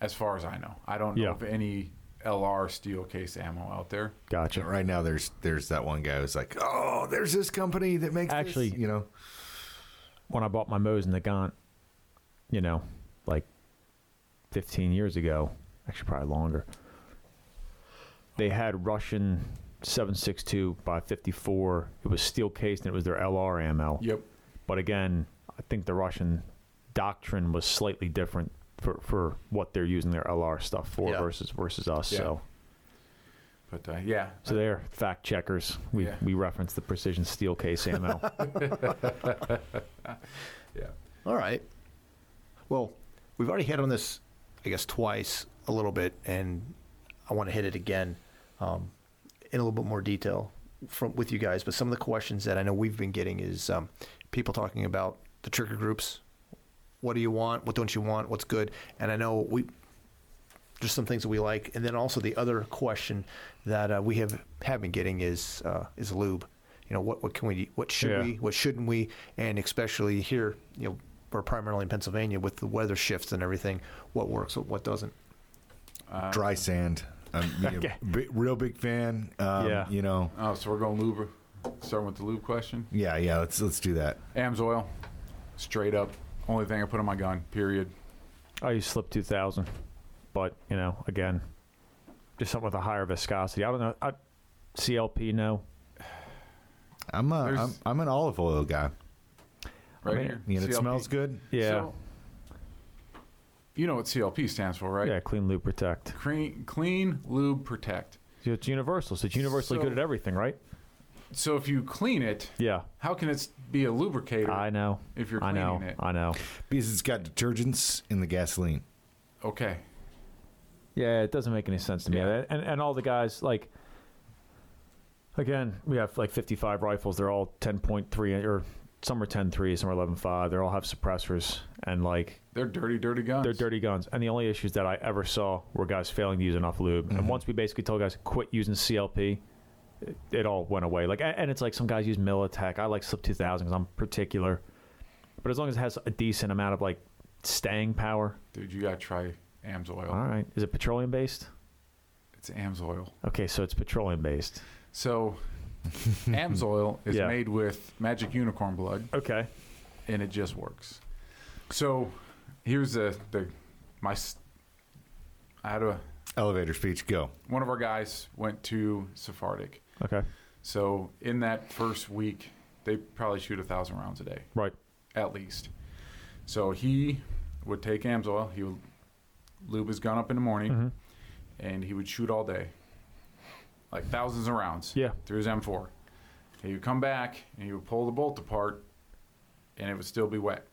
S4: as far as I know, I don't know
S3: Yeah.
S4: of any LR steel case ammo out there.
S3: Gotcha.
S2: Right now, there's there's that one guy who's like, oh, there's this company that makes this,"
S3: Actually-
S2: you know,
S3: when I bought my Moe's and the Gaunt, you know, like 15 years ago, actually probably longer, they had Russian 762 by 54. It was steel cased and it was their LR ammo.
S4: Yep.
S3: But again, I think the Russian doctrine was slightly different for, for what they're using their LR stuff for
S1: Yeah.
S3: versus versus us.
S4: Yeah.
S3: So
S4: But uh, yeah,
S3: so they're fact checkers. We
S4: Yeah.
S3: we reference the precision steel case ammo.
S4: yeah.
S1: All right. Well, we've already hit on this, I guess, twice a little bit, and I want to hit it again um, in a little bit more detail from with you guys. But some of the questions that I know we've been getting is um, people talking about the trigger groups. What do you want? What don't you want? What's good? And I know we just some things that we like, and then also the other question that uh, we have have been getting is uh, is lube. You know, what what can we? What should
S3: Yeah.
S1: we? What shouldn't we? And especially here, you know, we're primarily in Pennsylvania with the weather shifts and everything. What works? What doesn't?
S3: uh,
S2: dry sand. I'm you know, bi- real big fan. Um,
S3: Yeah.
S2: You know,
S4: Oh, so we're going lube. Starting with the lube question.
S2: yeah, yeah. Let's let's do that.
S4: AMS oil, straight up. Only thing I put on my gun. Period.
S3: I use Slip 2000, but you know, again, just something with a higher viscosity. I don't know. I, CLP, no.
S2: I'm a,
S4: There's-
S2: I'm, I'm an olive oil guy.
S4: Right
S3: mean,
S4: here.
S2: You know, it
S4: CLP.
S2: smells good.
S3: Yeah,
S4: So, you know what CLP stands for, right?
S3: yeah. Clean lube protect.
S4: Clean, clean lube protect.
S3: So it's universal. So it's universally
S4: So-
S3: good at everything, right?
S4: So if you clean it,
S3: Yeah.
S4: how can it s- be a lubricator?
S3: I know.
S4: If you're
S3: I know.
S4: cleaning it.
S3: I know.
S2: Because it's got detergents in the gasoline.
S4: okay.
S3: Yeah, it doesn't make any sense to me.
S4: Yeah.
S3: And and all the guys like again, we have like 55 rifles. They're all 10.3 or some are 10.3, some are 11.5. They all have suppressors and like
S4: They're dirty, dirty guns.
S3: They're dirty guns. And the only issues that I ever saw were guys failing to use enough lube. And once we basically told guys quit using CLP, it, it all went away. Like, a- and it's like some guys use Militech. I like Slip 2000 because I'm particular. But as long as it has a decent amount of like staying power,
S4: Dude, you gotta try AMS oil.
S3: all right. Is it petroleum based?
S4: It's AMS oil.
S3: Okay, so it's petroleum based.
S4: So AMS oil is
S3: Yeah.
S4: made with magic unicorn blood,
S3: Okay.
S4: and it just works. So here's the the my s- I had a
S2: Elevator speech. Go.
S4: one of our guys went to Sephardic.
S3: Okay.
S4: So in that first week, they probably shoot a thousand rounds a day.
S3: Right.
S4: at least. So he would take AMS oil. He would lube his gun up in the morning,
S3: Mm-hmm.
S4: and he would shoot all day, like thousands of rounds.
S3: Yeah.
S4: through his M4. He would come back and he would pull the bolt apart, and it would still be wet.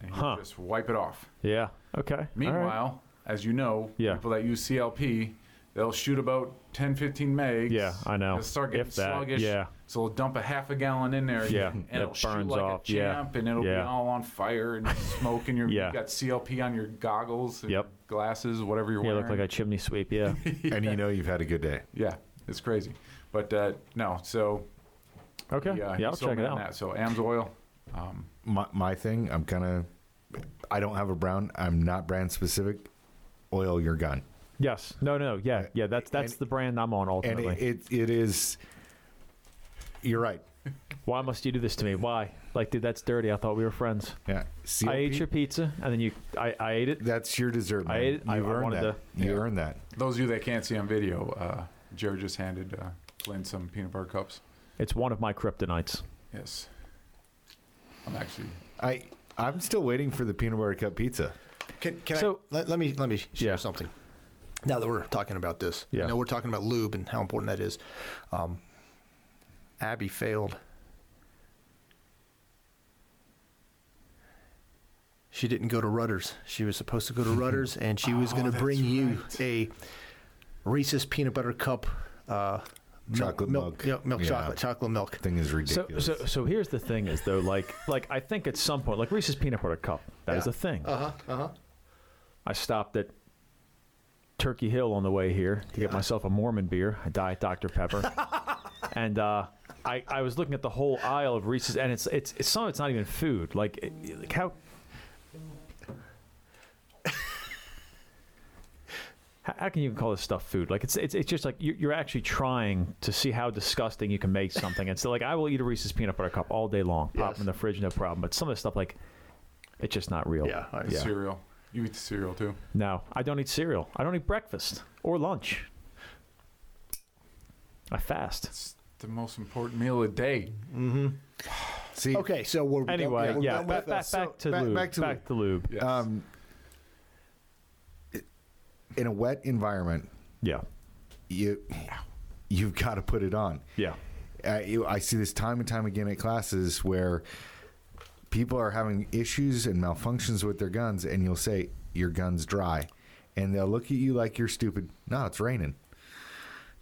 S4: And he
S3: Huh.
S4: would just wipe it off.
S3: Yeah. Okay. All right.
S4: Meanwhile, as you know,
S3: Yeah.
S4: people that use CLP, they'll shoot about 10, 15 megs.
S3: Yeah, I know.
S4: They'll start getting
S3: If that,
S4: sluggish.
S3: yeah.
S4: So they'll dump a half a gallon in there.
S3: Yeah,
S4: And
S3: that
S4: it'll shoot
S3: burns
S4: like
S3: off,
S4: a
S3: yeah,
S4: champ and it'll
S3: yeah.
S4: be all on fire and smoke and you're,
S3: Yeah.
S4: you've got CLP on your goggles and
S3: Yep.
S4: glasses, whatever you're
S3: Yeah,
S4: wearing.
S3: look like a chimney sweep. Yeah.
S2: And you know you've had a good day.
S4: yeah, it's crazy. But uh, no, so
S3: Okay.
S4: yeah,
S3: Yeah,
S4: he
S3: I'll
S4: sold
S3: check
S4: me
S3: it
S4: on
S3: out.
S4: That. So AMS oil. Um,
S2: my, my thing i'm kind of i don't have a brown i'm not brand specific oil your gun
S3: Yes. No, no. Yeah. Yeah, that's that's
S2: and-
S3: the brand I'm on
S2: and
S3: ultimately.
S2: it, it it is you're right
S3: Why must you do this to me? Why? Like, dude, that's dirty. I thought we were friends.
S2: yeah CLP,
S3: I ate your pizza, and then you, I, I ate it.
S2: that's your dessert man.
S3: I ate-
S2: you
S3: I- I
S2: earned
S3: wanted
S2: that
S3: to-
S2: you
S3: yeah.
S2: earned that
S4: those of you that can't see on video, uh, Joe just handed uh, Lynn some peanut butter cups.
S3: It's one of my kryptonites.
S4: Yes. I'm actually
S2: i i'm still waiting for the peanut butter cup pizza
S1: Can, can
S3: So-
S1: I, let, let me let me share
S3: Yeah.
S1: something. Now that we're talking about this,
S3: Yeah.
S1: I know we're talking about lube and how important that is. Um, Abby failed. She didn't go to Rudders. She was supposed to go to Rudders, and she was going to bring you a Reese's peanut butter cup, uh, milk-
S2: Chocolate
S1: milk,
S2: milk.
S1: milk, milk
S2: Yeah.
S1: chocolate, chocolate milk.
S2: thing is
S3: So,
S2: ridiculous
S3: so, so here's the thing: is though, like, like I think at some point, like Reese's peanut butter cup, that is
S1: Yeah.
S3: a thing.
S1: Uh huh. Uh huh.
S3: I stopped at Turkey Hill on the way here to get myself a Mormon beer, a Diet Dr Pepper, and uh, I, I was looking at the whole aisle of Reese's, and it's, it's, it's some, of it's not even food. Like, it, like how. H- how can you call this stuff food? Like it's it's, it's just like you're, you're actually trying to see how disgusting you can make something. and so like I will eat a Reese's peanut butter cup all day long, pop
S1: Yes.
S3: them in the fridge, no problem. But some of the stuff like it's just not real.
S1: Yeah, I-
S4: The Cereal. You eat the cereal too.
S3: No, I don't eat cereal. I don't eat breakfast or lunch. I fast.
S4: It's the most important meal of the day.
S2: See,
S1: Okay, so we're
S3: Anyway,
S1: we're
S3: yeah,
S1: done
S3: back,
S1: with
S3: back,
S1: us.
S3: back to
S2: back-
S3: lube.
S2: back to lube.
S3: lube.
S4: Yes.
S2: um, in a wet environment,
S3: Yeah,
S2: you you've got to put it on.
S3: yeah,
S2: I, you- I see this time and time again at classes where people are having issues and malfunctions with their guns, and you'll say your gun's dry, and they'll look at you like you're stupid. No, it's raining.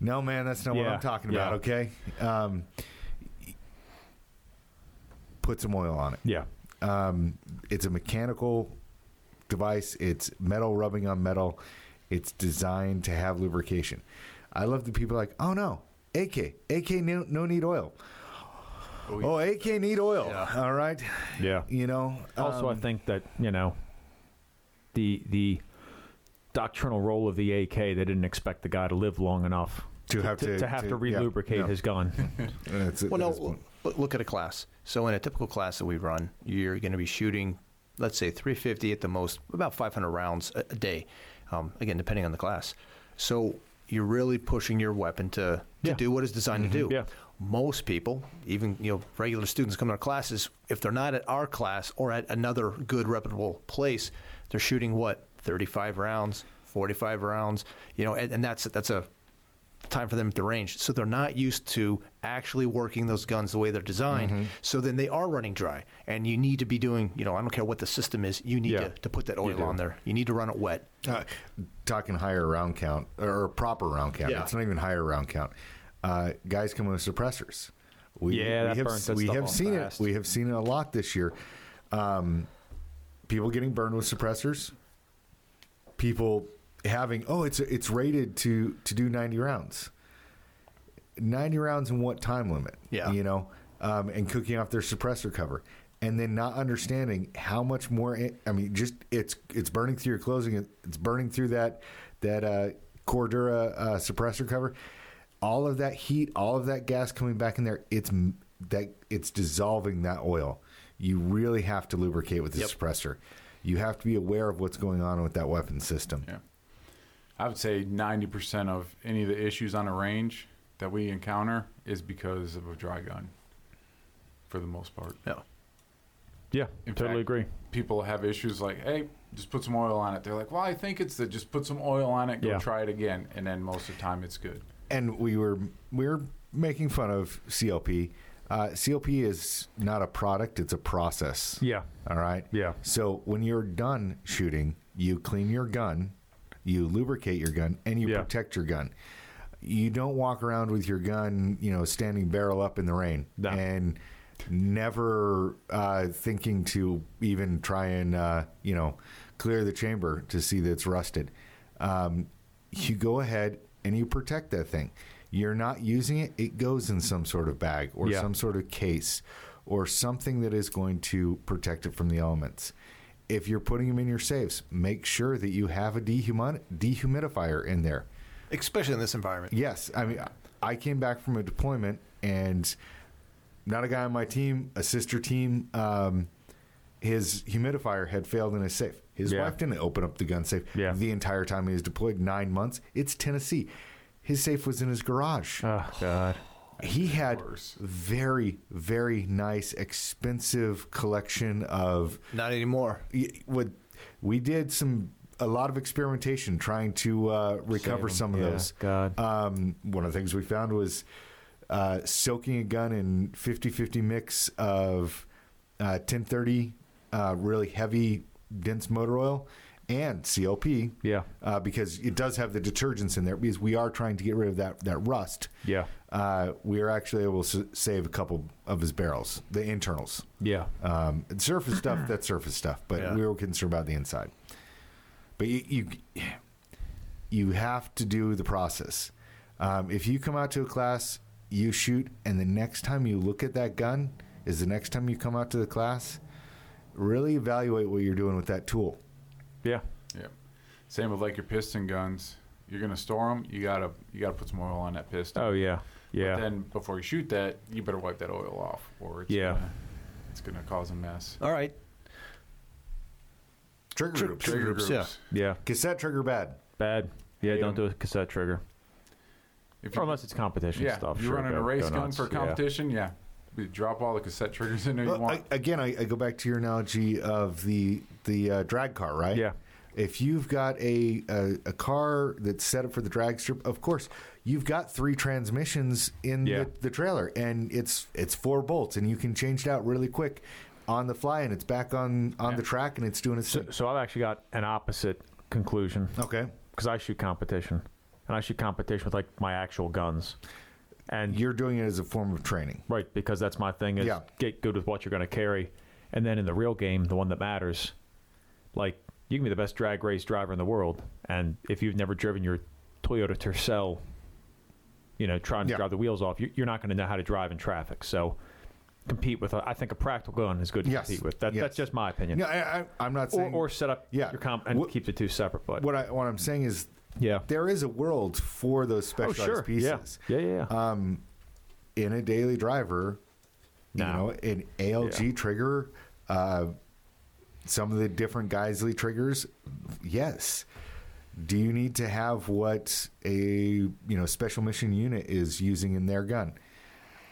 S2: No, man, that's not what
S3: Yeah,
S2: I'm talking
S3: yeah.
S2: about. Okay, um, put some oil on it.
S3: yeah.
S2: Um, it's a mechanical device. It's metal rubbing on metal. It's designed to have lubrication. I love the people like, oh no, AK, AK, no, no need oil.
S4: Oh, yeah.
S2: Oh, AK need oil. All right,
S3: Yeah.
S2: you know.
S3: Also, I
S2: um,
S3: think that you know the the doctrinal role of the AK. They didn't expect the guy to live long enough
S2: To have
S3: to,
S2: to-
S3: have to,
S2: to- yeah,
S3: relubricate
S2: yeah.
S3: his gun.
S2: that's it.
S1: Well,
S2: That's
S1: no,
S2: one.
S1: l- look at a class. So in a typical class that we run, you're going to be shooting, let's say 350 at the most, about 500 rounds a, a day. Um, again, depending on the class. So you're really pushing your weapon to, to
S3: Yeah.
S1: do what it's designed to do.
S3: Yeah.
S1: Most people, even you know, regular students come to our classes, if they're not at our class or at another good reputable place, they're shooting what 35 rounds, 45 rounds, you know, and, and that's that's a time for them at the range. So they're not used to actually working those guns the way they're designed.
S3: Mm-hmm.
S1: So then they are running dry. And you need to be doing, you know, I don't care what the system is, you need
S3: Yeah.
S1: to, to put that oil
S3: do.
S1: on there. You need to run it wet.
S2: Uh, talking higher round count or proper round count.
S1: Yeah.
S2: It's not even higher round count. Uh, guys coming with suppressors. We,
S3: Yeah, that
S2: we have,
S3: burns that
S2: we
S3: stuff
S2: have
S3: off
S2: seen
S3: fast.
S2: it. We have seen it a lot this year. Um, people getting burned with suppressors. People having oh, it's it's rated to to do ninety rounds. Ninety rounds in what time limit?
S1: Yeah.
S2: you know, um, and cooking off their suppressor cover, and then not understanding how much more. It, I mean, just it's it's burning through your clothing. it- It's burning through that that uh, Cordura uh, suppressor cover. All of that heat, all of that gas coming back in there, it's m- that it's dissolving that oil. You really have to lubricate with the
S1: Yep.
S2: suppressor. You have to be aware of what's going on with that weapon system.
S4: Yeah. I would say 90% of any of the issues on a range that we encounter is because of a dry gun for the most part.
S1: Yeah.
S3: yeah,
S4: In
S3: totally
S4: fact-
S3: agree.
S4: People have issues like, hey, just put some oil on it. They're like, well, I think it's the just put some oil on it, go
S3: Yeah.
S4: try it again. And then most of the time it's good.
S2: and we were we were making fun of CLP. Uh, CLP is not a product; it's a process.
S3: Yeah,
S2: All right.
S3: Yeah.
S2: So when you're done shooting, you clean your gun, you lubricate your gun, and you
S3: Yeah.
S2: protect your gun. You don't walk around with your gun, you know, standing barrel up in the rain,
S3: No.
S2: and never uh, thinking to even try and uh, you know clear the chamber to see that it's rusted. Um, you go ahead and you protect that thing. You're not using it; it goes in some sort of bag or
S3: Yeah.
S2: some sort of case or something that is going to protect it from the elements. If you're putting them in your safes, make sure that you have a dehuman- dehumidifier in there.
S1: Especially in this environment.
S2: Yes, I mean, I came back from a deployment and not a guy on my team, a sister team, um, his humidifier had failed in his safe. His
S3: Yeah.
S2: wife didn't open up the gun safe
S3: Yeah.
S2: the entire time he was deployed, nine months. It's Tennessee. His safe was in his garage
S3: oh god,
S2: he had
S4: Worse.
S2: very very nice expensive collection of
S1: Not anymore.
S2: y- what we did some a lot of experimentation trying to uh, recover
S3: Save 'em.
S2: some of
S3: Yeah,
S2: those
S3: God.
S2: um, one of the things we found was uh, soaking a gun in 50-50 mix of uh, 1030 uh, really heavy dense motor oil and clp
S3: Yeah.
S2: uh, because it does have the detergents in there because we are trying to get rid of that that rust
S3: yeah,
S2: uh, we were actually able to s- save a couple of his barrels, the internals.
S3: yeah,
S2: Um, and surface stuff, that's surface stuff, but
S1: Yeah.
S2: we were concerned about the inside. But you, you, you have to do the process. Um, if you come out to a class, you shoot, and the next time you look at that gun is the next time you come out to the class, really evaluate what you're doing with that tool.
S3: yeah,
S4: Yeah. Same with like your piston guns. You're gonna store them. You gotta you gotta put some oil on that piston.
S3: Oh yeah, yeah.
S4: But then before you shoot that, you better wipe that oil off, or it's
S3: Yeah.
S4: gonna, it's gonna cause a mess.
S1: All right.
S2: Trigger
S1: Tri-
S2: groups.
S1: trigger Uh, groups, yeah.
S3: yeah,
S2: Cassette trigger bad.
S3: bad. Yeah,
S4: Hate
S3: don't
S4: 'em.
S3: do a cassette trigger.
S4: um, If
S3: Or
S4: you,
S3: unless it's competition
S4: yeah,
S3: stuff.
S4: you're
S3: sure,
S4: running
S3: go-
S4: a race
S3: go
S4: gun
S3: nuts,
S4: for a
S3: yeah.
S4: competition, yeah. You drop all the cassette triggers in there
S1: Uh,
S4: you
S2: Well,
S4: want.
S2: I, again, I, I go back to your analogy of the the uh, drag car, right?
S3: Yeah.
S2: If you've got a, a a car that's set up for the drag strip, of course, you've got three transmissions in
S3: Yeah.
S2: the, the trailer, and it's it's four bolts, and you can change it out really quick on the fly, and it's back on on the track, and it's doing its
S3: So,
S2: thing.
S3: so I've actually got an opposite conclusion
S2: Okay,
S3: because I shoot competition, and I shoot competition with like my actual guns, and
S2: you're doing it as a form of training.
S3: right because that's my thing is
S2: Yeah.
S3: get good with what you're going to carry, and then in the real game, the one that matters, like you can be the best drag race driver in the world, and if you've never driven your Toyota Tercel, you know trying to
S2: Yeah.
S3: drive the wheels off, you, you're not going to know how to drive in traffic. So compete with, a, I think a practical gun is good to
S2: Yes.
S3: compete with. That,
S2: Yes.
S3: That's just my opinion.
S2: Yeah, I, I, I'm not
S3: or,
S2: saying
S3: or set up
S2: Yeah.
S3: your comp and
S2: What-
S3: keep the two separate. But
S2: what I what I'm saying is
S3: yeah,
S2: there is a world for those
S3: oh
S2: specialized
S3: sure, yeah,
S2: pieces. Uh,
S3: yeah, yeah. yeah.
S2: in a daily driver, you
S3: No.
S2: know, an ALG trigger, uh, some of the different Geisley triggers, yes. Do you need to have what a you know special mission unit is using in their gun?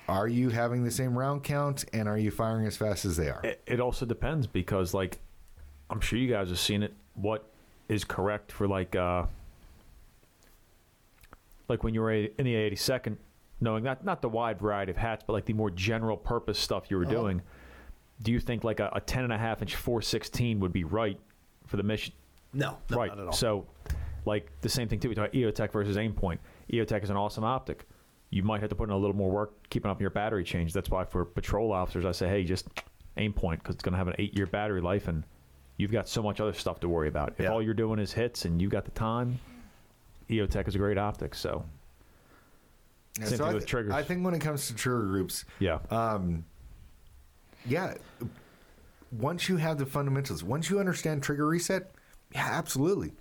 S2: Are you having the same round count and are you firing as fast as they are?
S3: it, it also depends because like I'm sure you guys have seen it. What is correct for like uh like when you were in the 82nd, knowing not not the wide variety of hats, but like the more general purpose stuff you were
S2: Uh-huh.
S3: doing. Do you think like a, a 10 and a half inch 416 would be right for the mission?
S1: No, no
S3: right.
S1: not at all.
S3: So, like the same thing too. We talk about EOTech versus Aimpoint. EOTech is an awesome optic. You might have to put in a little more work keeping up your battery change. That's why for patrol officers, I say, hey, just Aimpoint because it's going to have an eight-year battery life, and you've got so much other stuff to worry about. If
S1: Yeah.
S3: all you're doing is hits and you got the time, EOTech is a great optic. So,
S2: Yeah,
S3: same thing
S2: I,
S3: with
S2: thi-
S3: triggers.
S2: I think when it comes to trigger groups,
S3: yeah,
S1: Uh,
S2: yeah, once you have the fundamentals, once you understand trigger reset, yeah, absolutely,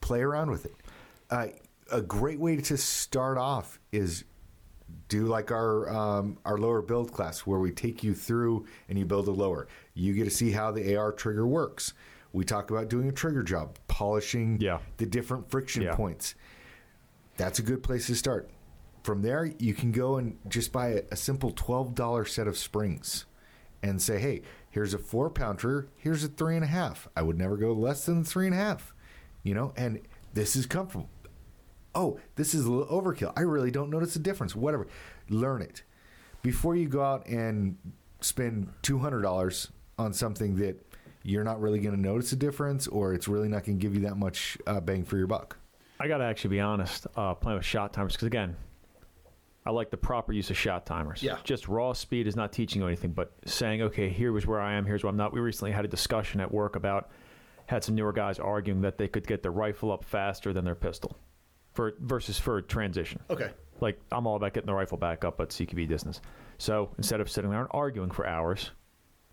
S2: play around with it. Uh, a great way to start off is do like our um, our lower build class where we take you through and you build a lower. You get to see how the AR trigger works. We talk about doing a trigger job, polishing
S3: Yeah.
S2: the different friction
S3: Yeah.
S2: points. That's a good place to start. From there, you can go and just buy a, a simple $12 set of springs and say, hey, here's a four pounder, here's a three and a half. I would never go less than three and a half, you know, and this is comfortable. Oh, this is a little overkill. I really don't notice the difference. Whatever. Learn it. Before you go out and spend $200 on something that you're not really going to notice a difference or it's really not going to give you that much uh, bang for your buck.
S3: I got to actually be honest uh, playing with shot timers because again. I like the proper use of shot timers.
S1: Yeah.
S3: Just raw speed is not teaching you anything, but saying, okay, here was where I am, here's where I'm not. We recently had a discussion at work about had some newer guys arguing that they could get their rifle up faster than their pistol for versus for transition.
S1: Okay.
S3: Like I'm all about getting the rifle back up at CQB distance. So instead of sitting there and arguing for hours,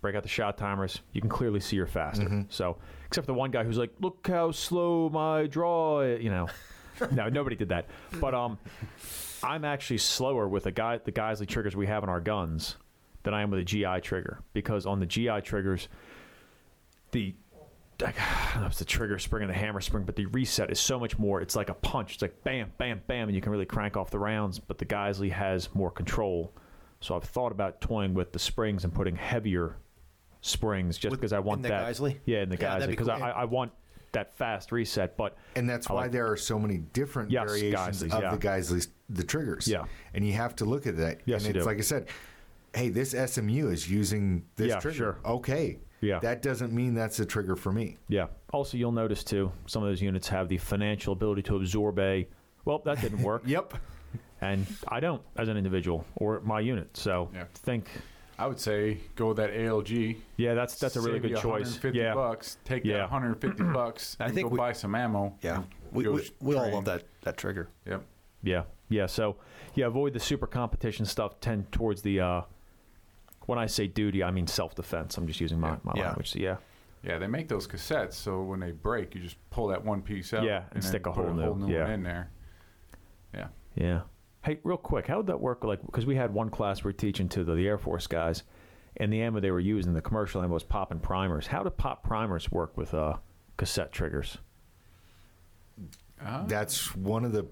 S3: break out the shot timers. You can clearly see you're faster. So except for the one guy who's like, look how slow my draw, is," you know. no, nobody did that. But um, I'm actually slower with the guy the Geisley triggers we have in our guns than I am with a GI trigger because on the GI triggers, the I don't know if it's the trigger spring and the hammer spring, but the reset is so much more. It's like a punch. It's like bam, bam, bam, and you can really crank off the rounds. But the Geisley has more control, so I've thought about toying with the springs and putting heavier springs just
S1: With-
S3: because I want
S1: in the
S3: that.
S1: Geisley?
S3: Yeah, in the
S1: Yeah,
S3: Geisley
S1: that'd be
S3: because
S1: cool.
S3: I, I want that fast reset. But
S2: And that's
S3: I
S2: why
S3: like-
S2: there are so many different
S3: Yes,
S2: variations
S3: Geisleys,
S2: of
S3: yeah.
S2: the Geisley's, the triggers.
S3: Yeah.
S2: And you have to look at that.
S3: Yes,
S2: and
S3: you
S2: it's
S3: do.
S2: like I said, hey, this SMU is using this
S3: Yeah,
S2: trigger.
S3: sure.
S2: Okay.
S3: Yeah.
S2: That doesn't mean that's a trigger for me.
S3: Yeah. Also, you'll notice too, some of those units have the financial ability to absorb a. Well, that didn't work.
S2: Yep.
S3: And I don't as an individual or my unit. So
S4: Yeah.
S3: think.
S4: I would say go with that ALG.
S3: Yeah, that's that's a really
S4: save you
S3: good choice.
S4: 150
S3: Yeah.
S4: bucks. Take
S3: Yeah.
S4: that 150 bucks.
S1: I
S4: and
S1: think
S4: go
S1: we-
S4: buy some ammo.
S1: Yeah.
S4: and
S1: We,
S4: go
S1: we, we all
S4: train.
S1: love that, that trigger.
S4: Yep.
S3: Yeah. Yeah. So yeah, avoid the super competition stuff. Tend towards the. uh When I say duty, I mean self defense. I'm just using my, my
S1: Yeah.
S3: language. So, yeah.
S4: Yeah, they make those cassettes so when they break, you just pull that one piece out.
S3: Yeah, and
S4: then
S3: stick a
S4: put
S3: whole new-
S4: new
S3: yeah.
S4: one in there. Yeah.
S3: Yeah. Hey, real quick, how would that work? Like, because we had one class we are teaching to the, the Air Force guys, and the ammo they were using, the commercial ammo was popping primers. How do pop primers work with uh, cassette triggers?
S4: Uh,
S2: That's one of the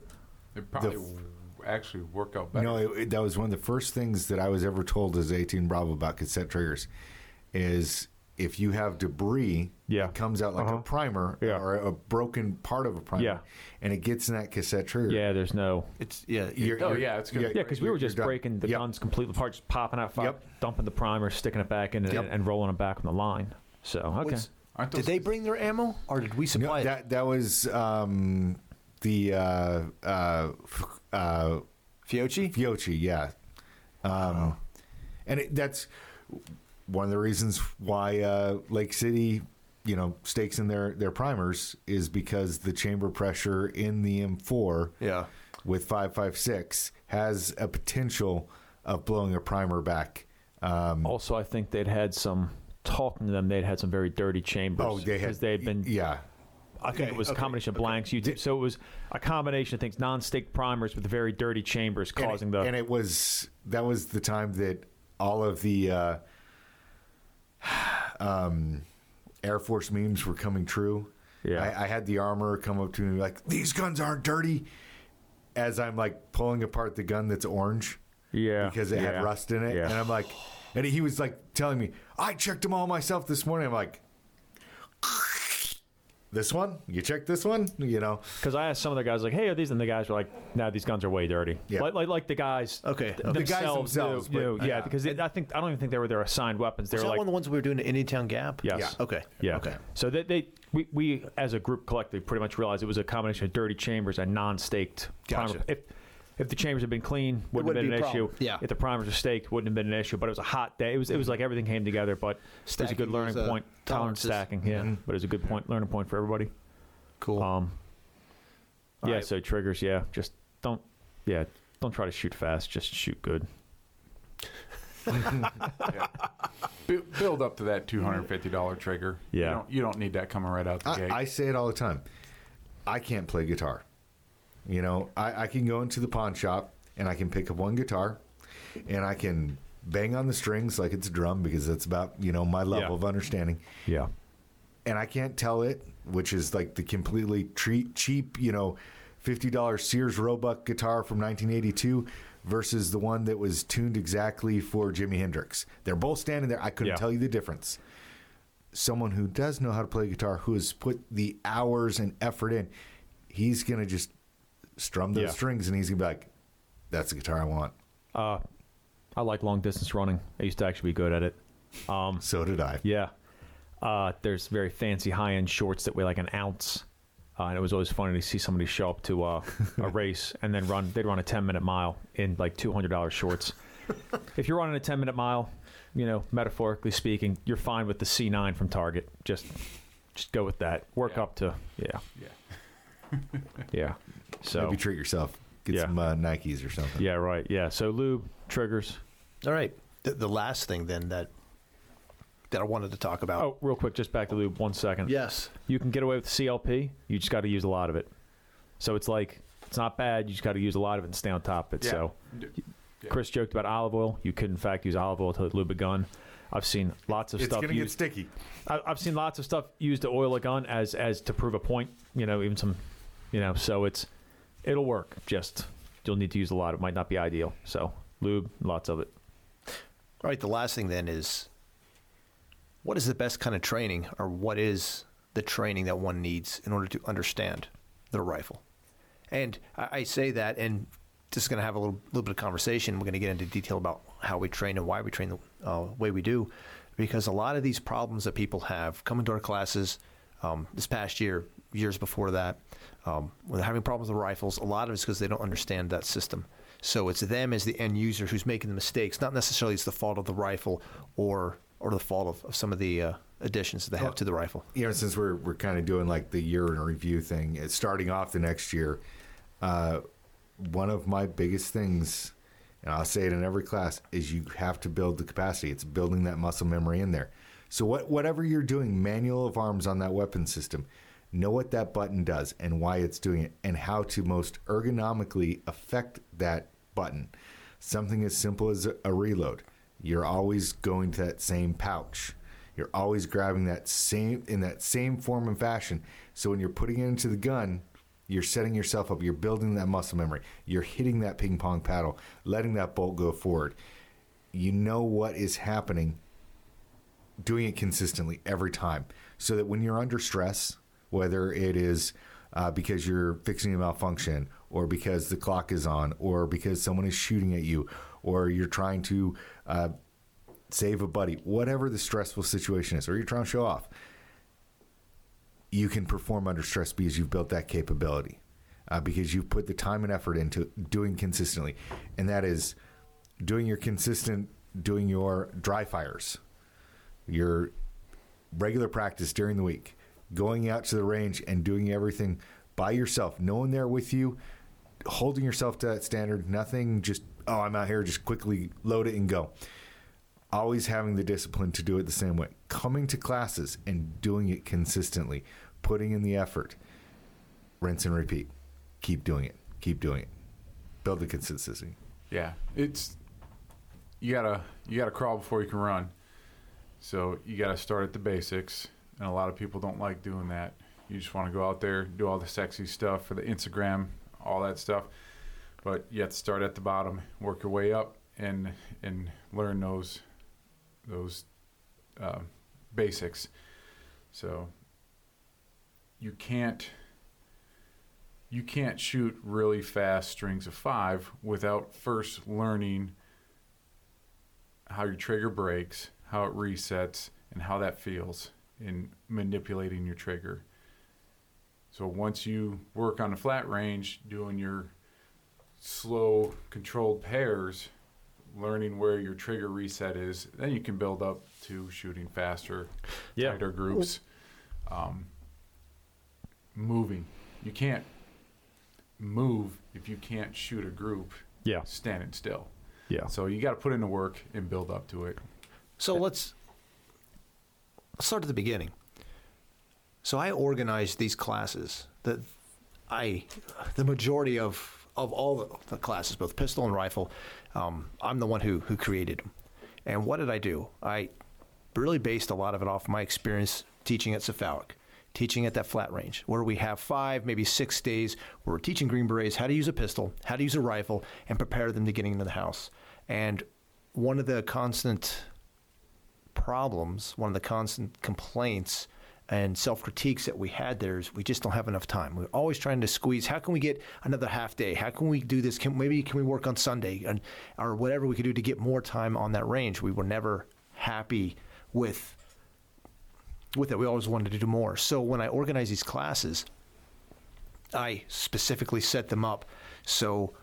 S4: they probably
S2: f-
S4: w- actually work out
S2: you
S4: better.
S2: know it, it- that was one of the first things that I was ever told as 18 Bravo about cassette triggers is if you have debris
S3: Yeah.
S2: it comes out like
S3: Uh-huh.
S2: a primer
S3: Yeah.
S2: or a broken part of a primer
S3: Yeah.
S2: and it gets in that cassette trigger
S3: Yeah, there's no.
S1: It's yeah.
S2: You're-
S4: oh,
S2: you're-
S4: yeah, it's gonna-
S3: Yeah, because we
S2: you're-
S3: were just
S2: you're done.
S3: breaking the
S2: Yep.
S3: guns completely apart, just popping out fire,
S2: Yep.
S3: dumping the primer, sticking it back in, and-
S2: Yep.
S3: and, rolling it back on the line. So, okay.
S1: What's-
S4: Aren't
S1: did
S4: those-
S1: they bring their ammo or did we
S2: No,
S1: supply it?
S2: that that was um, the uh, uh, f- uh,
S1: Fiocchi?
S2: Fiocchi, yeah, um, and it, that's one of the reasons why uh, Lake City, you know, stakes in their their primers is because the chamber pressure in the M4
S1: yeah.
S2: with 556 has a potential of blowing a primer back. Um,
S3: Also, I think they'd had some talking to them. They'd had some very dirty chambers.
S2: oh, they had
S3: because they'd been.
S2: yeah.
S3: I think it was a combination of blanks. You did, so it was a combination of things, non-stick primers with very dirty chambers,
S2: And it-
S3: causing the.
S2: and it was that was the time that all of the uh, um, Air Force memes were coming true.
S3: Yeah.
S2: I, I had the armorer come up to me like, "These guns aren't dirty," as I'm like pulling apart the gun that's orange
S3: yeah,
S2: because it
S3: yeah,
S2: had rust in it,
S3: yeah.
S2: and I'm like, and he was like telling me, "I checked them all myself this morning." I'm like. This one, you checked this one, you know.
S3: Because I asked some of the guys, like, "Hey, are these?" And the guys were like, "No, these guns are way dirty."
S2: Yeah.
S3: Like, like, like the guys.
S1: Okay,
S3: th-
S1: okay.
S2: The guys
S3: themselves
S2: themselves,
S3: knew-
S2: but-
S3: knew, yeah,
S2: yeah.
S3: because it, I think I don't even think they were their assigned weapons. They
S1: Is
S3: were
S1: that
S3: like,
S1: one of the ones we were doing at Indian Town Gap?
S3: Yes.
S2: Yeah.
S1: Okay.
S3: yeah.
S1: Okay.
S3: So they, they we, we as a group collectively pretty much realized it was a combination of dirty chambers and non-staked
S1: Gotcha.
S3: primer. If if the chambers had been clean, wouldn't,
S1: wouldn't
S3: have
S1: be
S3: been
S1: a
S3: an issue.
S1: problem. Yeah.
S3: If the primers were staked, wouldn't have been an issue. But it was a hot day. It was it was like everything came together. But it was a
S1: Stacking
S3: good learning
S1: was, uh,
S3: point. Tolerance
S1: tolerances.
S3: stacking, yeah. But it was a good point learning point for everybody.
S1: Cool.
S3: Um,
S1: All
S3: yeah.
S1: right.
S3: So triggers, yeah. Just don't, yeah. Don't try to shoot fast. Just shoot good.
S4: yeah. Bu- build up to that two hundred fifty dollar trigger.
S3: Yeah.
S4: you don't, you don't need that coming right out the gate.
S2: I, I say it all the time. I can't play guitar. You know, I, I can go into the pawn shop and I can pick up one guitar and I can bang on the strings like it's a drum because that's about, you know, my level
S3: Yeah.
S2: of understanding.
S3: Yeah.
S2: And I can't tell it, which is like the completely tre- cheap, you know, $50 Sears Roebuck guitar from 1982 versus the one that was tuned exactly for Jimi Hendrix. They're both standing there. I couldn't
S3: Yeah.
S2: tell you the difference someone who does know how to play guitar, who has put the hours and effort in, he's gonna just strum those
S3: Yeah.
S2: strings and he's gonna be like, "That's the guitar I want."
S3: I like long distance running. I used to actually be good at it.
S2: So did I.
S3: Um, Yeah. Uh, there's very fancy high end shorts that weigh like an ounce. Uh, and it was always funny to see somebody show up to uh, a race and then run. They'd run a 10 minute mile in like $200 shorts. if you're running a 10 minute mile, you know, metaphorically speaking, you're fine with the C9 from Target. Just, just go with that. Work
S4: Yeah.
S3: up to, yeah,
S4: yeah.
S3: yeah. So,
S2: Maybe treat yourself. Get
S3: Yeah.
S2: some uh, Nikes or something.
S3: yeah, right, yeah. So lube triggers.
S1: All right. The, the last thing then that that I wanted to talk about.
S3: Oh, real quick, just back to lube, one second.
S1: Yes.
S3: you can get away with CLP. You just got to use a lot of it. So it's like it's not bad. You just got to use a lot of it and stay on top of it.
S4: Yeah.
S3: So
S4: D- yeah.
S3: Chris joked about olive oil. You could in fact use olive oil to lube a gun. I've seen lots of
S2: It's
S3: stuff
S2: gonna get
S3: used.
S2: sticky.
S3: I- I've seen lots of stuff used to oil a gun as as to prove a point. You know, even some, you know. So it's it'll work. Just you'll need to use a lot. It might not be ideal. So lube, lots of it.
S1: All right. The last thing then is what is the best kind of training or what is the training that one needs in order to understand their rifle? And I, I say that, and this is going to have a little, little bit of conversation. We're going to get into detail about how we train and why we train the uh, way we do, because a lot of these problems that people have coming to our classes um, this past year, years before that, um, when they're having problems with rifles, a lot of it's because they don't understand that system. So it's them as the end user who's making the mistakes. Not necessarily it's the fault of the rifle or or the fault of, of some of the uh, additions that they have to the rifle.
S2: you know, since we're we're kind of doing like the year in review thing, it's starting off the next year. Uh, one of my biggest things, and I'll say it in every class, is you have to build the capacity. It's building that muscle memory in there. So what, whatever you're doing, manual of arms on that weapon system, know what that button does and why it's doing it, and how to most ergonomically affect that button. Something as simple as a reload. You're always going to that same pouch. You're always grabbing that same in that same form and fashion. So when you're putting it into the gun, you're setting yourself up. You're building that muscle memory. You're hitting that ping pong paddle, letting that bolt go forward. You know what is happening, doing it consistently every time. So that when you're under stress, whether it is uh, because you're fixing a malfunction, or because the clock is on, or because someone is shooting at you, or you're trying to uh, save a buddy, whatever the stressful situation is, or you're trying to show off, you can perform under stress because you've built that capability, uh, because you've put the time and effort into doing consistently, and that is doing your consistent, doing your dry fires, your regular practice during the week, going out to the range and doing everything by yourself, no one there with you, holding yourself to that standard, nothing just oh I'm out here just quickly load it and go always having the discipline to do it the same way, coming to classes and doing it consistently, putting in the effort, rinse and repeat. Keep doing it. Keep doing it. Build the consistency.
S4: Yeah, it's you gotta you gotta crawl before you can run. So you gotta start at the basics, and a lot of people don't like doing that. You just want to go out there, do all the sexy stuff for the Instagram, all that stuff. But you have to start at the bottom, work your way up, and and learn those those uh, basics. So you can't you can't shoot really fast strings of five without first learning how your trigger breaks, how it resets, and how that feels in manipulating your trigger. So once you work on a flat range, doing your slow controlled pairs, learning where your trigger reset is, then you can build up to shooting faster,
S3: Yeah.
S4: tighter groups, um, moving. You can't move if you can't shoot a group
S3: Yeah.
S4: standing still.
S3: Yeah.
S4: So you got to put in the work and build up to it.
S1: So let's let's start at the beginning. So I organized these classes that I, the majority of of all the, the classes, both pistol and rifle, um, I'm the one who who created them. And what did I do? I really based a lot of it off my experience teaching at Cephalic, teaching at that flat range, where we have five, maybe six days where we're teaching Green Berets how to use a pistol, how to use a rifle, and prepare them to getting into the house. And one of the constant problems, one of the constant complaints and self critiques that we had there is we just don't have enough time. We're always trying to squeeze. How can we get another half day? How can we do this? Can, maybe can we work on Sunday and or whatever we could do to get more time on that range? We were never happy with with it. We always wanted to do more. So when I organize these classes, I specifically set them up so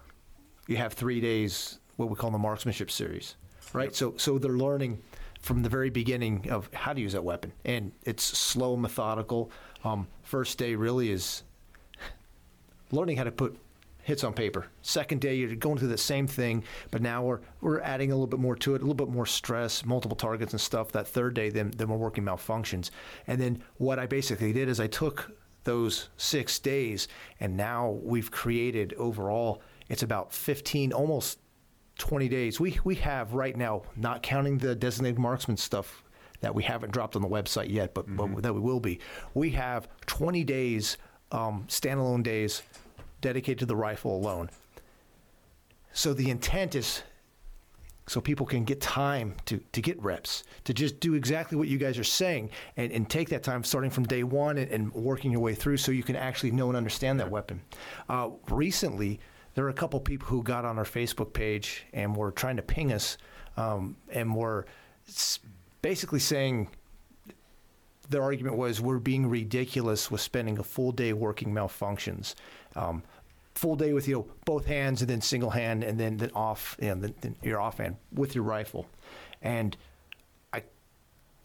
S1: you have three days what we call the marksmanship series right so so they're learning from the very beginning of how to use that weapon and it's slow methodical um, first day really is learning how to put hits on paper second day you're going through the same thing but now we're we're adding a little bit more to it a little bit more stress multiple targets and stuff that third day then then we're working malfunctions and then what i basically did is i took those six days and now we've created overall it's about 15 almost 20 days. We we have right now, not counting the designated marksman stuff that we haven't dropped on the website yet, but, but that we will be. We have 20 days, um, standalone days, dedicated to the rifle alone. So the intent is so people can get time to, to get reps, to just do exactly what you guys are saying and, and take that time starting from day one and, and working your way through so you can actually know and understand that weapon. Uh, recently, there are a couple people who got on our Facebook page and were trying to ping us um, and were s- basically saying their argument was we're being ridiculous with spending a full day working malfunctions. Um, full day with you know, both hands and then single hand and then, then off and then, then your offhand with your rifle. And I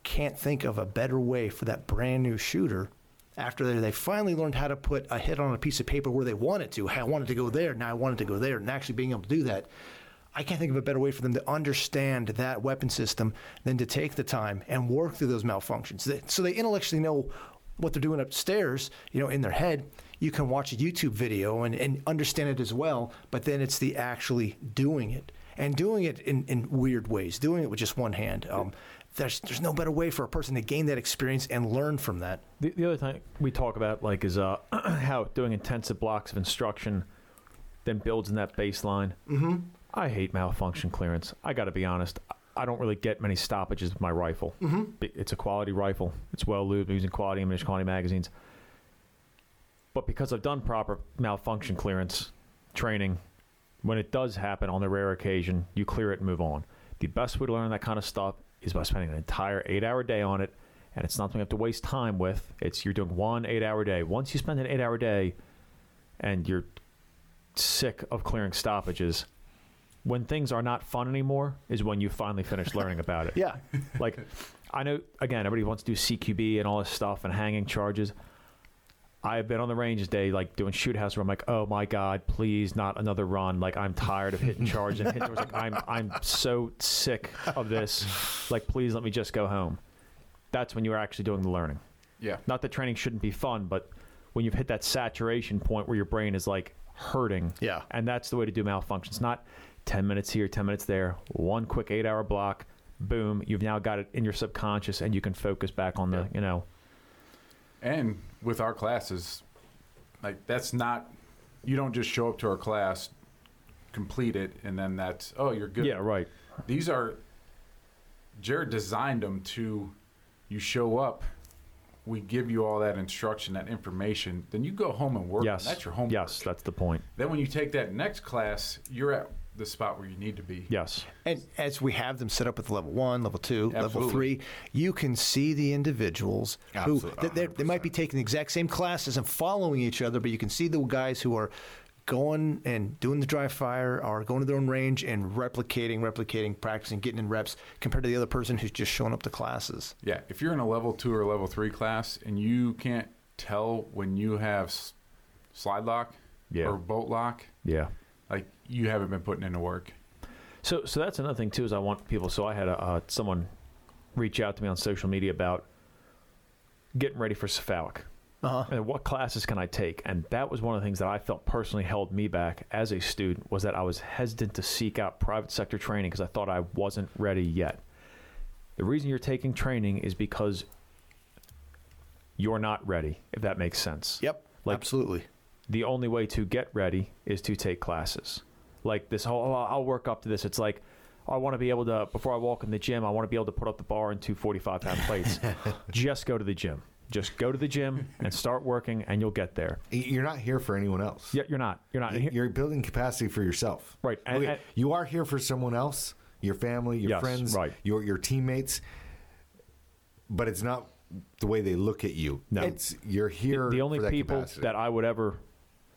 S1: can't think of a better way for that brand new shooter after they, they finally learned how to put a hit on a piece of paper where they wanted to. I wanted to go there, now I wanted to go there, and actually being able to do that. I can't think of a better way for them to understand that weapon system than to take the time and work through those malfunctions. They- So they intellectually know what they're doing upstairs, you know, in their head. You can watch a YouTube video and, and understand it as well, but then it's the actually doing it and doing it in, in weird ways, doing it with just one hand. Um, there's, there's no better way for a person to gain that experience and learn from that.
S3: The, the other thing we talk about like is uh, how doing intensive blocks of instruction then builds in that baseline. Mm-hmm. I hate malfunction clearance. I got to be honest. I- I don't really get many stoppages with my rifle. Mm-hmm. It's a quality rifle. It's well lubed. I'm using quality ammunition, quality magazines. But because I've done proper malfunction clearance training, when it does happen on the rare occasion, you clear it and move on. The best way to learn that kind of stuff is by spending an entire eight hour day on it. And it's not something you have to waste time with. It's you're doing one eight hour day. Once you spend an eight hour day and you're sick of clearing stoppages, when things are not fun anymore is when you finally finish learning about it.
S1: Yeah.
S3: Like, I know, again, everybody wants to do CQB and all this stuff and hanging charges. I've been on the range today, like doing shoot house, where I'm like, oh my god, please not another run. Like I'm tired of hitting charges and hitting. Like I'm I'm so sick of this. Like please let me just go home. That's when you are actually doing the learning.
S4: Yeah.
S3: Not that training shouldn't be fun, but when you've hit that saturation point where your brain is like hurting,
S1: Yeah.
S3: and that's the way to do malfunctions. Not ten minutes here, ten minutes there. One quick eight-hour block. Boom! You've now got it in your subconscious, and you can focus back on the you know
S4: And with our classes, like that's not you don't just show up to our class, complete it, and then that's oh you're good.
S3: yeah right
S4: These are Jared designed them to you show up, we give you all that instruction, that information, then you go home and work.
S3: yes
S4: That's your homework.
S3: yes that's the point
S4: Then when you take that next class, you're at the spot where you need to be.
S3: yes
S1: And as we have them set up with level one, level two, level
S4: Absolutely.
S1: three, you can see the individuals
S2: Absolutely,
S1: who they, they- they might be taking the exact same classes and following each other, but you can see the guys who are going and doing the dry fire or going to their own range and replicating, replicating, practicing, getting in reps compared to the other person who's just showing up to classes.
S4: Yeah, if you're in a level two or level three class and you can't tell when you have s- slide lock
S3: Yeah.
S4: or bolt lock,
S3: yeah
S4: like you haven't been putting in the work.
S3: So, so that's another thing too. Is I want people. So I had a, uh, someone reach out to me on social media about getting ready for cephalic.
S1: Uh-huh.
S3: And what classes can I take? And that was one of the things that I felt personally held me back as a student was that I was hesitant to seek out private sector training because I thought I wasn't ready yet. The reason you're taking training is because you're not ready, if that makes sense
S1: Yep,
S3: Like-
S1: absolutely.
S3: the only way to get ready is to take classes. Like this whole, oh, I'll work up to this. It's like, I want to be able to, before I walk in the gym, I want to be able to put up the bar in two 45 pound plates. Just go to the gym. Just go to the gym and start working, and you'll get there.
S2: You're not here for anyone else.
S3: Yet you're not. You're not.
S2: Y- You're building capacity for yourself.
S3: Right, and-
S2: Okay,
S3: and-
S2: you are here for someone else, your family, your
S3: Yes,
S2: friends,
S3: right.
S2: your your teammates. But it's not the way they look at you.
S3: No.
S2: It's you're here
S3: the only
S2: for that
S3: people
S2: capacity.
S3: that I would ever,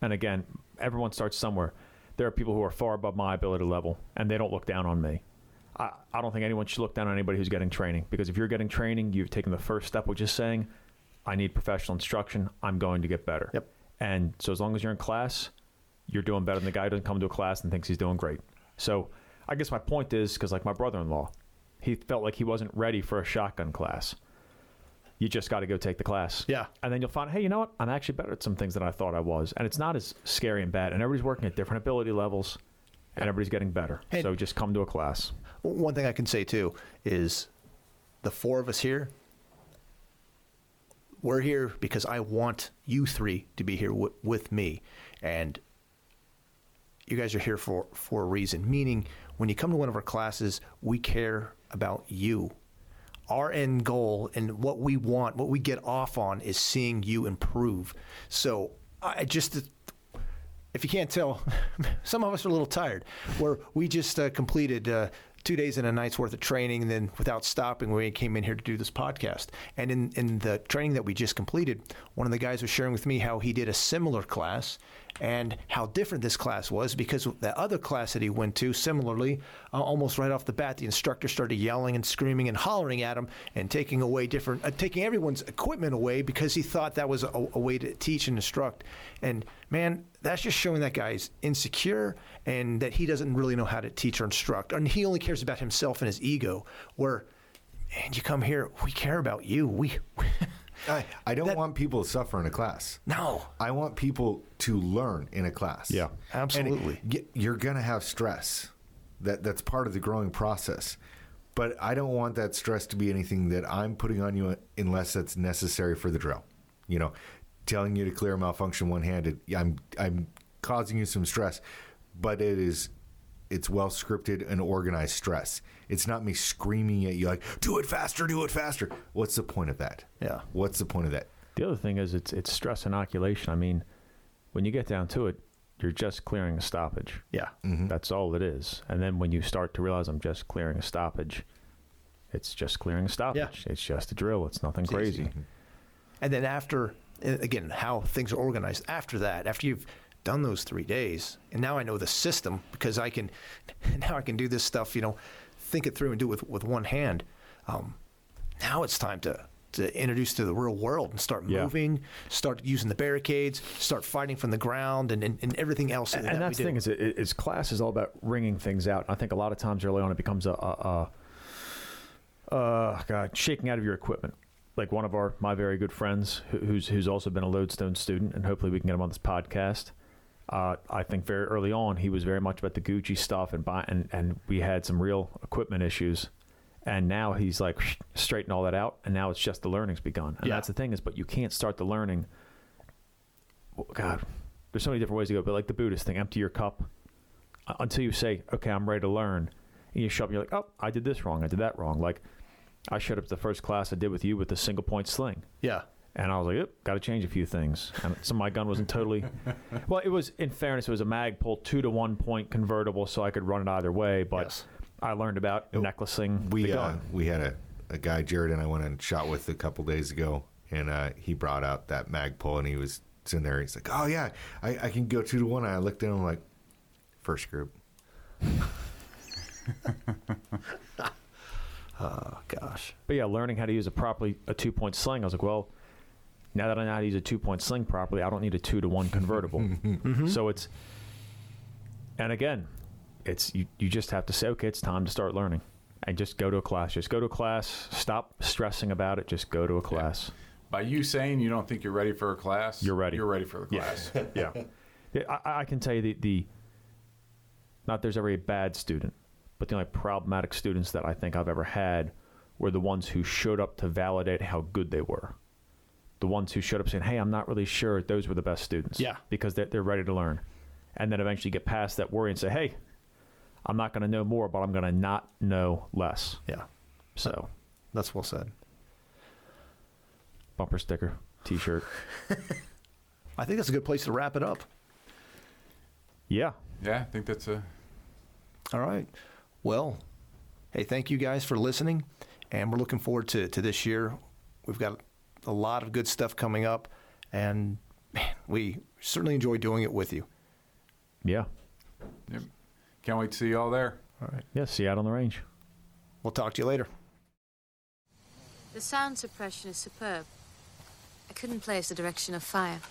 S3: and again, everyone starts somewhere. There are people who are far above my ability level, and they don't look down on me. I, I don't think anyone should look down on anybody who's getting training because if you're getting training, you've taken the first step, which is saying, I need professional instruction. I'm going to get better.
S1: Yep.
S3: And so as long as you're in class, you're doing better than the guy who doesn't come to a class and thinks he's doing great. So I guess my point is because, like, my brother in law, he felt like he wasn't ready for a shotgun class. You just got to go take the class.
S1: Yeah.
S3: And then you'll find, hey, you know what? I'm actually better at some things than I thought I was. And it's not as scary and bad. And everybody's working at different ability levels and everybody's getting better.
S1: And-
S3: so just come to a class.
S1: One thing I can say too is the four of us here, we're here because I want you three to be here wi- with me. And you guys are here for, for a reason, meaning when you come to one of our classes, we care about you. Our end goal and what we want, what we get off on, is seeing you improve. So I just if you can't tell, some of us are a little tired. Where we just uh, completed uh, two days and a night's worth of training, and then without stopping, we came in here to do this podcast. And in, in the training that we just completed, one of the guys was sharing with me how he did a similar class and how different this class was because the other class that he went to, similarly, uh, almost right off the bat, the instructor started yelling and screaming and hollering at him and taking away different, uh, taking everyone's equipment away because he thought that was a, a way to teach and instruct. And man, that's just showing that guy's insecure and that he doesn't really know how to teach or instruct. And he only cares about himself and his ego. Where, and you come here, we care about you. We,
S2: I, I don't
S1: That-
S2: want people to suffer in a class.
S1: no.
S2: I want people to learn in a class.
S3: Yeah.
S2: And
S1: Absolutely.
S2: y- you're going to have stress. That that's part of the growing process. But I don't want that stress to be anything that I'm putting on you unless that's necessary for the drill. You know, telling you to clear a malfunction one-handed, I'm I'm causing you some stress, but it is it's well scripted and organized stress. It's not me screaming at you like, "Do it faster, do it faster." What's the point of that?
S1: Yeah.
S2: What's the point of that?
S3: The other thing is it's it's stress inoculation. I mean, when you get down to it, you're just clearing a stoppage.
S1: Yeah.
S3: That's all it is. And then when you start to realize I'm just clearing a stoppage, it's just clearing a stoppage. It's just a drill. It's nothing
S1: easy.
S3: crazy.
S1: And then after, again, how things are organized after that, after you've done those three days, and now I know the system because I can, now I can do this stuff, you know, think it through and do it with, with one hand. Um, now it's time to, to introduce to the real world and start
S3: Yeah.
S1: moving, start using the barricades, start fighting from the ground and, and, and everything else. that
S3: and
S1: we
S3: that's the
S1: do.
S3: thing is, it, is class is all about wringing things out. I think a lot of times early on it becomes a, a, a uh, God, shaking out of your equipment. Like one of our my very good friends who, who's who's also been a Lodestone student, and hopefully we can get him on this podcast. Uh, I think very early on he was very much about the Gucci stuff and buy, and and we had some real equipment issues. And now he's like straightened all that out, and now it's just the learning's begun. And
S1: Yeah.
S3: that's the thing is, but you can't start the learning well, God, there's so many different ways to go, but like the Buddhist thing, empty your cup uh, until you say, okay, I'm ready to learn. And you shove, you're like, oh, I did this wrong. I did that wrong. Like, I showed up to the first class I did with you with the single point sling.
S1: Yeah.
S3: And I was like, "Oop, got to change a few things." And so my gun wasn't totally. Well, it was. In fairness, it was a Magpul two to one point convertible, so I could run it either way. But
S1: Yes.
S3: I learned about necklacing the
S2: We uh,
S3: gun.
S2: we had a, a guy Jared and I went and shot with a couple days ago, and uh, he brought out that mag pull and he was sitting there. He's like, "Oh yeah, I, I can go two to one." And I looked at him like, first group."
S1: Oh, gosh.
S3: But yeah, learning how to use a properly a two point sling, I was like, well, now that I know how to use a two point sling properly, I don't need a two to one convertible. So it's, and again, it's you, you just have to say, okay, it's time to start learning, and just go to a class. Just go to a class. Stop stressing about it. Just go to a class.
S4: By you saying you don't think you're ready for a class,
S3: You're ready.
S4: You're ready for the class.
S3: Yeah, Yeah, I, I can tell you the, the not there's ever a bad student, but the only problematic students that I think I've ever had were the ones who showed up to validate how good they were. The ones who showed up saying, "Hey, I'm not really sure." Those were the best students.
S1: Yeah.
S3: because they're, they're ready to learn, and then eventually get past that worry and say, "Hey, I'm not going to know more, but I'm going to not know less."
S1: Yeah.
S3: So,
S1: That's well said.
S3: bumper sticker, T-shirt.
S1: I think that's a good place to wrap it up.
S3: yeah,
S4: yeah, I think that's a
S1: All right. Well, hey, thank you guys for listening, and we're looking forward to, to this year. We've got a lot of good stuff coming up, and man, we certainly enjoy doing it with you.
S3: yeah,
S4: Yep. Can't wait to see you all there.
S1: All right.
S3: yeah. See you out on the range.
S1: We'll talk to you later.
S5: The sound suppression is superb. I couldn't place the direction of fire.